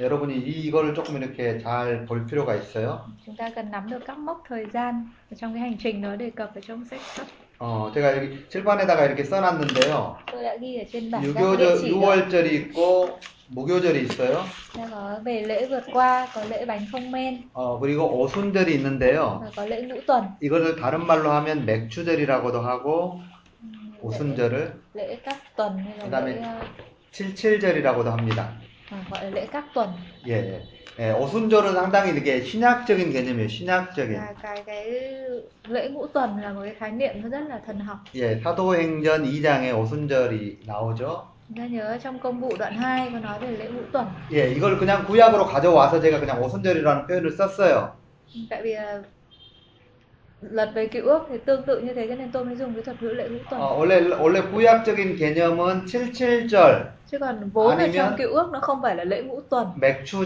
여러분이 이- 이거를 조금 이렇게 잘 볼 필요가 있어요. Chúng ta cần nắm được các mốc thời gian ở trong cái hành trình nó đề cập ở trong sách cấp. 어, 제가 여기 칠판에다가 이렇게 써놨는데요. Tôi đã ghi ở trên bảng các địa 유교절, chỉ rồi. 6월절이 있고 목요절이 있어요. Ta có về lễ vượt qua, có lễ bánh không men 어, 그리고 오순절이 있는데요. và có lễ ngũ tuần. 이거를 다른 말로 하면 맥주절이라고도 하고 Lễ, 오순절을 lễ các tuần hay là 그다음에 lễ ờ, 칠칠절이라고도 합니다. à, gọi là lễ các tuần. 예, 예. 예, 오순절은 상당히 이렇게 신약적인 개념이에요. 신약적인. Và cái cái lễ ngũ tuần là một cái khái niệm nó rất là thần học. 예, 사도행전 2장에 오순절이 나오죠. Chúng ta nhớ trong công vụ đoạn 2 có nói về lễ ngũ tuần. 예, 이걸 그냥 구약으로 가져와서 제가 그냥 오순절이라는 표현을 썼어요. Tại vì là lật về cựu ước thì tương tự như thế cho nên tôi mới dùng cái thuật ngữ lễ ngũ tuần. 어, 원래 원래 구약적인 개념은 칠칠절, Chứ còn vốn ở 아니면- trong cựu ước nó không phải là lễ ngũ tuần. 맥추절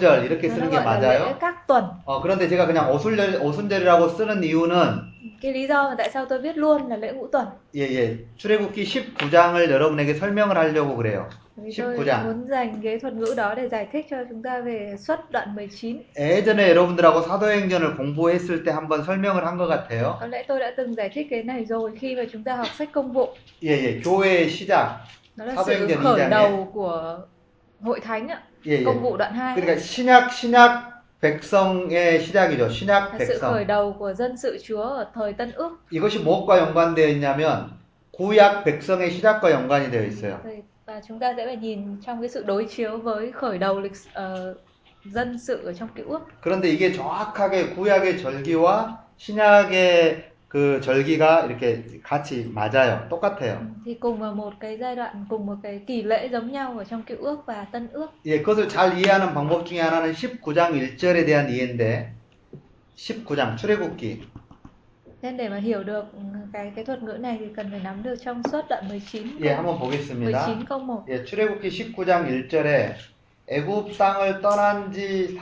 Mà 이렇게 Nó 쓰는 게 gọi là lễ 맞아요. các tuần. 어, 그런데 제가 그냥 오순절 오순절이라고 쓰는 이유는 Cái lý do mà tại sao tôi biết luôn là lễ ngũ tuần. 예, 예. 출애굽기 19장을 여러분에게 설명을 하려고 그래요. Vì tôi 19장. muốn dành cái thuật ngữ đó để giải thích cho chúng ta về xuất đoạn 19. 예전에 여러분들하고 사도행전을 공부했을 때 한번 설명을 한 것 같아요. Có lẽ tôi đã từng giải thích cái này rồi khi mà chúng ta học sách công vụ. 예, 예. 교회의 시작. Nó là Pháp sự Linh Điển khởi Giảng đầu của hội thánh ạ, 예, 예. công vụ đoạn 2. 그러니까 신약 신약 백성의 시작이죠. 신약 Là sự khởi 백성. đầu của dân sự Chúa ở thời Tân Ước. 이것이 무엇과 연관되어 있냐면 구약 백성의 시작과 연관이 되어 있어요. Vậy- Và chúng ta sẽ phải nhìn trong cái sự đối chiếu với khởi đầu lịch s- ờ, dân sự ở trong cựu ước. 그런데 이게 정확하게 구약의 절기와 신약의 그 절기가 이렇게 같이 맞아요. 똑같아요. Thì cùng vào một cái giai đoạn, cùng một cái kỳ lễ giống nhau ở trong cựu ước và Tân Ước. 예, 그것을 잘 이해하는 방법 중에 하나는 19장 1절에 대한 이해인데 19장 출애굽기 Nên để mà hiểu được ừ, cái cái thuật ngữ này thì cần phải nắm được trong suốt đoạn 19 예, 한번 보겠습니다. 19 câu 1. 예, 출애굽기 19장 1절에 애굽 땅을 떠난 지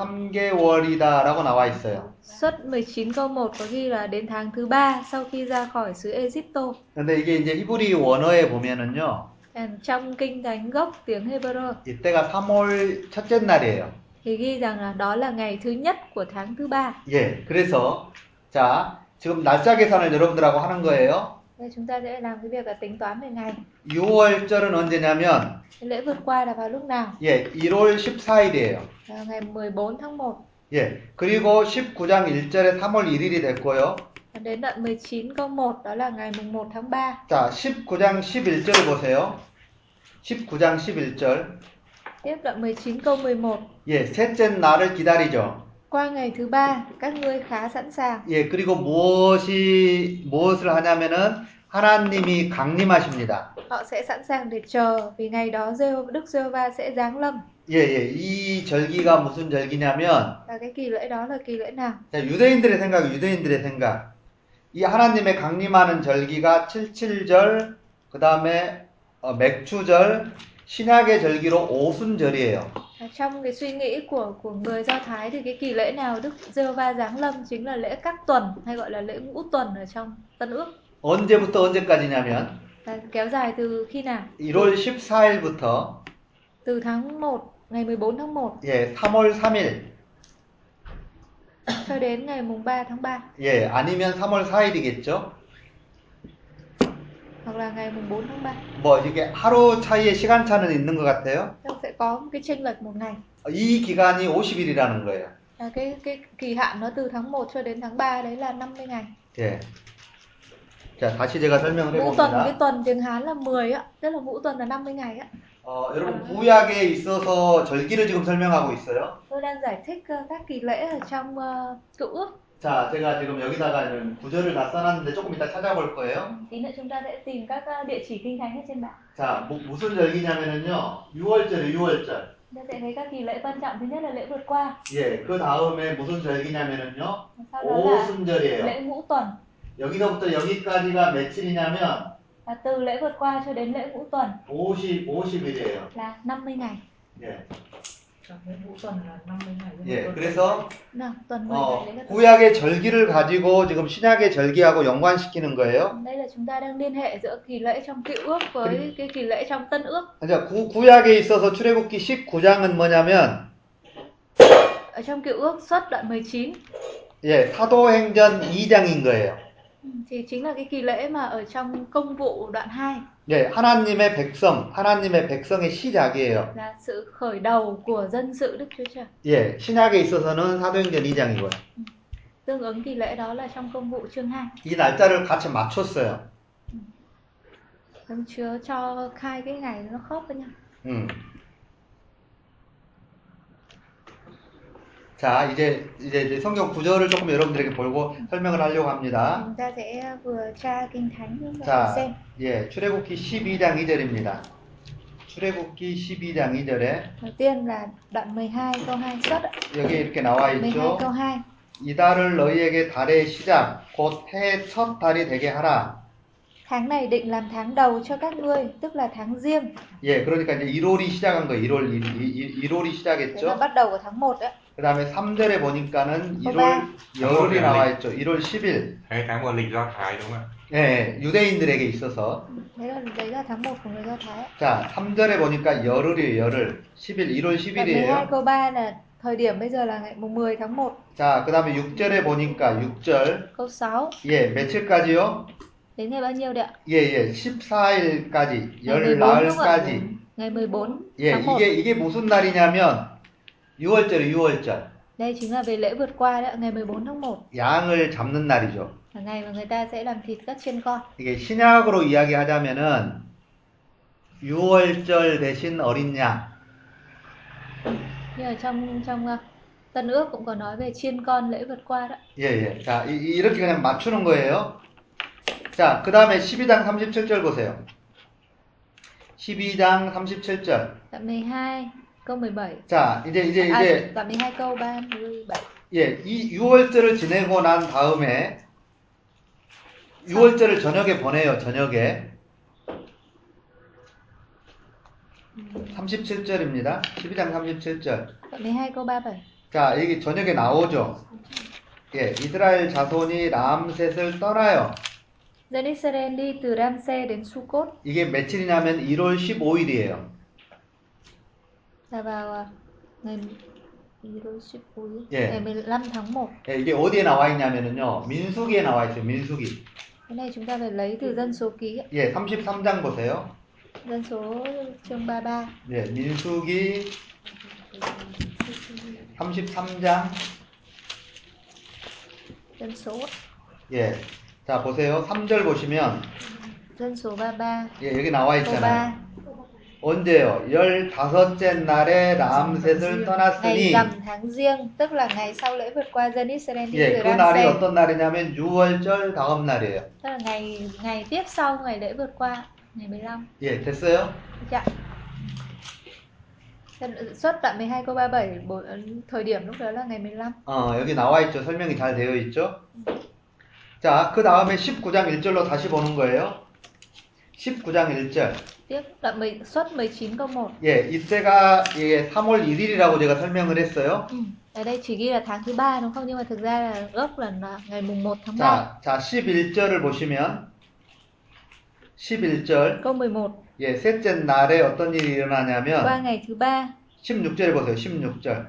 3개월이다라고 나와 있어요. Suốt 19 câu 1 có ghi là đến tháng thứ ba sau khi ra khỏi xứ Egypto. 근데 이게 이제 히브리 원어에 보면은요. And Trong kinh thánh gốc tiếng Hebrew 이때가 3월 첫째 날이에요. thì ghi rằng là đó là ngày thứ nhất của tháng thứ ba. 예. 그래서 자, 지금 날짜 계산을 여러분들하고 하는 거예요. Đây chúng ta sẽ làm cái việc là tính toán về ngày. 6월절은 언제냐면 Lễ vượt qua là vào lúc nào? 예, 1월 14일이에요. Vào ngày 14 tháng 1. 예. 그리고 19장 1절에 3월 1일이 됐고요. Còn đến đoạn 19 câu 1 đó là ngày mùng 1 tháng 3. 자, 19장 11절 보세요. 19장 11절. Tiếp đoạn 19 câu 11. 예, 셋째 날을 기다리죠. Qua ngày thứ ba các ngươi khá sẵn sàng. 예, 그리고 무엇이 무엇을 하냐면은 하나님이 강림하십니다. Họ sẽ sẵn sàng để chờ vì ngày đó Giê-hô- Đức Giê-hô-va sẽ giáng lâm. 예, 예. 이 절기가 무슨 절기냐면 Và cái kỳ lễ đó là kỳ lễ nào? 자, 유대인들의 생각, 유대인들의 생각. 이 하나님의 강림하는 절기가 칠칠절, 그다음에 어, 맥추절, 신약의 절기로 오순절이에요. Và trong cái suy nghĩ của của người Do Thái thì cái kỳ lễ nào Đức Giê-hô-va giáng lâm chính là lễ các tuần hay gọi là lễ ngũ tuần ở trong Tân Ước 언제부터 언제까지냐면 và kéo dài từ khi nào? 1월 14일부터 Từ tháng 1 ngày 14 tháng 1 예, 3월 3일, [coughs] cho đến ngày mùng 3 tháng 3 예, 아니면 3월 4일이겠죠? hoặc là ngày mùng 4 tháng 3 뭐, 이게 하루 차이의 시간차는 있는 것 같아요. Tức sẽ có một cái chênh lệch một ngày 이 기간이 50일이라는 거예요. là cái cái kỳ hạn nó từ tháng 1 cho đến tháng 3 đấy là 50 ngày 예. 자, 다시 제가 설명을 ngũ tuần cái 해봅니다. tuần tiếng Hán là 10 á tức là ngũ tuần là 50 ngày á 어, 여러분, 구약에 있어서 절기를 지금 설명하고 있어요. tôi đang giải thích ờ, các kỳ lễ ở trong ờ, cựu ước 자, 제가 지금 여기다가 이런 구절을 다 써놨는데 조금 이따 찾아볼 거예요. tí nữa chúng ta sẽ tìm các ờ, địa chỉ kinh thánh ở trên mạng 자, 뭐- 무슨 절기냐면은요, 6월절이에요, 6월절. chúng ta sẽ thấy các kỳ lễ quan trọng thứ nhất là lễ vượt qua 예, 그 다음에 무슨 절기냐면은요, sau đó là 오순절이에요. lễ ngũ tuần 여기서부터 여기까지가 며칠이냐면, và từ lễ vượt qua cho đến lễ ngũ tuần 50, 50일이에요. là 50 ngày 예, mỗi tuần là 50 ngày 예, 그래서, nào tuần 10 어, ngày lễ vượt 구약의 절기를 가지고 지금 신약의 절기하고 연관시키는 거예요. qua đây là chúng ta đang liên hệ giữa kỳ lễ trong cựu ước với cái kỳ lễ trong tân ước 자, 그러니까 구, 구약에 있어서 출애굽기 19장은 뭐냐면, ở trong cựu ước xuất đoạn 19 예, 사도행전 2장인 거예요. thì chính là cái kỳ lễ mà ở trong công vụ đoạn 2 예, 하나님의 백성, 하나님의 백성의 시작이에요. là sự khởi đầu của dân sự Đức Chúa Trời. 예, 신약에 있어서는 사도행전 2장이고요. Tương ứng kỳ lễ đó là trong công vụ chương 2. 이 날짜를 같이 맞췄어요. Ông Chúa Vâng, cho khai cái ngày nó khớp với nhau. 음. 자, 이제 이제 이제 성경 구절을 조금 여러분들에게 보고 설명을 하려고 합니다. Chúng ta sẽ vừa tra kinh thánh và 자, xem. 예, 출애굽기 12장 2절입니다. 출애굽기 12장 2절에 Đầu tiên là đoạn 12 câu 2 xuất ạ. 여기 이렇게 나와 12 있죠. câu 2. 이 달을 너희에게 달의 시작 곧 해의 첫 달이 되게 하라. Tháng này định làm tháng đầu cho các ngươi, tức là tháng riêng. 예, 그러니까 이제 1월이 시작한 거예요. 1월 1, 월이 Thế là 시작했죠. bắt đầu của tháng 1 á. 그다음에 3절에 보니까는 어바. 1월 열흘이 나와 있죠. 1월 10일. Thế tháng một lịch do Thái đúng không ạ? 예, 유대인들에게 있어서 Thế là đấy là tháng 1 của người Do Thái. ạ. 자, 3절에 보니까 열흘이에요. 열흘. 10일 1월 Đoạn 12 10일이에요. câu 3 là thời điểm bây giờ là ngày mùng 10 tháng 1. 자, 그다음에 6절에 보니까 6절 Câu 6 예, 며칠까지요? đến ngày bao nhiêu đấy ạ? 예, 예. 14일까지 Ngày 열 14 đúng không ạ? 나흘까지. Ngày 14 예, tháng 1. 이게 이게 무슨 날이냐면 6월절이 6월절. Đây chính là về lễ vượt qua đấy, ạ, ngày 14 tháng 1 양을 잡는 날이죠. là ngày mà người ta sẽ làm thịt các chiên con. 이게 신약으로 이야기하자면은 6월절 대신 어린 양. Như ở trong trong ờ, Tân ước cũng có nói về chiên con lễ vượt qua đó. 예, 예. 자, 이, 이- 이렇게 그냥 맞추는 거예요. 자, 그 다음에 12장 37절 보세요. 12장 37절. Đoạn 12 câu 17. 자, 이제, 이제, À, 이제, đoạn 12 câu 37. 예, 이 6월절을 지내고 난 다음에 6월절을 저녁에 보내요, 저녁에. 37절입니다. 12장 37절. Đoạn 12 câu 37. 자, 여기 저녁에 나오죠. 예, 이스라엘 자손이 람셋을 떠나요. Dân Israel đi từ Ramse đến Sukkot 이게 며칠이냐면 1월 15일이에요. là vào ờ, ngày Hiroshima, Dạ. ngày 15 tháng 1. 예, 이게 어디에 나와 있냐면요. 민수기에 나와 있어요. 민수기. Cái này chúng ta phải lấy từ dân số ký, ạ. 예, 33장 보세요. dân số chương 33. 예, 민수기 33장. dân số 예. 자, 보세요. 3절 보시면 dân số 33 예, 여기 나와 câu 있잖아요. 3 언제요? 15째 날에 람셋을 ngày 떠났으니 rằm tháng riêng tức là ngày sau lễ vượt qua dân Israel đi 예, từ 그 날이 Ramsey 어떤 날이냐면 6월절 다음 날이에요. tức là ngày ngày tiếp sau ngày lễ vượt qua ngày 15 예, 됐어요? dạ Dân- xuất đoạn 12 câu 37 bổ- ờ, thời điểm lúc đó là ngày 15 어, 여기 나와 있죠. 설명이 잘 되어 있죠. 자, 그 다음에 19장 1절로 다시 보는 거예요. 19장 1절. tiếp đoạn 10, xuất 19 câu 1 예, 이때가 예, 3월 1일이라고 제가 설명을 했어요. ừ. ở đây chỉ ghi là tháng thứ ba đúng không nhưng mà thực ra là gốc là là ngày mùng 1 tháng 3 자, 자 11절을 보시면 11절 câu 11 Dạ. 예, 셋째 날에 어떤 일이 일어나냐면 Dạ. qua ngày thứ ba 16절에 보세요. 16절. câu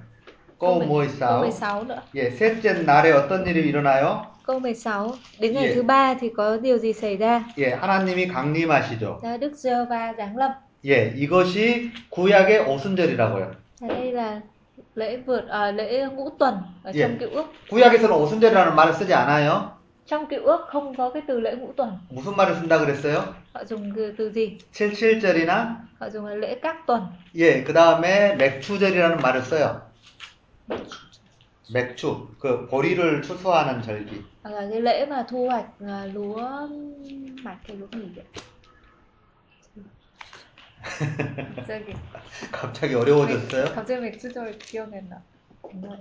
Câu 10 câu 16. 16 nữa 예, 셋째 날에 어떤 일이 일어나요? câu 16 đến ngày Gì? thứ ba thì có điều gì xảy ra 예, 하나님이 강림하시죠. Đó, Đức giê va giáng lâm 예, 이것이 구약의 오순절이라고요. Và đây là lễ vượt à, lễ ngũ tuần ở Gì? trong cựu ước 구약에서는 오순절이라는 말을 쓰지 않아요. trong cựu ước không có cái từ lễ ngũ tuần 무슨 말을 쓴다 그랬어요? họ dùng từ, từ gì 77절이나 họ dùng là lễ các tuần 예, 그 다음에 맥추절이라는 말을 써요. 맥추, 그 보리를 추수하는 절기. [laughs] hoặc là cái lễ mà thu hoạch à, lúa mạch hay lúa mì vậy 갑자기 갑자기 어려워졌어요. 갑자기 맥주절 기억했나? 정말.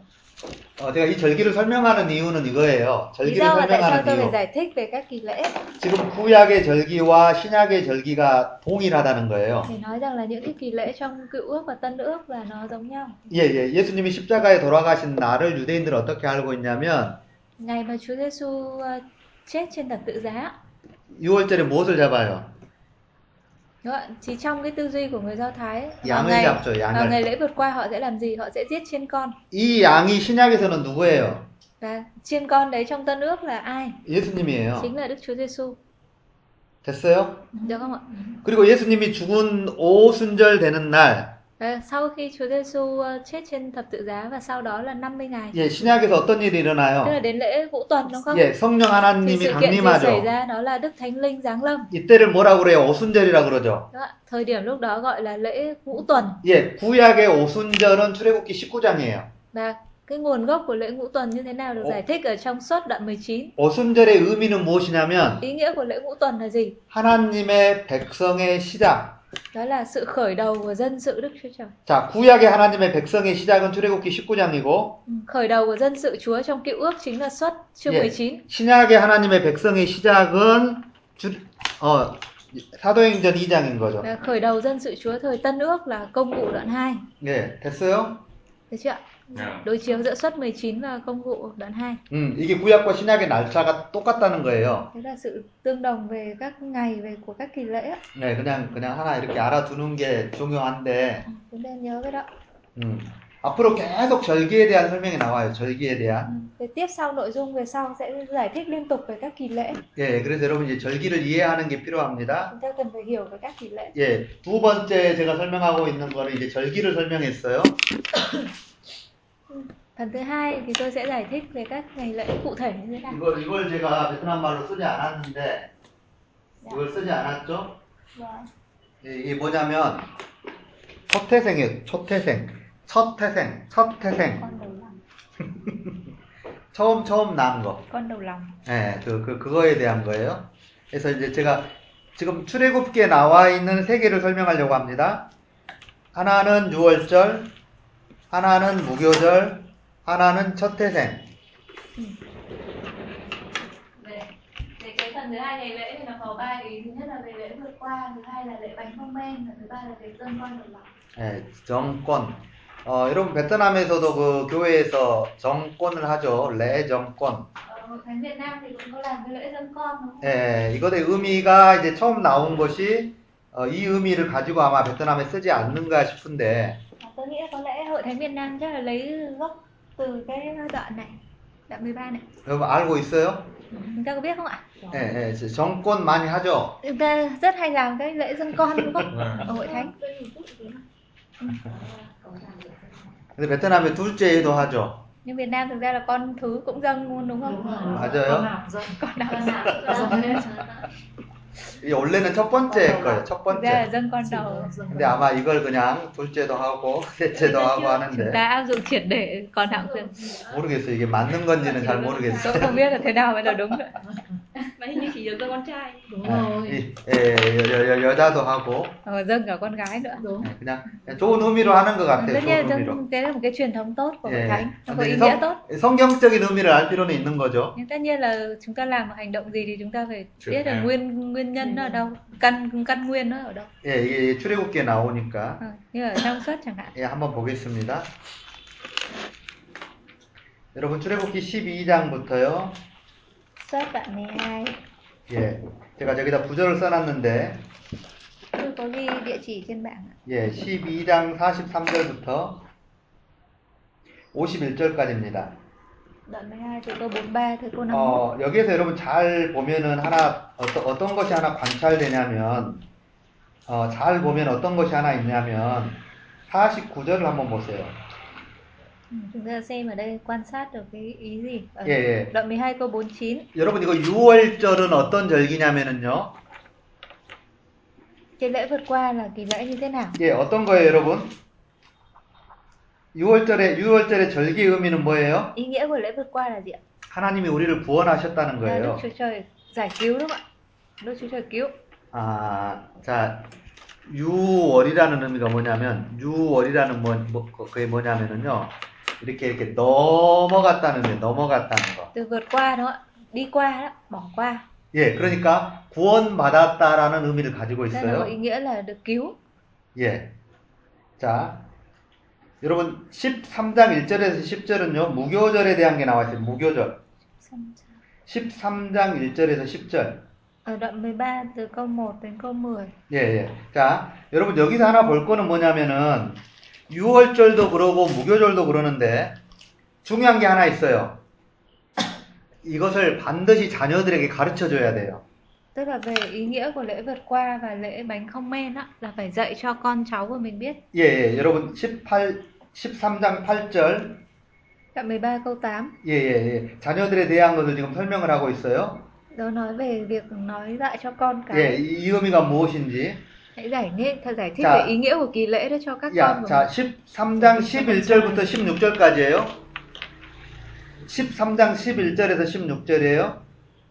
어, 제가 이 절기를 설명하는 이유는 이거예요. lý 절기를 do là tại sao tôi phải 설명하는 이유. giải thích về các kỳ lễ 지금 구약의 절기와 신약의 절기가 동일하다는 거예요. để nói rằng là những cái kỳ lễ trong cựu ước và tân ước là nó giống nhau 예, 예. 예수님이 십자가에 돌아가신 날을 유대인들은 어떻게 알고 있냐면 ngày mà Chúa Giêsu à, chết trên thập tự giá 6월절에 무엇을 잡아요? đúng không? ạ? thì trong cái tư duy của người Do Thái ấy, vào 양을 ngày 잡죠, vào ngày 양을. lễ vượt qua họ sẽ làm gì họ sẽ giết chiên con 이 양이 신약에서는 누구예요? và chiên con đấy trong tân ước là ai 예수님이에요. chính là Đức Chúa Giêsu 됐어요? được không ạ 그리고 예수님이 죽은 오순절 되는 날, Và Ờ, sau khi Chúa Giêsu ờ, chết trên thập tự giá và sau đó là 50 ngày. 예, 신약에서 어떤 일이 Tức là 일어나요? đến lễ Vũ Tuần đúng không? 예, 성령 그 Thì 하나님이 sự kiện gì xảy 강림하죠. ra đó là Đức Thánh Linh giáng lâm. 이때를 뭐라 그래요? 오순절이라 그러죠. Đúng không ạ? Thời điểm lúc đó gọi là lễ Ngũ Tuần 예, 구약의 오순절은 출애굽기 19장이에요. và cái nguồn gốc của lễ Ngũ Tuần như thế nào được Ồ. giải thích ở trong suốt đoạn 19. 오순절의 의미는 무엇이냐면 Ý nghĩa của lễ Ngũ Tuần là gì? 하나님의 백성의 시작. Đó là sự khởi đầu của dân sự Đức Chúa Trời. 자, 구약의 하나님의 백성의 시작은 출애굽기 19장이고 Ừ, Khởi đầu của dân sự Chúa trong Cựu Ước chính là xuất chương Yes. 19. 신약의 하나님의 백성의 시작은 주, 어, 사도행전 2장인 거죠. Và khởi đầu dân sự Chúa thời Tân Ước là công vụ đoạn 2. 예, 됐어요? Được chưa ạ? 네. Đối chiếu giữa xuất 19 và công vụ đoạn 2. 음, 이게 구약과 신약의 날짜가 똑같다는 거예요. Đấy là sự tương đồng về các ngày về của các kỳ lễ á. 네, 그냥 그냥 하나 이렇게 알아두는 게 중요한데 Chúng ta nhớ cái đó. 음, 앞으로 계속 절기에 대한 설명이 나와요. 절기에 대한. Về tiếp sau nội dung về sau sẽ giải thích liên tục về các kỳ lễ. 예, 그래서 여러분 이제 절기를 이해하는 게 필요합니다. Chúng ta cần phải hiểu về các kỳ lễ. 예, 두 번째 제가 설명하고 있는 거는 이제 절기를 설명했어요. Phần thứ hai thì tôi sẽ giải thích về các ngày lễ cụ thể như thế nào. 이걸 이걸 제가 베트남 말로 쓰지 않았는데 이걸 쓰지 않았죠? 예, 이게 뭐냐면 첫 태생이에요. 첫 태생, 첫 태생, 첫 태생. con đầu lòng 처음 처음 낳은 거. con đầu lòng 예, 그, 그 그거에 대한 거예요. 그래서 이제 제가 지금 출애굽기에 나와 있는 세 개를 설명하려고 합니다. 하나는 유월절, 하나는 무교절, 하나는 첫 태생. Về cái phần thứ hai ngày lễ thì nó có ba cái thứ nhất là về lễ vượt qua thứ hai là lễ bánh không men và thứ ba là về dân con đồng lòng 예, 정권. 어, 여러분 베트남에서도 그 교회에서 정권을 하죠. 레정권. Ờ, hội thánh Việt Nam thì cũng có làm cái lễ dân con đúng không? 예, 이것의 의미가 이제 처음 나온 것이 어, 이 의미를 가지고 아마 베트남에 쓰지 않는가 싶은데 Và À, tôi nghĩ là có lẽ Hội Thánh Việt Nam chắc là lấy gốc từ cái đoạn này, đoạn 13 này. 여러분 알고 있어요? Chúng ta có biết không ạ? 예, 예, 정권 많이 하죠. Chúng ta rất hay làm cái lễ dân con đúng không? Vâng. Ở Hội Thánh. 근데 베트남에 둘째에도 하죠. Nhưng Việt Nam thực ra là con thứ cũng dâng luôn đúng không? Đúng rồi. 맞아요. Con nào cũng dân. 이 원래는 첫 번째 거예요. 네, 첫 Thực ra là 번째. Dạ, dân con Chỉ đầu. là dân 근데 아마 이걸 그냥 둘째도 하고 [laughs] 셋째도 하고 Chúng 하는데 ta áp dụng triệt để con nào cũng dân. 모르겠어요. 이게 맞는 건지는 잘 Tôi 모르겠어요. cũng không biết là thế nào mới là đúng ạ. Mà hình như chỉ được cho con trai Đúng 예, rồi. 이- 예, 여, 여, 여, 여자도 하고 Ờ, dâng cả con gái nữa. Đúng. 예, 그냥 좋은 의미로 하는 것 같아요. Tất nhiên là 좋은 의미로. dâng, thế là một cái truyền thống tốt của hội 예. thánh, nó có 근데 ý 이제 nghĩa tốt. 성, 성경적인 의미를 알 필요는 있는 거죠. Nhưng tất nhiên là chúng ta làm một hành động gì thì chúng ta phải Truyền biết là hàng. nguyên nguyên nhân nó ở đâu, căn căn nguyên nó ở đâu. 예, 이게 출애굽기에 나오니까. Ờ, như ở trong suất chẳng hạn. 예, 한번 보겠습니다. 여러분 출애굽기 12장부터요. Suất đoạn 12. 예, 제가 저기다 부절을 써놨는데 Tôi có ghi địa chỉ trên bảng ạ. 예, 12장 43절부터 51절까지입니다. Đoạn 12 từ câu 43 tới câu 51. 어, 여기에서 여러분 잘 보면은 하나 어떤 어떤 것이 하나 관찰되냐면 어, 잘 보면 어떤 것이 하나 있냐면 49절을 한번 보세요. Ừ, Chúng ta xem ở đây quan sát được cái ý gì ở 예, 예. đoạn 12 câu 49. 여러분 이거 6월절은 어떤 절기냐면은요. Cái lễ vượt qua là kỳ lễ như thế nào? 예, 어떤 거예요, 여러분? 6월절에 6월절의 절기의 의미는 뭐예요? Ý nghĩa của lễ vượt qua là gì ạ? 하나님이 우리를 구원하셨다는 Là Đức 거예요. Chúa Trời giải cứu đúng không ạ? Đức Chúa Trời cứu. 아, 자, 6월이라는 의미가 뭐냐면 6월이라는 뭐, 뭐 그게 뭐냐면은요. 이렇게 이렇게 넘어갔다는 거, 넘어갔다는 거. Từ vượt qua đó, ạ, đi qua đó, bỏ qua. 예, 그러니까 구원받았다라는 의미를 가지고 Đây là có ý 있어요. nghĩa là được cứu. 예. 자, 여러분 13장 1절에서 10절은요. 무교절에 대한 게 나와 있어요. 무교절. 13장 1절에서 10절. Ở đoạn 13 từ câu 1 đến câu 10. 예, 예. 자, 여러분 여기서 하나 볼 거는 뭐냐면은 6월절도 그러고 무교절도 그러는데 중요한 게 하나 있어요. 이것을 반드시 자녀들에게 가르쳐 줘야 돼요. Tức là về ý nghĩa của lễ vượt qua và lễ bánh không men á, là phải dạy cho con cháu của mình biết. 예, 예. 여러분 18 13장 8절. Đoạn 13 câu 8, 예, 예, 예. 자녀들에 대한 것을 지금 설명을 하고 있어요. đó nói về việc nói dạy cho con cái. 예, 이, 이 의미가 무엇인지. Hãy giải nghĩa, thật giải thích Dạ. về ý nghĩa của kỳ lễ đó cho các con 야, của 자, mình. 13장 11절부터 16절까지예요. 13장 11절에서 16절이에요.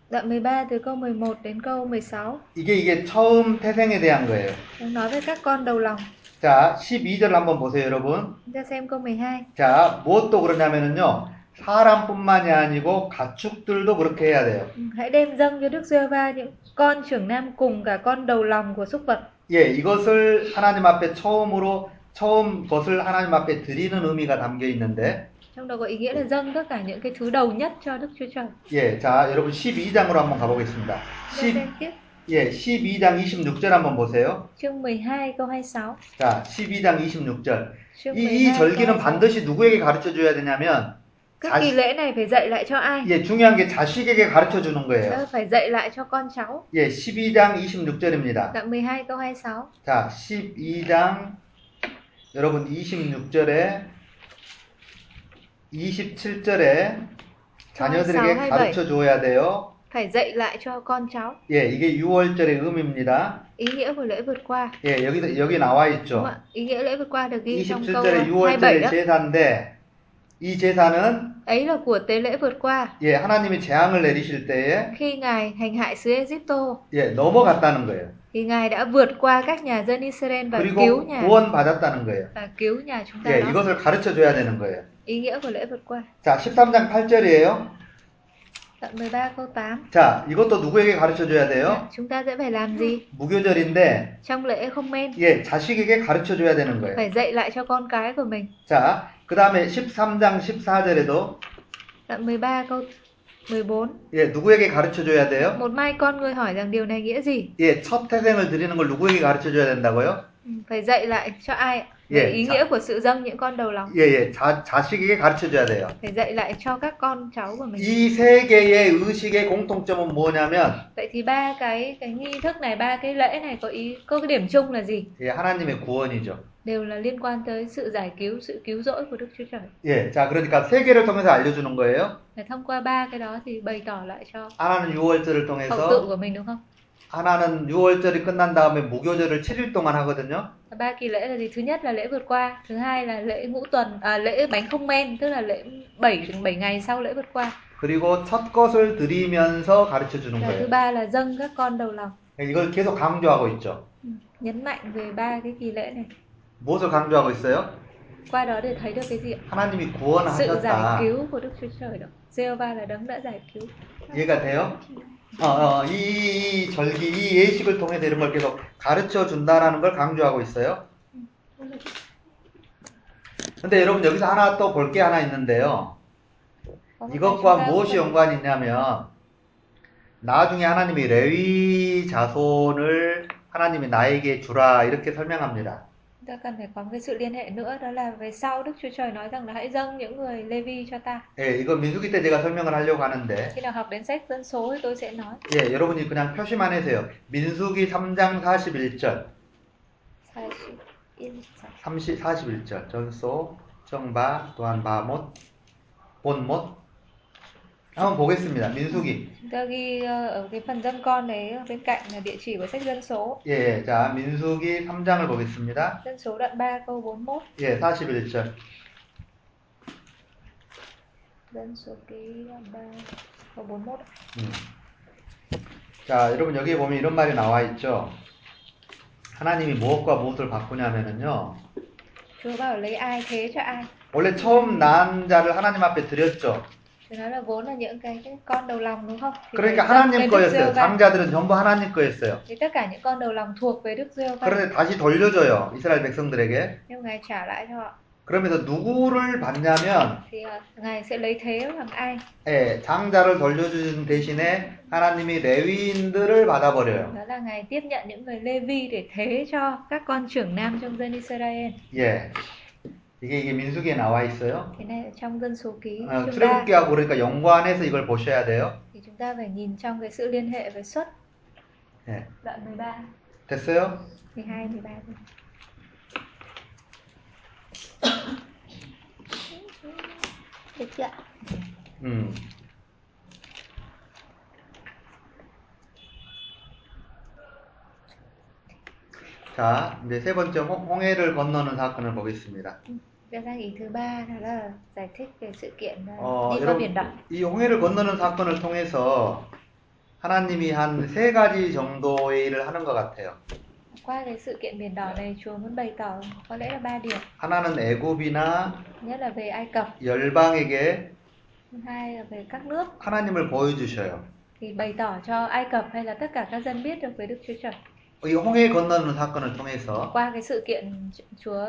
Đoạn 13 từ câu 11 đến câu 16, 이게 이게 처음 태생에 대한 거예요. nó nói về các con đầu lòng. 자, 12절 한번 보세요, 여러분. Chúng ta xem câu 12. 자, 무엇도 그러냐면은요. 사람뿐만이 아니고 가축들도 그렇게 해야 돼요. Ừ, Hãy đem dâng cho Đức Giê-hô-va những con trưởng nam cùng cả con đầu lòng của súc vật. 예, 이것을 하나님 앞에 처음으로 처음 것을 하나님 앞에 드리는 의미가 담겨 있는데 Trong đó có ý nghĩa là dâng tất cả những cái thứ đầu nhất cho Đức Chúa Trời. 예, 자, 여러분 12장으로 한번 가보겠습니다. Chúng ta 10, xem tiếp 예, 12장 26절 한번 보세요. chương 12 câu 26. 자, 12장 26절. Chương 이, 이 12 câu 절기는 26. 반드시 누구에게 가르쳐 줘야 되냐면, Các 자식- kỳ lễ này phải dạy lại cho ai? 예, 중요한 게 자식에게 가르쳐 주는 Đó, 거예요. phải dạy lại cho con cháu. 예, 12장 26절입니다. Đoạn 12 câu 26. 자, 12장, 여러분 26절에, 27절에 어, 자녀들에게 사와이바이. 가르쳐 줘야 돼요. Phải dạy lại cho con cháu. 예, 이게 6월절의 의미입니다. Ý nghĩa của lễ vượt qua. 예, 여기, 여기 나와 Đúng 있죠. không ạ? Ý nghĩa lễ vượt qua được ghi trong câu 27절에 27 6월절의 đó. 제사인데 이 제사는 Ấy là của tế lễ vượt qua. 예 하나님이 재앙을 내리실 때에 Khi Ngài hành hại xứ Egypto, 예 넘어갔다는 거예요. thì Ngài đã vượt qua các nhà dân Israel và cứu 그리고 nhà 구원받았다는 거예요. và cứu nhà chúng ta 예 đó. 이것을 가르쳐 줘야 되는 거예요. Ý nghĩa của lễ vượt qua. 자 13장 8절이에요. Đoạn 13 câu 8. 자 이것도 누구에게 가르쳐 줘야 돼요? Chúng ta sẽ phải làm gì? 무교절인데 Trong lễ không men 예 자식에게 가르쳐 줘야 되는 거예요. phải dạy lại cho con cái của mình. 자 그다음에 13장 14절에도 Đoạn 13 câu 14. 예 누구에게 가르쳐 줘야 돼요? Một mai con người hỏi rằng điều này nghĩa gì? 예첫 태생을 드리는 걸 누구에게 가르쳐 줘야 된다고요? Ừ, Phải dạy lại cho ai? ạ? Dạ, Về ý dạ. nghĩa của sự dâng những con đầu lòng. 예예 자 자식에게 가르쳐 줘야 돼요. Phải dạy lại cho các con cháu của mình. 이 세 개의 의식의 공통점은 뭐냐면 Vậy thì ba cái cái nghi thức này, ba cái lễ này có ý có cái điểm chung là gì? 예, 하나님의 구원이죠. Đều là liên quan tới sự giải cứu, sự cứu rỗi của Đức Chúa Trời. 예, 자 그러니까 세 개를 통해서 알려주는 거예요. Và thông qua ba cái đó thì bày tỏ lại cho 하나는 유월절을 hậu tự 통해서 của mình đúng không? 하나는 유월절이 끝난 다음에 무교절을 7일 동안 하거든요. Ba kỳ lễ là gì? Thứ nhất là lễ vượt qua, thứ hai là lễ ngũ tuần, à, lễ bánh không men, tức là lễ 7 bảy ngày sau lễ vượt qua. 그리고 첫 것을 드리면서 가르쳐 주는 Và thứ 거예요. 그러니까 ba là dâng các con đầu lòng. 이걸 계속 강조하고 있죠. Nhấn mạnh về ba cái kỳ lễ này. 무엇을 강조하고 있어요? Qua đó để thấy được cái gì? ạ? 하나님이 Sự giải 구원하셨다. cứu của Đức Chúa Trời đó. Jehovah là đấng đã giải cứu. 이해가 돼요? 어, 어, 이, 이, 이 절기, 이 예식을 통해서 이런 걸 계속 가르쳐 준다라는 걸 강조하고 있어요. 근데 여러분 여기서 하나 또 볼 게 하나 있는데요. Có một cái chúng 이것과 ta không- 무엇이 연관이 있냐면 나중에 하나님이 레위 자손을 하나님이 나에게 주라 이렇게 설명합니다. Chúng ta cần phải có một cái sự liên hệ nữa đó là về sau Đức Chúa Trời nói rằng là hãy dâng những người Levi cho ta. 예, 이거 민수기 때 제가 설명을 하려고 하는데 Khi nào học đến sách dân số thì tôi sẽ nói. 예, 여러분이 그냥 표시만 해세요. 민수기 3장 41절, 41절. 30, 41절, 전소, 정바, 또한 바못, 본못. 한번 보겠습니다. 민수기. Chúng ta ghi ờ, ở cái phần dân con đấy ở bên cạnh là địa chỉ của sách dân số. 예, 자, 민수기 3장을 보겠습니다. Dân số đoạn 3 câu 41. 예, 41절. Dân số ký đoạn 3 câu 41. 음. 자, 여러분 여기에 보면 이런 말이 나와 있죠. 하나님이 무엇과 무엇을 바꾸냐면은요. Chúa bảo lấy ai thế cho ai. 원래 처음 낳은 자를 하나님 앞에 드렸죠. Chúa nói là vốn là những cái, cái con đầu lòng đúng không? Thì phải 그러니까 dâng 하나님 lên Đức 거였어요. Giê-hô-va. 장자들은 전부 하나님 거였어요. Thì tất cả những con đầu lòng thuộc về Đức Giê-hô-va. 그런데 다시 돌려줘요. 이스라엘 백성들에게. Nhưng Ngài trả lại cho họ. 그러면서 누구를 받냐면 Thì ờ, Ngài sẽ lấy thế bằng ai. 예, 장자를 돌려주는 대신에 하나님이 레위인들을 받아버려요. Đó là Ngài tiếp nhận những người Levi để thế cho các con trưởng nam trong dân Israel. 예. 이게 이게 민수기에 나와 있어요. Thế này ở trong dân số ký 어, chương 3 출애굽기하고 그러니까 연관해서 이걸 보셔야 돼요. thì chúng ta phải nhìn trong cái sự liên hệ với xuất 예. đoạn 13, 됐어요? 12, 13. Được chưa? ạ? 음. 자, 이제 세 번째 홍- 홍해를 건너는 사건을 보겠습니다. Ra sang ý thứ ba đó là giải thích về sự kiện ờ, 어, đi qua biển 여러분, đỏ. 이 홍해를 건너는 사건을 통해서 하나님이 한 세 가지 정도의 일을 하는 것 같아요. Qua cái sự kiện biển đỏ này Chúa muốn bày tỏ có lẽ là ba điểm. 하나는 애굽이나 Thứ Nhất là về Ai Cập, 열방에게 thứ hai là về các nước 하나님을 보여주셔요. thì bày tỏ cho Ai Cập hay là tất cả các dân biết được về Đức Chúa Trời. 이 홍해 건너는 사건을 통해서 Qua cái sự kiện Chúa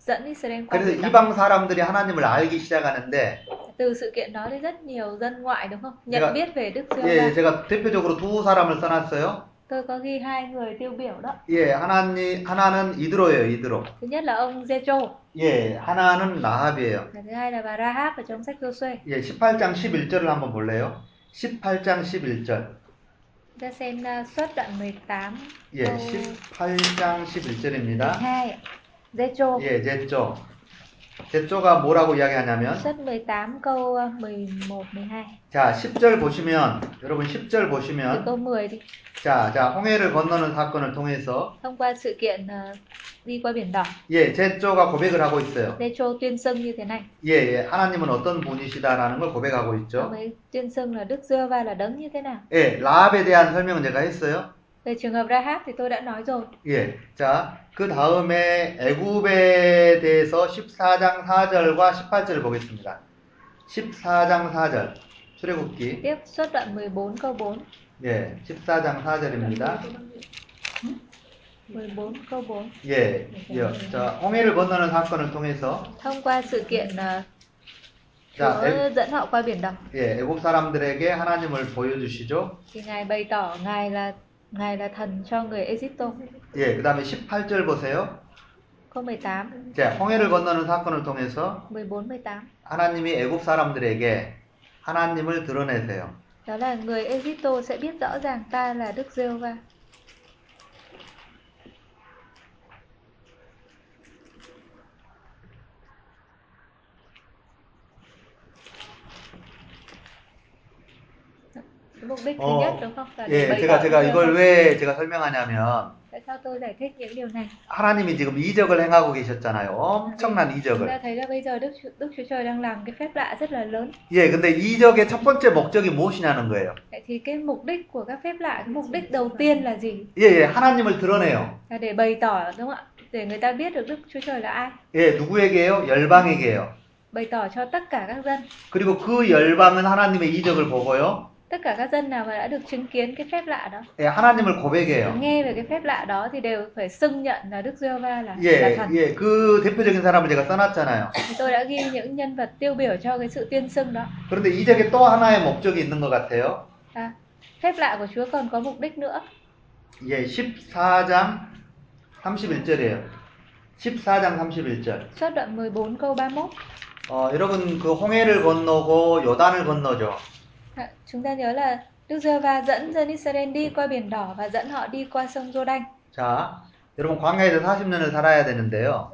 dẫn Israel qua 그래서 biển đỏ. 이방 사람들이 하나님을 알기 시작하는데 từ sự kiện đó thì rất nhiều dân ngoại đúng không nhận Dạ. biết về đức giê va 예, 제가 대표적으로 두 사람을 써놨어요. tôi có ghi hai người tiêu biểu đó 예, 하나님, 하나는 이드로예요, 이드로. thứ nhất là ông Jethro 예, 하나는 나합이에요. và thứ hai là bà Rahab ở trong sách Joshua 예, 18장 11절을 한번 볼래요? 18장 11절. chúng ta xem uh, xuất đoạn 18 예, 네. 18장 11절입니다. 2 Jethro 예, 제쪼. 제쪼가 뭐라고 이야기하냐면, xuất 18 câu uh, 11 12 자, 10절 보시면, 여러분 10절 từ 보시면, câu 10 đi 자, 자, 홍해를 건너는 사건을 통해서, thông qua sự kiện uh, đi qua biển đỏ 예, 제쪼가 고백을 하고 있어요. Jethro tuyên xưng như thế này 예, 예, 하나님은 어떤 분이시다라는 걸 고백하고 ông 있죠. ấy tuyên xưng là đức giê va là đấng như thế nào 예, 라합에 대한 설명은 제가 했어요. về trường hợp Rahab thì tôi đã nói rồi 예, 자, 그 다음에 애굽에 대해서 14장 4절과 18절을 보겠습니다. 14장 4절, 출애굽기. tiếp xuất đoạn 14 câu 4 예, 14장 4절입니다. 14 câu 4 예, 예, 자, 홍해를 건너는 사건을 통해서, thông qua sự kiện uh, 자, 애, Chúa dẫn họ qua biển đỏ 예, 애굽 사람들에게 하나님을 보여주시죠. thì ngài bày tỏ ngài là ngài là thần cho người Egypto 예, 그 다음에 18절 보세요. câu 18 자, 홍해를 건너는 사건을 통해서 14 18 하나님이 애굽 사람들에게 하나님을 드러내세요. đó là người Egypto sẽ biết rõ ràng ta là Đức Giê-hô-va mục đích thứ Ồ, nhất đúng không là để 예, bày 제가 tỏ 제가 Đức 이걸 Giê-hô-va. 왜 제가 설명하냐면 tại sao tôi giải thích những điều này 하나님이 지금 이적을 행하고 계셨잖아요. 엄청난 chúng ta 이적을. thấy là bây giờ Đức Chúa- Đức Chúa Trời đang làm cái phép lạ rất là lớn 예, 근데 이적의 첫 번째 목적이 무엇이냐는 거예요. Vậy thì cái mục đích của các phép lạ, cái mục đích đầu tiên là gì? 예, 예, 하나님을 드러내요. Là để bày tỏ đúng không ạ? Để người ta biết được Đức Chúa Trời là ai. 예, 누구에게요? 열방에게요. Bày tỏ cho tất cả các dân. 그리고 그 열방은 하나님의 이적을 보고요. Tất cả các dân nào mà đã được chứng kiến cái phép lạ đó, 예, 하나님을 고백해요. nghe về cái phép lạ đó thì đều phải xưng nhận là Đức Giê-hô-va là là 예, thần. 예, 그 대표적인 사람을 제가 써놨잖아요. Thì Tôi đã ghi những nhân vật tiêu biểu cho cái sự tuyên xưng đó. 그런데 이적에 또 하나의 목적이 있는 것 같아요. À, phép lạ của Chúa còn có mục đích nữa. 예, 14장 31절이에요. 14장 31절. Chốt đoạn 14 câu 31. 어, 여러분 그 홍해를 건너고 요단을 건너죠. À, Chúng ta nhớ là Đức giê va dẫn dân Israel đi qua biển đỏ và dẫn họ đi qua sông Giô Đanh. 자, 여러분 광야에서 40년을 살아야 되는데요.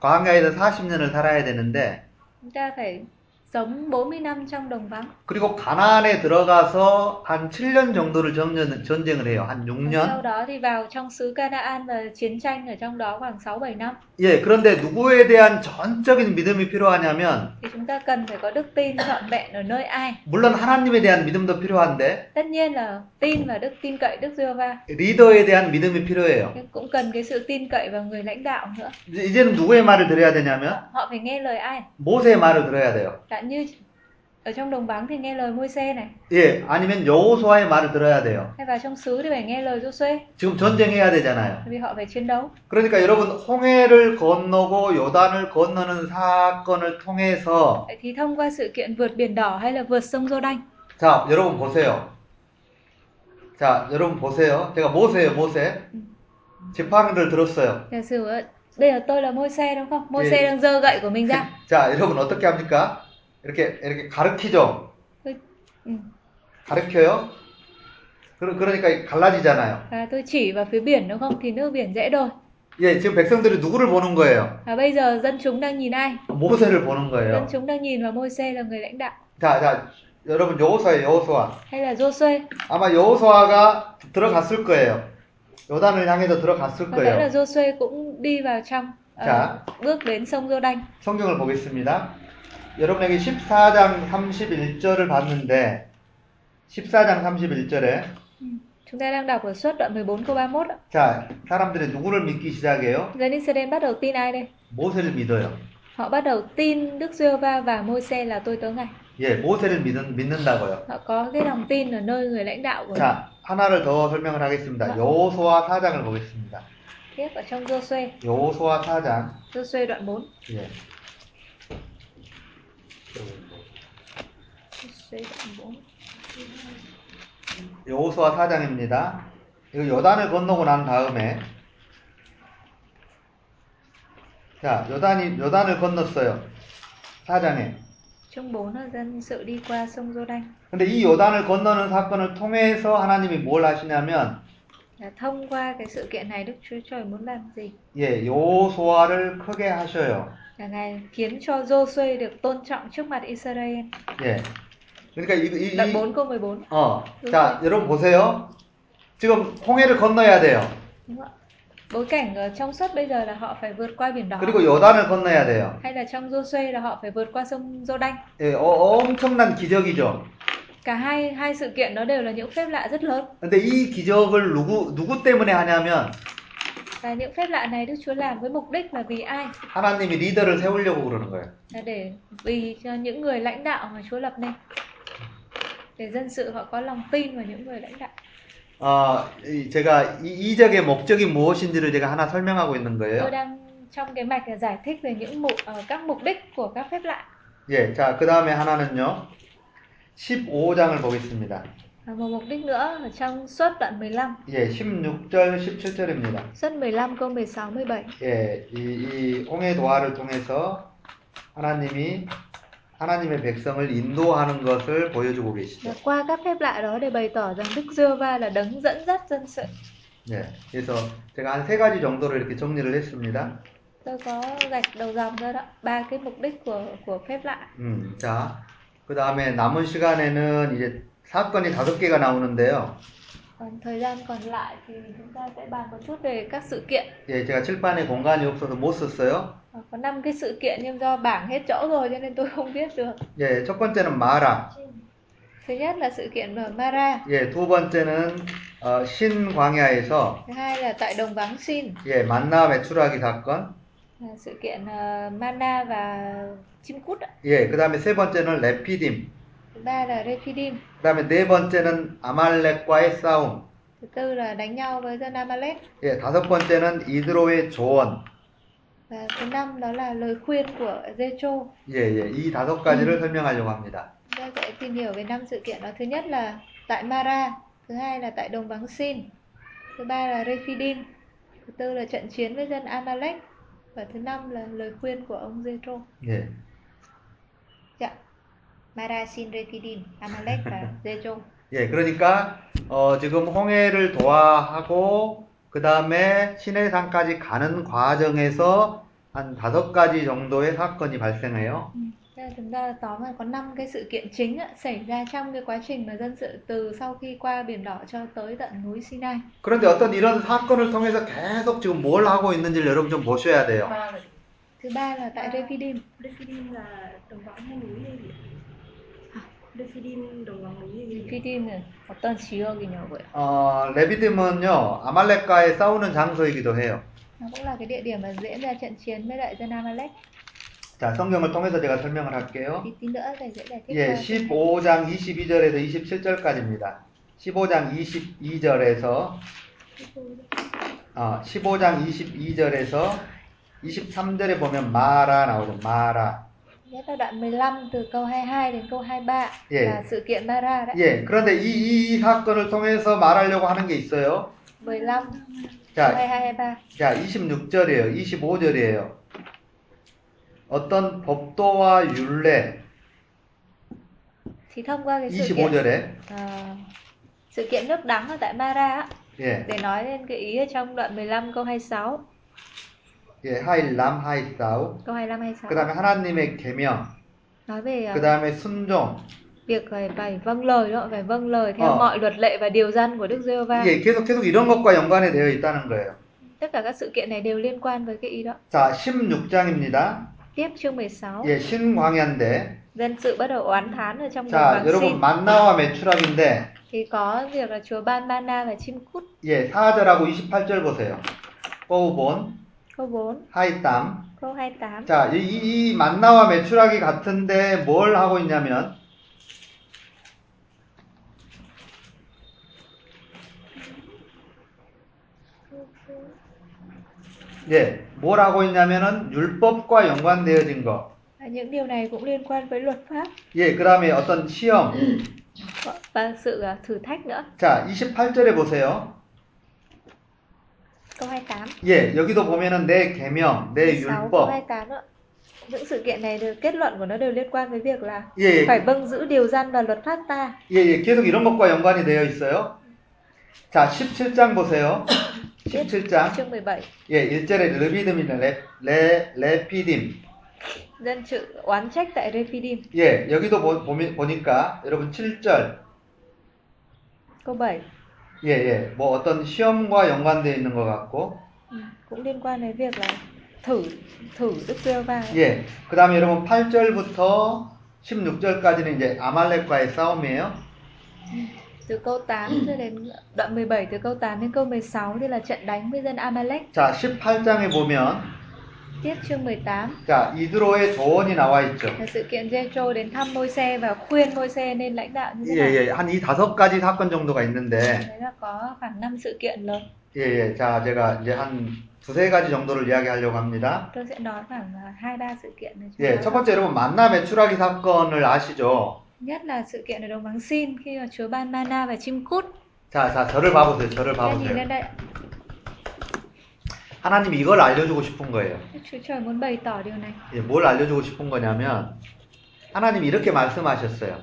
광야에서 40년을 살아야 되는데 Chúng ta phải sống 40 năm trong đồng vắng. 그리고 가나안에 들어가서 한 7년 정도를 전쟁, 전쟁을 해요. 한 Và 6년. sau đó thì vào trong xứ Canaan và chiến tranh ở trong đó khoảng 6 7 năm. 예, 그런데 누구에 대한 전적인 믿음이 필요하냐면 Thì chúng ta cần phải có đức tin trọn vẹn ở nơi ai? 물론 하나님에 대한 믿음도 필요한데 Tất nhiên là tin và đức tin cậy Đức giê va 리더에 대한 믿음이 필요해요. nhưng cũng cần cái sự tin cậy vào người lãnh đạo nữa. 이제- 이제는 누구의 말을 들어야 되냐면 Họ phải nghe lời ai? 모세의 말을 들어야 돼요. Đã như ở trong đồng vắng thì nghe lời Môi-se này, 예, 아니면 여호수아의 말을 들어야 돼요. hay vào trong xứ thì phải nghe lời Giô-suê 지금 전쟁해야 되잖아요. vì họ phải chiến đấu. 그러니까 여러분 홍해를 건너고 요단을 건너는 사건을 통해서 Vậy thì thông qua sự kiện vượt biển đỏ hay là vượt sông Giô Đanh. 자 여러분 보세요. 자 여러분 보세요. 제가 모세요 모세. 지팡이를 들었어요. Giả sử ờ, bây giờ tôi là Môi-se đúng không? Thì- Môi-se đang giơ gậy của mình [laughs] ra. 자 여러분 어떻게 합니까? 이렇게 이렇게 가르키죠. Ừ. 가르켜요. 그러- 그러니까 갈라지잖아요. Và À, tôi chỉ vào phía biển đúng không? Thì nước biển dễ đổi. 예, 지금 백성들이 누구를 보는 거예요? Và bây giờ dân chúng đang nhìn ai? 모세를 Dân 보는 거예요. chúng đang nhìn vào Môi-se là người lãnh đạo 자, 자, 여러분 여호수아예요, 여호수아. hay là Giô-suê? 아마 여호수아가 들어갔을 거예요. 요단을 향해서 들어갔을 Và đó là 거예요. Giô-suê cũng đi vào trong ờ, Dạ. bước đến sông Giô-đanh. 성경을 보겠습니다. 여러분에게 14장 31절을 봤는데 14장 31절에 Chúng ta đang đọc ở suất đoạn 14 câu 31 ạ. 자, 사람들이 누구를 믿기 시작해요? Dân Israel bắt đầu tin ai đây? 모세를 믿어요. Họ bắt đầu tin Đức giê va và Môi-se là tôi tớ ngài. 예, 모세를 믿는, 믿는다고요. Họ có cái lòng tin ở nơi người lãnh đạo của họ. 자, 하나를 더 설명을 하겠습니다. 여호수아 4장을 보겠습니다. Tiếp ở trong Giô-suê, 여호수아 4장 Giô-suê đoạn 4. 예. Giô-suê đoạn 4. 여호수아 4장입니다. 이거 요단을 건너고 난 다음에 자 요단이 요단을 건넜어요. 4장에. Trong 4 là dân sự đi qua sông Giô-đanh. 근데 이 요단을 건너는 사건을 통해서 하나님이 뭘 하시냐면 Là thông qua cái sự kiện này Đức Chúa Trời muốn làm gì? 예 여호수아를 크게 하셔요. Là Ngài khiến cho Giô-suê được tôn trọng trước mặt Israel. 예. 그러니까 이, 이, Đoạn 이 4 câu 14. 어. 자 여러분 보세요. 지금 홍해를 건너야 돼요. Đúng không ạ? Bối cảnh ở trong suất bây giờ là họ phải vượt qua biển đỏ. 그리고 요단을 건너야 돼요. Hay là trong Giô-suê là họ phải vượt qua sông Giô-đanh. 예, 어- 엄청난 기적이죠. cả hai hai sự kiện đó đều là những phép lạ rất lớn 근데 이 기적을 누구 누구 때문에 하냐면 và những phép lạ này Đức Chúa làm với mục đích là vì ai 하나님이 리더를 세우려고 그러는 거예요. là để vì cho những người lãnh đạo mà Chúa lập nên để dân sự họ có lòng tin vào những người lãnh đạo 어, 이- 제가 이, 이적의 목적이 무엇인지를 제가 하나 설명하고 있는 tôi 거예요. đang trong cái mạch là giải thích về những mục ờ, các mục đích của các phép lạ 예, 자, 그 다음에 하나는요. 15장을 보겠습니다. và một mục đích nữa ở trong suất đoạn 15 예, 16절, 17절입니다. suất 15 câu 16 17 예, 이, 이 홍해 도하를 통해서 하나님이 하나님의 백성을 인도하는 것을 보여주고 là 계시죠. qua các phép lạ đó để bày tỏ rằng Đức Giê va là đấng dẫn dắt dân sự 예, 그래서 제가 한 세 가지 정도로 이렇게 정리를 했습니다. tôi có gạch đầu dòng ra đó ba cái mục đích của của phép lạ 음, 자, 그 다음에 남은 시간에는 이제 사건이 다섯 개가 나오는데요. Còn thời gian còn lại thì chúng ta sẽ bàn một chút về các sự kiện. 예, 제가 칠판에 공간이 없어서 못 썼어요. Ờ, Có 5 cái sự kiện nhưng do bảng hết chỗ rồi cho nên tôi không viết được. 예, 첫 번째는 마라. Thứ nhất là sự kiện ở Mara, 예, 두 번째는 어, 신광야에서 thứ hai là tại đồng vắng Sin, 예, 만나 매출하기 사건. là sự kiện ờ, Mana và chim cút. ạ. 예, 그 다음에 세 번째는 레피딤. Thứ ba là Rephidim, 그 다음에 네 번째는 아말렉과의 싸움. thứ tư là đánh nhau với dân Amalek 예, 다섯 번째는 이드로의 조언. và thứ năm đó là lời khuyên của Jethro. 예, 예, 이 다섯 가지를 설명하려고 합니다. Chúng ta sẽ tìm hiểu về năm sự kiện đó. Thứ nhất là tại Mara, thứ hai là tại đồng vắng Sin thứ ba là Rephidim thứ tư là trận chiến với dân Amalek và thứ năm là lời khuyên của ông Jethro 예. dạ Mara Sin Rephidim Amalek và Jethro 예, 그러니까 어, 지금 홍해를 도화하고 그 다음에 신해산까지 가는 과정에서 한 다섯 가지 정도의 사건이 발생해요. Thế là chúng ta tóm là có 5 cái sự kiện chính ạ, xảy ra trong cái quá trình mà dân sự từ sau khi qua biển đỏ cho tới tận núi Sinai. 그런데 어떤 이런 사건을 통해서 계속 지금 뭘 하고 있는지를 여러분 좀 보셔야 돼요. ba là Thứ ba là tại Rephidim. Rephidim là đồng vắng hay núi hay gì? ạ? Rephidim đồng vắng núi hay gì? ạ? Rephidim là 어떤 지역이냐고요? 어, 레비딤은요 아말렉과의 싸우는 장소이기도 해요. Nó cũng là cái địa điểm mà diễn ra trận chiến với lại dân Amalek. 자, 성경을 통해서 제가 설명을 할게요. Tí, tí nữa thầy sẽ giải thích. 예, qua. 15장 22절에서 27절까지입니다. 15장 22절에서 어, 15장 22절에서 23절에 보면 마라 나오죠. 마라. Nhất là đoạn 15 từ câu 22 đến câu 23 예. là sự kiện Mara đấy. 예, 그런데 이, 이, 이 사건을 통해서 말하려고 하는 게 있어요. 15, câu 자, 22, 23. 자 26절이에요. 25절이에요. 어떤 법도와 율례 Thì thông qua cái sự kiện 25절에 ờ, sự kiện nước đắng ở tại Mara á, 예, để nói lên cái ý ở trong đoạn 15 câu 26, 예, 하일 람 하일 사우 câu 25 26. 그 다음에 하나님의 계명 nói về à, 그 다음에 순종 việc phải, phải vâng lời đó phải vâng lời theo Ờ. mọi luật lệ và điều răn của đức giê va 이게 계속 계속 이런 것과 연관이 되어 있다는 거예요. tất cả các sự kiện này đều liên quan với cái ý đó 자, 16장입니다. tiếp chương 16 예, 신광야인데. dân sự bắt đầu oán thán ở trong đồng 자, bằng 여러분 Sin 만나와 매출학인데 thì có việc là chúa ban mana và chim cút 예, 4절하고 28절 보세요. 꼬우본, câu 4 하이땀. câu 28 자, 이, 이, 이 만나와 매출학이 같은데 뭘 하고 있냐면 예, 뭘 하고 있냐면은 율법과 연관되어진 거. Và những điều này cũng liên quan với luật pháp 예, 그다음에 어떤 시험. và sự à, thử thách nữa 자, 28절에 보세요. câu 28 예, 여기도 보면은 내 계명, 내 16 câu 율법. 28 nữa những sự kiện này đều kết luận của nó đều liên quan với việc là 예, 예, phải vâng giữ điều răn và luật pháp ta 예, 예, 계속 이런 것과 연관이 되어 있어요. 자, 17장 보세요. 예. 17장. chương 17 예, 1절에 르비듬이나 레, 레, 레피딤. dân sự oán trách tại Rephidim 예, 여기도 보, 보미- 보니까 여러분 7절. câu 7 예, 예. 뭐 어떤 시험과 연관되어 있는 것 같고. ừ, cũng liên quan đến việc là thử thử Đức Giê va 예. 그다음에 여러분 8절부터 16절까지는 이제 아말렉과의 싸움이에요. từ câu 8 cho đến đoạn 17 từ câu 8 đến câu 16 thì là trận đánh với dân Amalek 자, 18장에 보면 tiếp chương 18 자, 이드로의 조언이 나와 있죠. là sự kiện Jethro đến thăm Môi-se và khuyên Môi-se nên lãnh đạo như thế 예, nào 예. 한 이 다섯 가지 사건 정도가 있는데, đấy là có khoảng 5 sự kiện lớn 예, 예. 자, 제가 이제 한 두세 가지 정도를 이야기하려고 합니다. tôi sẽ nói khoảng à, hai ba sự kiện này cho 예, nó- 첫 번째 여러분, 만남의 추락이 사건을 아시죠? nhất là sự kiện ở đồng bằng Sin khi mà Chúa ban mana và chim cút 자, 자, 저를 봐보세요. 저를 Các em nhìn lên 봐보세요. đây 하나님이 이걸 알려주고 싶은 거예요. Đức Chúa Trời muốn bày tỏ điều này 예, 뭘 알려주고 싶은 거냐면, 하나님이 이렇게 말씀하셨어요.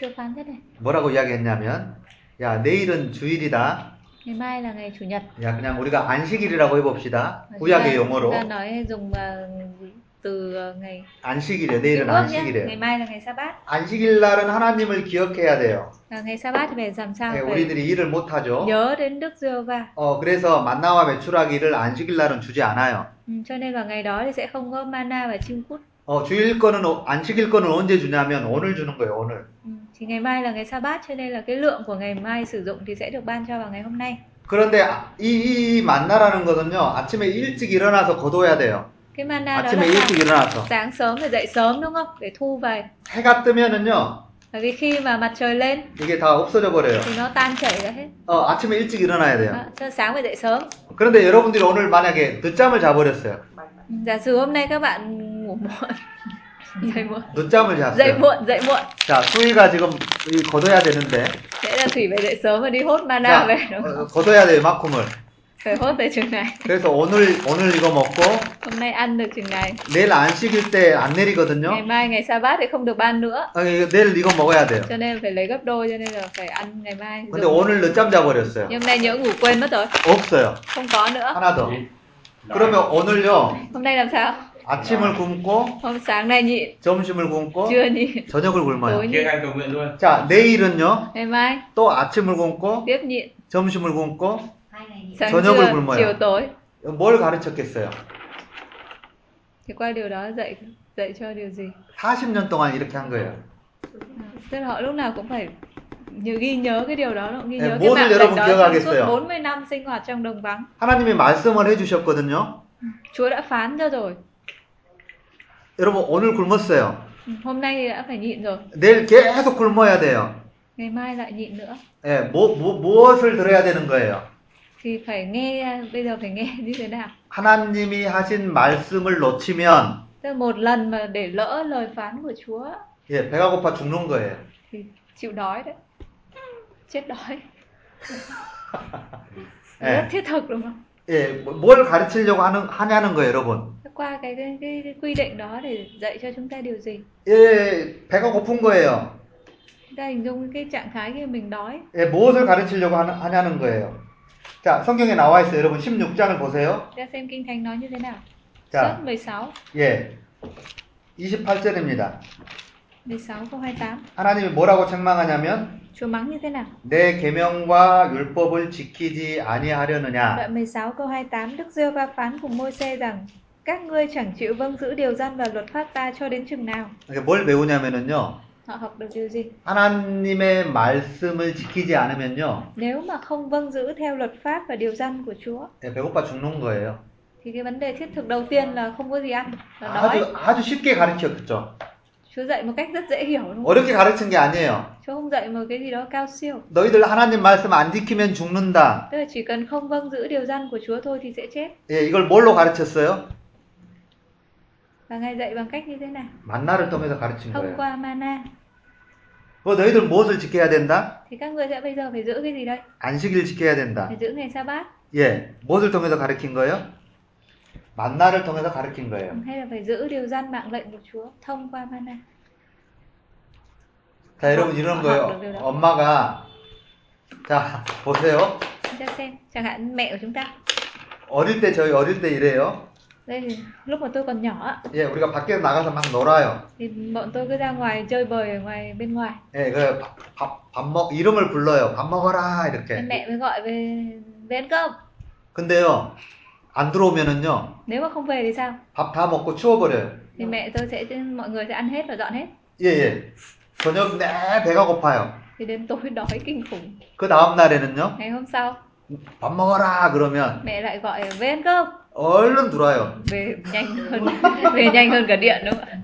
Chúa phán thế này 뭐라고 이야기했냐면, 야, 내일은 주일이다. ngày mai là ngày chủ nhật 야, 그냥 우리가 안식일이라고 해봅시다. Và chúng 구약의 ta, chúng 용어로. ta nói dùng uh, từ uh, ngày 안식일이에요. 내일은 Trung Quốc nhá. ngày 안식일이에요. mai là ngày sa bát 안식일 날은 하나님을 기억해야 돼요. và À, ngày sa bát thì phải làm sao 예, phải 우리들이 일을 못하죠. nhớ đến Đức giê va 어, 그래서 만나와 매출하기를 안식일 날은 주지 않아요. ừ, cho nên vào ngày đó thì sẽ không có mana và chim cút 어, 주일 거는, 어- 안식일 거는 언제 주냐면 오늘 주는 거예요, 오늘. ừ, thì ngày mai là ngày sa bát cho nên là cái lượng của ngày mai sử dụng thì sẽ được ban cho vào ngày hôm nay 그런데 아- 이, 이, 이 만나라는 거는요, 아침에 일찍 일어나서 거둬야 돼요. cái mana đó là 아침에 sao 일찍 일어나서. sáng sớm phải dậy sớm đúng không để thu về 해가 뜨면은요, bởi vì khi mà mặt trời lên 이게 다 없어져 버려요. thì nó tan chảy ra hết 어, 아침에 일찍 일어나야 돼요. Đó, cho sáng phải dậy sớm 그런데 여러분들이 오늘 만약에 늦잠을 자버렸어요. Ừ, giả sử hôm nay các bạn ngủ muộn [laughs] dậy muộn 늦잠을 잤어요. dậy muộn dậy muộ 자, 수희가 지금 이 걷어야 되는데. thế là thủy phải dậy sớm và đi hốt mana 자, về đúng không? 어, 걷어야 돼요, 마쿰을. phải hốt về chừng này 그래서 오늘, 오늘 이거 먹고, hôm nay ăn được chừng này 내일 안 식을 때 안 내리거든요. ngày mai ngày sa bát thì không được ban nữa 어, 이거 내일 이거 먹어야 돼요. cho nên phải lấy gấp đôi cho nên là phải ăn ngày mai 근데 dùng. 오늘 늦잠 자버렸어요. nhưng hôm nay nhớ ngủ quên mất rồi 없어요. không có nữa 하나 네. 더. 그러면 오늘요, hôm nay làm sao 아침을 굶고, hôm sáng nay nhịn 점심을 굶고, trưa nhịn 저녁을 굶어요. tối kia nhịn ăn cầu nguyện luôn 자, 내일은요, ngày mai 또 아침을 굶고, tiếp nhịn 점심을 굶고, sáng Cho nhớ buổi buổi trưa mà. chiều tối 뭘 가르쳤겠어요? thì qua điều đó dạy dạy cho điều gì 40년 동안 이렇게 한 거예요. tức là họ lúc nào cũng phải nhớ ghi nhớ cái điều đó họ ghi 네, nhớ cái 모든 mạng 여러분 lệnh đó trong suốt 기억하겠어요. 40 năm sinh hoạt trong đồng vắng 하나님이 말씀을 해주셨거든요. Chúa đã phán cho rồi 여러분, 오늘 굶었어요. Ừ, hôm nay đã phải nhịn rồi 내일 계속 굶어야 돼요. ngày mai lại nhịn nữa 예, 뭐, 뭐, 무엇을 들어야 되는 거예요? thì phải nghe bây giờ phải nghe [laughs] như thế nào 하나님이 하신 말씀을 놓치면, tức là một lần mà để lỡ lời phán của Chúa 예, 배가 고파 죽는 거예요. thì chịu đói đấy chết [laughs] đói rất 예, thiết thực đúng không 예, 뭐- 뭘 가르치려고 하는, 하냐는 거예요, 여러분. Thế qua cái, cái, cái, cái quy định đó để dạy cho chúng ta điều gì 예, 배가 고픈 거예요. chúng ta hình dung cái trạng thái khi mình đói 예, 무엇을 가르치려고 하는- 하냐는 거예요. 자, 성경에 나와 있어요. 여러분, 16장을 보세요. ra xem kinh thánh nói như thế nào 자, Xuất 16 예. 28절입니다. 16 câu 28 하나님이 뭐라고 책망하냐면 Chúa mắng như thế nào 내 계명과 율법을 지키지 아니하려느냐. Đoạn 16 câu 28 Đức Giê-hô-va phán cùng Môi-se rằng các ngươi chẳng chịu vâng giữ điều răn và luật pháp ta cho đến chừng nào 이게 뭘 배우냐면은요. họ học được điều gì 하나님의 말씀을 지키지 않으면요. nếu mà không vâng giữ theo luật pháp và điều răn của Chúa 예, 배고파 죽는 거예요. thì cái vấn đề thiết thực đầu tiên là không có gì ăn là đói 아주 아주 쉽게 가르쳤죠. Chúa dạy một cách rất dễ hiểu đúng không? 어렵게 가르친 게 아니에요. Chúa không dạy một cái gì đó cao siêu 너희들 하나님 말씀 안 지키면 죽는다. tức là chỉ cần không vâng giữ điều răn của Chúa thôi thì sẽ chết 예, 이걸 뭘로 가르쳤어요? và Ngài dạy bằng cách như thế này 만나를 통해서 가르친 thông 거예요. qua mana 어, 너희들 무엇을 지켜야 된다? thì các người sẽ bây giờ phải giữ cái gì đây 안식일 지켜야 된다. phải giữ ngày sa bát 예, 무엇을 통해서 가르친 거예요? 만나를 통해서 가르친 거예요. hay là phải giữ điều răn mạng lệnh của Chúa thông qua mana 자, 여러분 이런 거예요. 엄마가 자 보세요. chúng ta xem chẳng hạn mẹ của chúng ta 어릴 때 저희 어릴 때 이래요. đây thì lúc mà tôi còn nhỏ á, 예, 우리가 밖에 나가서 막 놀아요. thì bọn tôi cứ ra ngoài chơi bời ở ngoài bên ngoài 예, 그밥밥먹 이름을 불러요. 밥 먹어라 이렇게. mẹ mới gọi về về ăn cơm 근데요 안 들어오면은요 nếu mà không về thì sao 밥 다 먹고 치워버려요. thì mẹ tôi sẽ mọi người sẽ ăn hết và dọn hết 예, 예. 저녁 내 배가 고파요. thì đến tối [laughs] đói kinh khủng 그 다음 날에는요 ngày hôm sau 밥 먹어라 그러면 mẹ lại gọi về ăn cơm 얼른 돌아요. về nhanh hơn về nhanh hơn cả điện đúng không ạ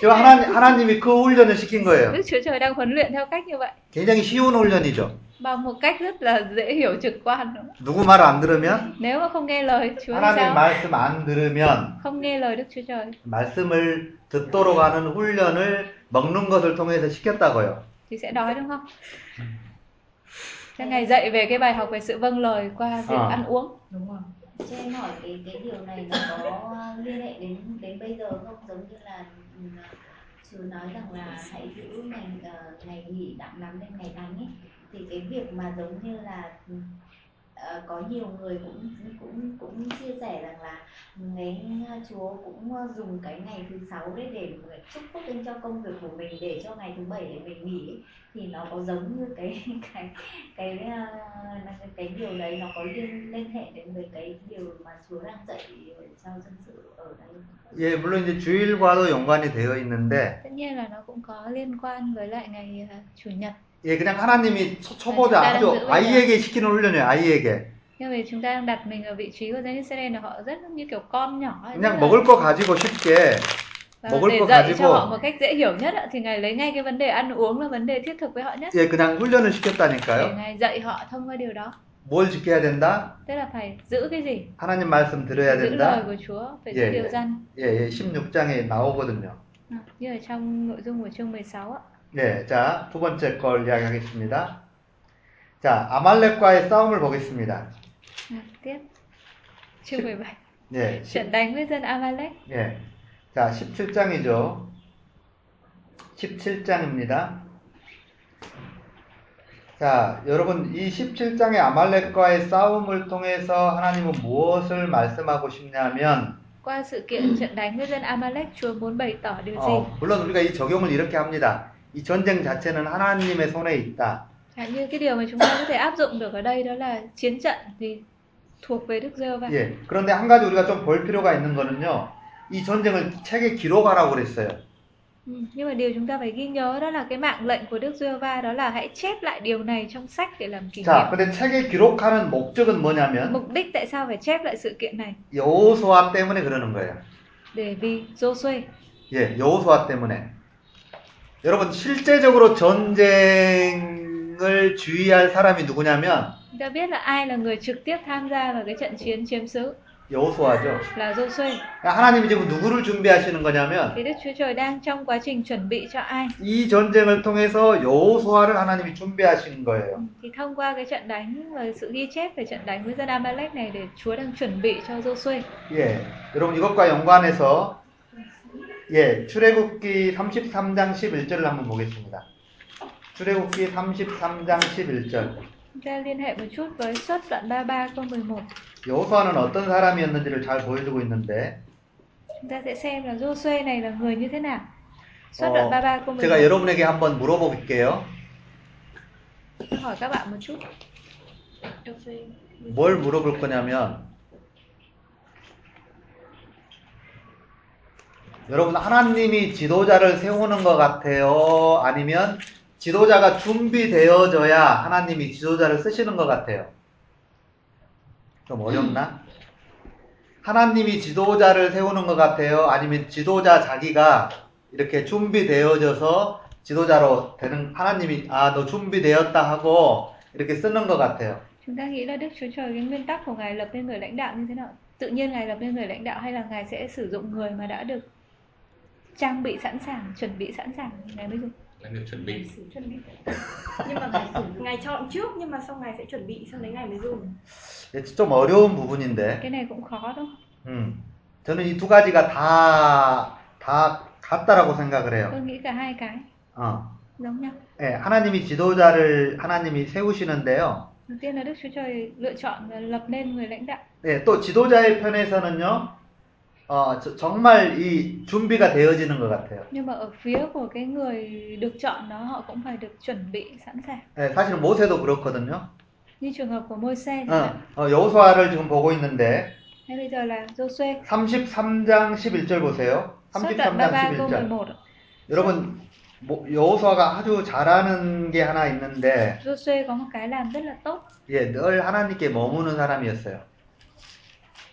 지금 하나님 하나님이 그 훈련을 시킨 거예요. Đức Chúa Trời đang huấn luyện theo cách như vậy 굉장히 쉬운 훈련이죠. bằng một cách rất là dễ hiểu trực quan đúng không? 누구 말 안 들으면 nếu mà không nghe lời Chúa thì 하나님 sao 말씀 안 들으면 không nghe lời Đức Chúa Trời 말씀을 듣도록 하는 훈련을 먹는 것을 통해서 시켰다고요. thì sẽ đói đúng không Thế ngày dạy về cái bài học về sự vâng lời qua việc Ờ. ăn uống đúng không Cho em hỏi cái cái điều này nó có liên hệ đến đến bây giờ không giống như là ừ, chú nói rằng là hãy giữ ngày ờ, ngày nghỉ đặng lắm lên ngày nắng ấy thì cái việc mà giống như là ừ, ờ, có nhiều người cũng cũng cũng chia sẻ rằng là ngày chúa cũng dùng cái ngày thứ sáu đấy để chúc phúc lên cho công việc của mình để cho ngày thứ bảy để mình nghỉ ấy. thì nó có giống như cái [laughs] cái cái ờ, cái điều đấy nó có liên liên hệ đến với cái điều mà Chúa đang dạy cho dân sự ở đây 예, 물론 이제 주일과도 연관이 되어 있는데, tất nhiên là nó cũng có liên quan với lại ngày à, chủ nhật 예, 그냥 하나님이 초, 초보자 네, 다른 아주 의미가- 아이에게 시키는 훈련이에요, 아이에게. nhưng mà chúng ta đang đặt mình ở vị trí của dân Israel là họ rất như kiểu con nhỏ ấy, rất 그냥 là- 먹을 거 가지고 쉽게, và 먹을 để 거 dạy cho 가지고- họ một cách dễ hiểu nhất ạ, thì ngài lấy ngay cái vấn đề ăn uống là vấn đề thiết thực với họ nhất 예, 그냥 훈련을 để 시켰다니까요. ngài dạy họ thông qua điều đó 뭘 지켜야 된다? tức là phải giữ cái gì 하나님 말씀 네, 들어야 phải giữ lời 된다? của Chúa phải Dạ, giữ điều dạ. răn 예, 예, 16장에 나오거든요. À, như ở trong nội dung của chương 16 ạ. 네, 자, 두 번째 걸 이야기하겠습니다. 자, 아말렉과의 싸움을 보겠습니다. À, tiếp. Chương 17. 네, 시- Trận đánh với dân Amalek. 예. 자, 17장이죠. 17장입니다. 자, 여러분, 이 17장의 아말렉과의 싸움을 통해서 하나님은 무엇을 말씀하고 싶냐면, Qua sự kiện trận đánh với dân Amalek, Chúa muốn bày tỏ điều gì? 어, 물론 우리가 이 적용을 이렇게 합니다. 이 전쟁 자체는 하나님의 손에 있다. À, như cái điều mà chúng ta có thể áp dụng được ở đây đó là chiến trận thì thuộc về Đức Giê-hô-va. 예. 그런데 한 가지 우리가 좀 볼 필요가 있는 거는요, 이 전쟁을 책에 기록하라고 그랬어요. Ừ, nhưng mà điều chúng ta phải ghi nhớ đó là cái mạng lệnh của Đức Giê-hô-va đó là hãy chép lại điều này trong sách để làm kỷ 자, niệm. 근데 책에 기록하는 목적은 뭐냐면, Mục đích tại sao phải chép lại sự kiện này? 여호수아 때문에 그러는 거예요. Để vì Joshua 예, 여호수아 때문에. 여러분 실제적으로 전쟁을 주의할 사람이 누구냐면 chúng ta biết là ai là người trực tiếp tham gia vào cái trận chiến chiếm xứ 여호수아죠. là Joshua. 하나님이 지금 누구를 준비하시는 거냐면 Thì Đức Chúa Trời đang trong quá trình chuẩn bị cho ai? 이 전쟁을 통해서 여호수아를 하나님이 준비하신 Ừ, 거예요. Thì thông qua cái trận đánh và sự ghi chép về trận đánh với dân Amalek này để Chúa đang chuẩn bị cho Joshua. 예, 여러분 이것과 연관해서 예, 출애굽기 33장 11절을 한번 보겠습니다. 출애굽기 33장 11절. Chúng ta liên hệ một chút với suất đoạn 33 câu 11. 여호수아는 어떤 사람이었는지를 잘 보여주고 있는데 Chúng ta sẽ xem là Joshua này là người như thế nào. Suất đoạn 어, 33 câu 11. 제가 여러분에게 한번 물어볼게요. Tôi hỏi các bạn một chút. 뭘 물어볼 거냐면 여러분 하나님이 지도자를 세우는 것 같아요? 아니면 지도자가 준비되어져야 하나님이 지도자를 쓰시는 것 같아요? 좀 어렵나? 하나님이 지도자를 세우는 것 같아요? 아니면 지도자 자기가 이렇게 준비되어져서 지도자로 되는 하나님이 아 너 준비되었다 하고 이렇게 쓰는 것 같아요? Chúng ta nghĩ là Đức Chúa Trời cái nguyên tắc của Ngài lập nên người lãnh đạo như thế nào? Tự nhiên Ngài lập nên người lãnh đạo hay là Ngài sẽ sử dụng người mà đã được trang bị sẵn sàng, chuẩn bị sẵn sàng thì Ngài mới dùng. đã được chuẩn bị chuẩn bị nhưng mà ngày ngày chọn trước nhưng mà sau ngày sẽ chuẩn bị xong đấy ngày mới dùng 예, 좀 어려운 부분인데, Cái này cũng khó đúng không? 음, 저는 이 두 가지가 다, 다 같다라고 생각을 Tôi 해요. nghĩ cả hai cái 어. giống nhau. 예, 하나님이 지도자를 하나님이 세우시는데요. Đầu tiên là Đức Chúa Trời lựa chọn và lập nên người lãnh đạo. 예, 또 지도자의 편에서는요, 어, 저- 정말 이 준비가 되어지는 것 같아요. Nhưng mà ở phía của cái người được chọn đó họ cũng phải được chuẩn bị sẵn sàng. 예, 사실 모세도 그렇거든요. Như trường hợp của Môi-se, 어, 어, 여호수아를 지금 보고 있는데, hay bây giờ là Joshua. 33장 11절 보세요. Suất đoạn 33 33장 câu 11절. 11. ạ. 여러분, 뭐- 여호수아가 아주 잘하는 게 하나 있는데, Joshua có một cái làm rất là tốt. 예, 늘 하나님께 머무는 사람이었어요.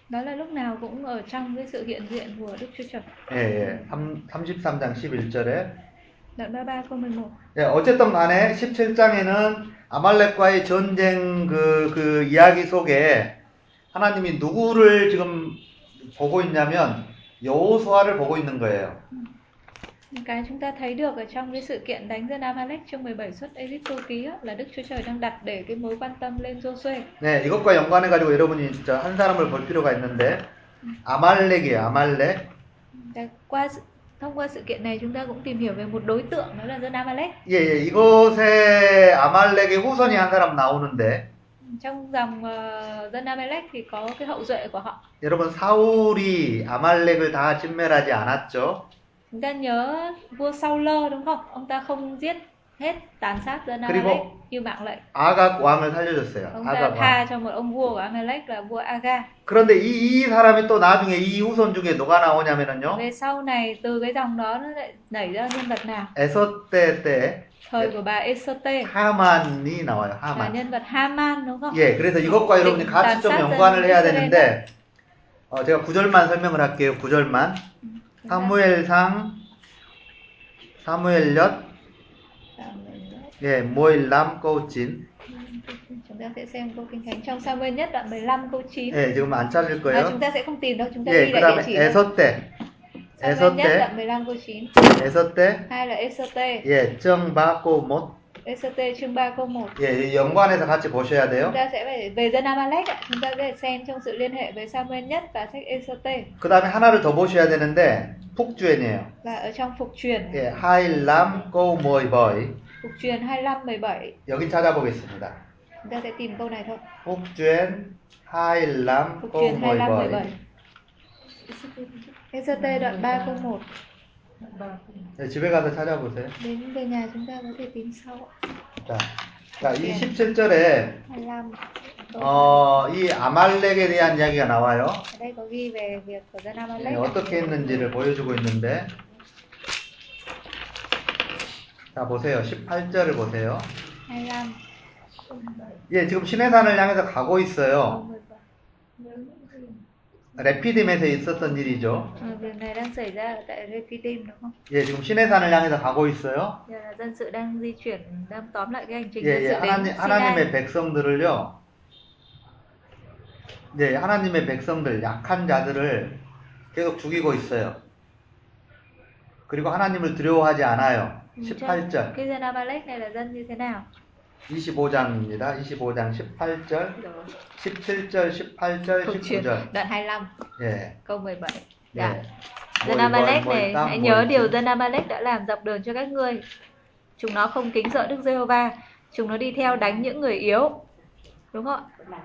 Đó là lúc nào cũng ở trong cái sự hiện diện của Đức Chúa Trời. 예, 예. 33장 11절에. 예, Đoạn 33 câu 11. 어쨌든 간에 17장에는 아말렉과의 전쟁 그, 그 이야기 속에 하나님이 누구를 지금 보고 있냐면 여호수아를 보고 있는 거예요. Những Cái chúng ta thấy được ở trong cái sự kiện đánh dân Amalek trong 17 suất Egypto ký á, là Đức Chúa Trời đang đặt để cái mối quan tâm lên Joshua. 네, 이것과 연관해가지고 여러분이 진짜 한 사람을 볼 필요가 있는데 아말렉이에요, 아말렉. Và qua sự- thông qua sự kiện này chúng ta cũng tìm hiểu về một đối tượng đó là dân Amalek. 예, 예, 이곳에 아말렉의 후손이 한 사람 나오는데 Trong dòng ờ, dân Amalek thì có cái hậu duệ của họ. 여러분 사울이 아말렉을 다 진멸하지 않았죠? Chúng ta nhớ vua Saul đúng không? Ông ta không giết hết tàn sát dân Cái đi Amalek bộ. như mạng lệnh. 아각 왕을 살려줬어요. Ông ta 아각 왕. tha cho một ông vua của Amalek là vua Aga. 그런데 이, 이 사람이 또 나중에 이 후손 중에 누가 나오냐면요. Về sau này từ cái dòng đó nó lại nảy ra nhân vật nào? 에서 때 때 Thời của bà 네. Esote 하만이 나와요. là 하만. nhân vật Haman đúng không? 예, 그래서 이것과 여러분이 같이 좀 연관을 해야 되는데 어, 제가 구절만 설명을 할게요. 구절만. Chúng ta 사무엘상 사무엘엿 Dạ, 예, 모일람 꼬우친. chúng ta sẽ xem câu kinh thánh trong Samuel nhất đoạn 15 câu 9. 예, 지금 안 찾을 À, 거예요. chúng ta sẽ không tìm đâu, chúng ta 예, ghi lại địa 그다음에 chỉ. thôi. 에서 때 애서 nhất 때 là 15 câu 9 애서 때 hai là ST 예, 정 받고 못 ST chương 3 câu 1 예, 이 연관해서 같이 보셔야 chúng 돼요. ta sẽ phải về dân Amalek ạ chúng ta sẽ phải xem trong sự liên hệ với Samuel nhất và sách ST 그다음에 하나를 더 보셔야 되는데 북주엔이에요. là ở trong phục truyền 예, 하일람 꼬모이 버이 phục truyền 25 17 여기 찾아보겠습니다. chúng ta sẽ tìm câu này thôi 북주엔 하일람 phục truyền 꼬모이 25 버이 17 ST đoạn 3 câu 1 예, 집에 가서 찾아보세요. đến về nhà chúng ta có thể tìm sau ạ. 자, 자, 이 17절에 25 câu 어, 이 아말렉에 대한 이야기가 나와요. Ở đây có ghi về việc của dân 예, Amalek 어떻게 했는지를 보여주고 있는데 자, 보세요. 18절을 보세요. 25 예, 지금 시내산을 향해서 가고 câu 있어요. 17 레피딤에서 있었던 일이죠. Ờ, Việc này đang xảy ra ở tại Refidim đúng không? 예, 지금 시내산을 향해서 가고 있어요. Giờ là dân sự đang di chuyển, đang tóm lại cái hành trình 예, dân 예, sự đến 하나님, Sinai. 하나님의 백성들을요. 예, 하나님의 백성들, 약한 자들을 계속 죽이고 있어요. 그리고 하나님을 두려워하지 않아요. Ừ, cho- 18절, Cái dân Amalek này là dân như thế nào? 25장입니다. 25장 18절, 17절, 18절, Câu chuyện 19절. đoạn 25 예, câu 17. Dạ. 예. Dân 모이, 모이, Amalek 모이, này, 땀, hãy 뭐 모이, nhớ điều 땀. dân Amalek đã làm dọc đường cho các ngươi. Chúng nó không kính sợ Đức Giê-hô-va, chúng nó đi theo đánh những người yếu. Đúng không ạ?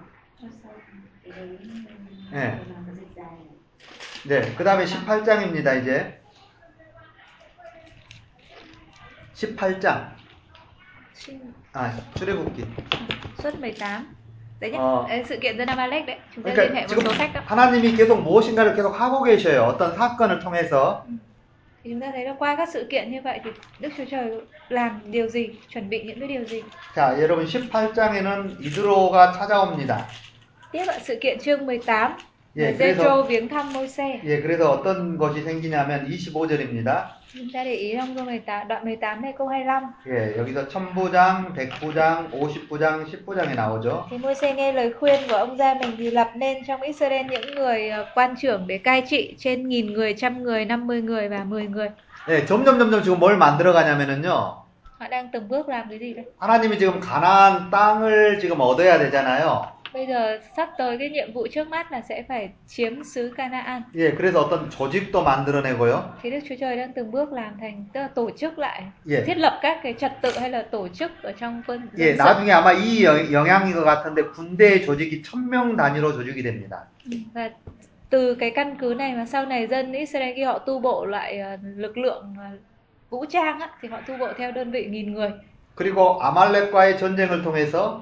예. 네, 그 다음에 18장입니다, 이제. 18장. 아, 출애굽기. Suất 18. Đấy nhé. Ờ. Đấy, Sự kiện dân Amalek đấy. Chúng ta liên hệ 그러니까 một 지금 số sách đó. 하나님이 계속 무엇인가를 계속 하고 계셔요. 어떤 사건을 통해서. Thì chúng ta thấy là qua các sự kiện như vậy thì Đức Chúa Trời làm điều gì, chuẩn bị những cái điều gì. 자, 여러분 18장에는 이드로가 찾아옵니다. Tiếp ạ, sự kiện chương 18. 예, Jethro 그래서 viếng thăm Môi-se. 예, 그래서 어떤 것이 생기냐면 25절입니다. Chúng ta để ý trong câu 18, đoạn 18 này câu 25. 예, 여기서 천부장, 백부장, 오십부장, 십부장이 나오죠. Thì Môi-se nghe lời khuyên của ông gia mình thì lập nên trong Israel những người ờ, quan trưởng để cai trị trên nghìn người, trăm người, năm mươi người và mười người. 예, 점점 점점 지금 뭘 만들어 가냐면은요. Họ đang từng bước làm cái gì đấy? 하나님이 지금 가나안 땅을 지금 얻어야 되잖아요. Bây giờ sắp tới cái nhiệm vụ trước mắt là sẽ phải chiếm xứ Canaan. 예, 그래서 어떤 조직도 만들어내고요. Thì Đức Chúa Trời đang từng bước làm thành tức là tổ chức lại, 예, thiết lập các cái trật tự hay là tổ chức ở trong quân 예, dân sự. 나중에 아마 이 영- 영향인 것 같은데 군대의 조직이 천명 단위로 조직이 됩니다. Và từ cái căn cứ này mà sau này dân Israel khi họ tu bộ lại ờ, lực lượng ờ, vũ trang á, thì họ tu bộ theo đơn vị nghìn người. 그리고 아말렉과의 전쟁을 통해서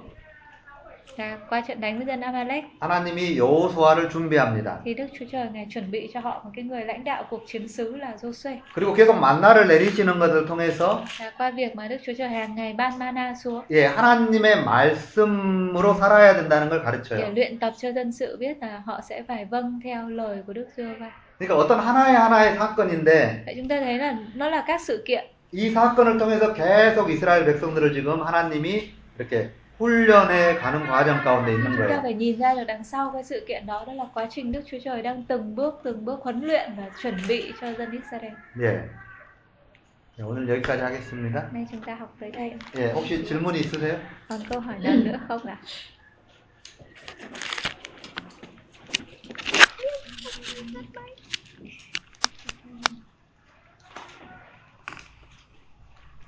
Và qua trận đánh với dân Amalek 하나님이 여호수아를 준비합니다. thì Đức Chúa Trời ngài chuẩn bị cho họ một cái người lãnh đạo cuộc chiến sứ là Giô-suê. 그리고 계속 만나를 내리시는 것을 통해서 Và qua việc mà Đức Chúa Trời hàng ngày ban mana xuống 예, 하나님의 말씀으로 살아야 된다는 걸 để 예. 가르쳐요. luyện tập cho dân sự biết là họ sẽ phải vâng theo lời của Đức Chúa Va. 그러니까 어떤 하나의 하나의 사건인데 Vậy chúng ta thấy là nó là các sự kiện 이 사건을 통해서 계속 이스라엘 백성들을 지금 하나님이 이렇게 훈련해 가는 과정 가운데 있는 chúng ta 거예요. phải nhìn ra được đằng sau cái sự kiện đó đó là quá trình Đức Chúa Trời đang từng bước từng bước huấn luyện và chuẩn bị cho dân Israel. 예. 예, 오늘 여기까지 하겠습니다. Nay chúng ta học tới đây. 예, 혹시 질문이 있으세요? Còn câu hỏi nào nữa không ạ?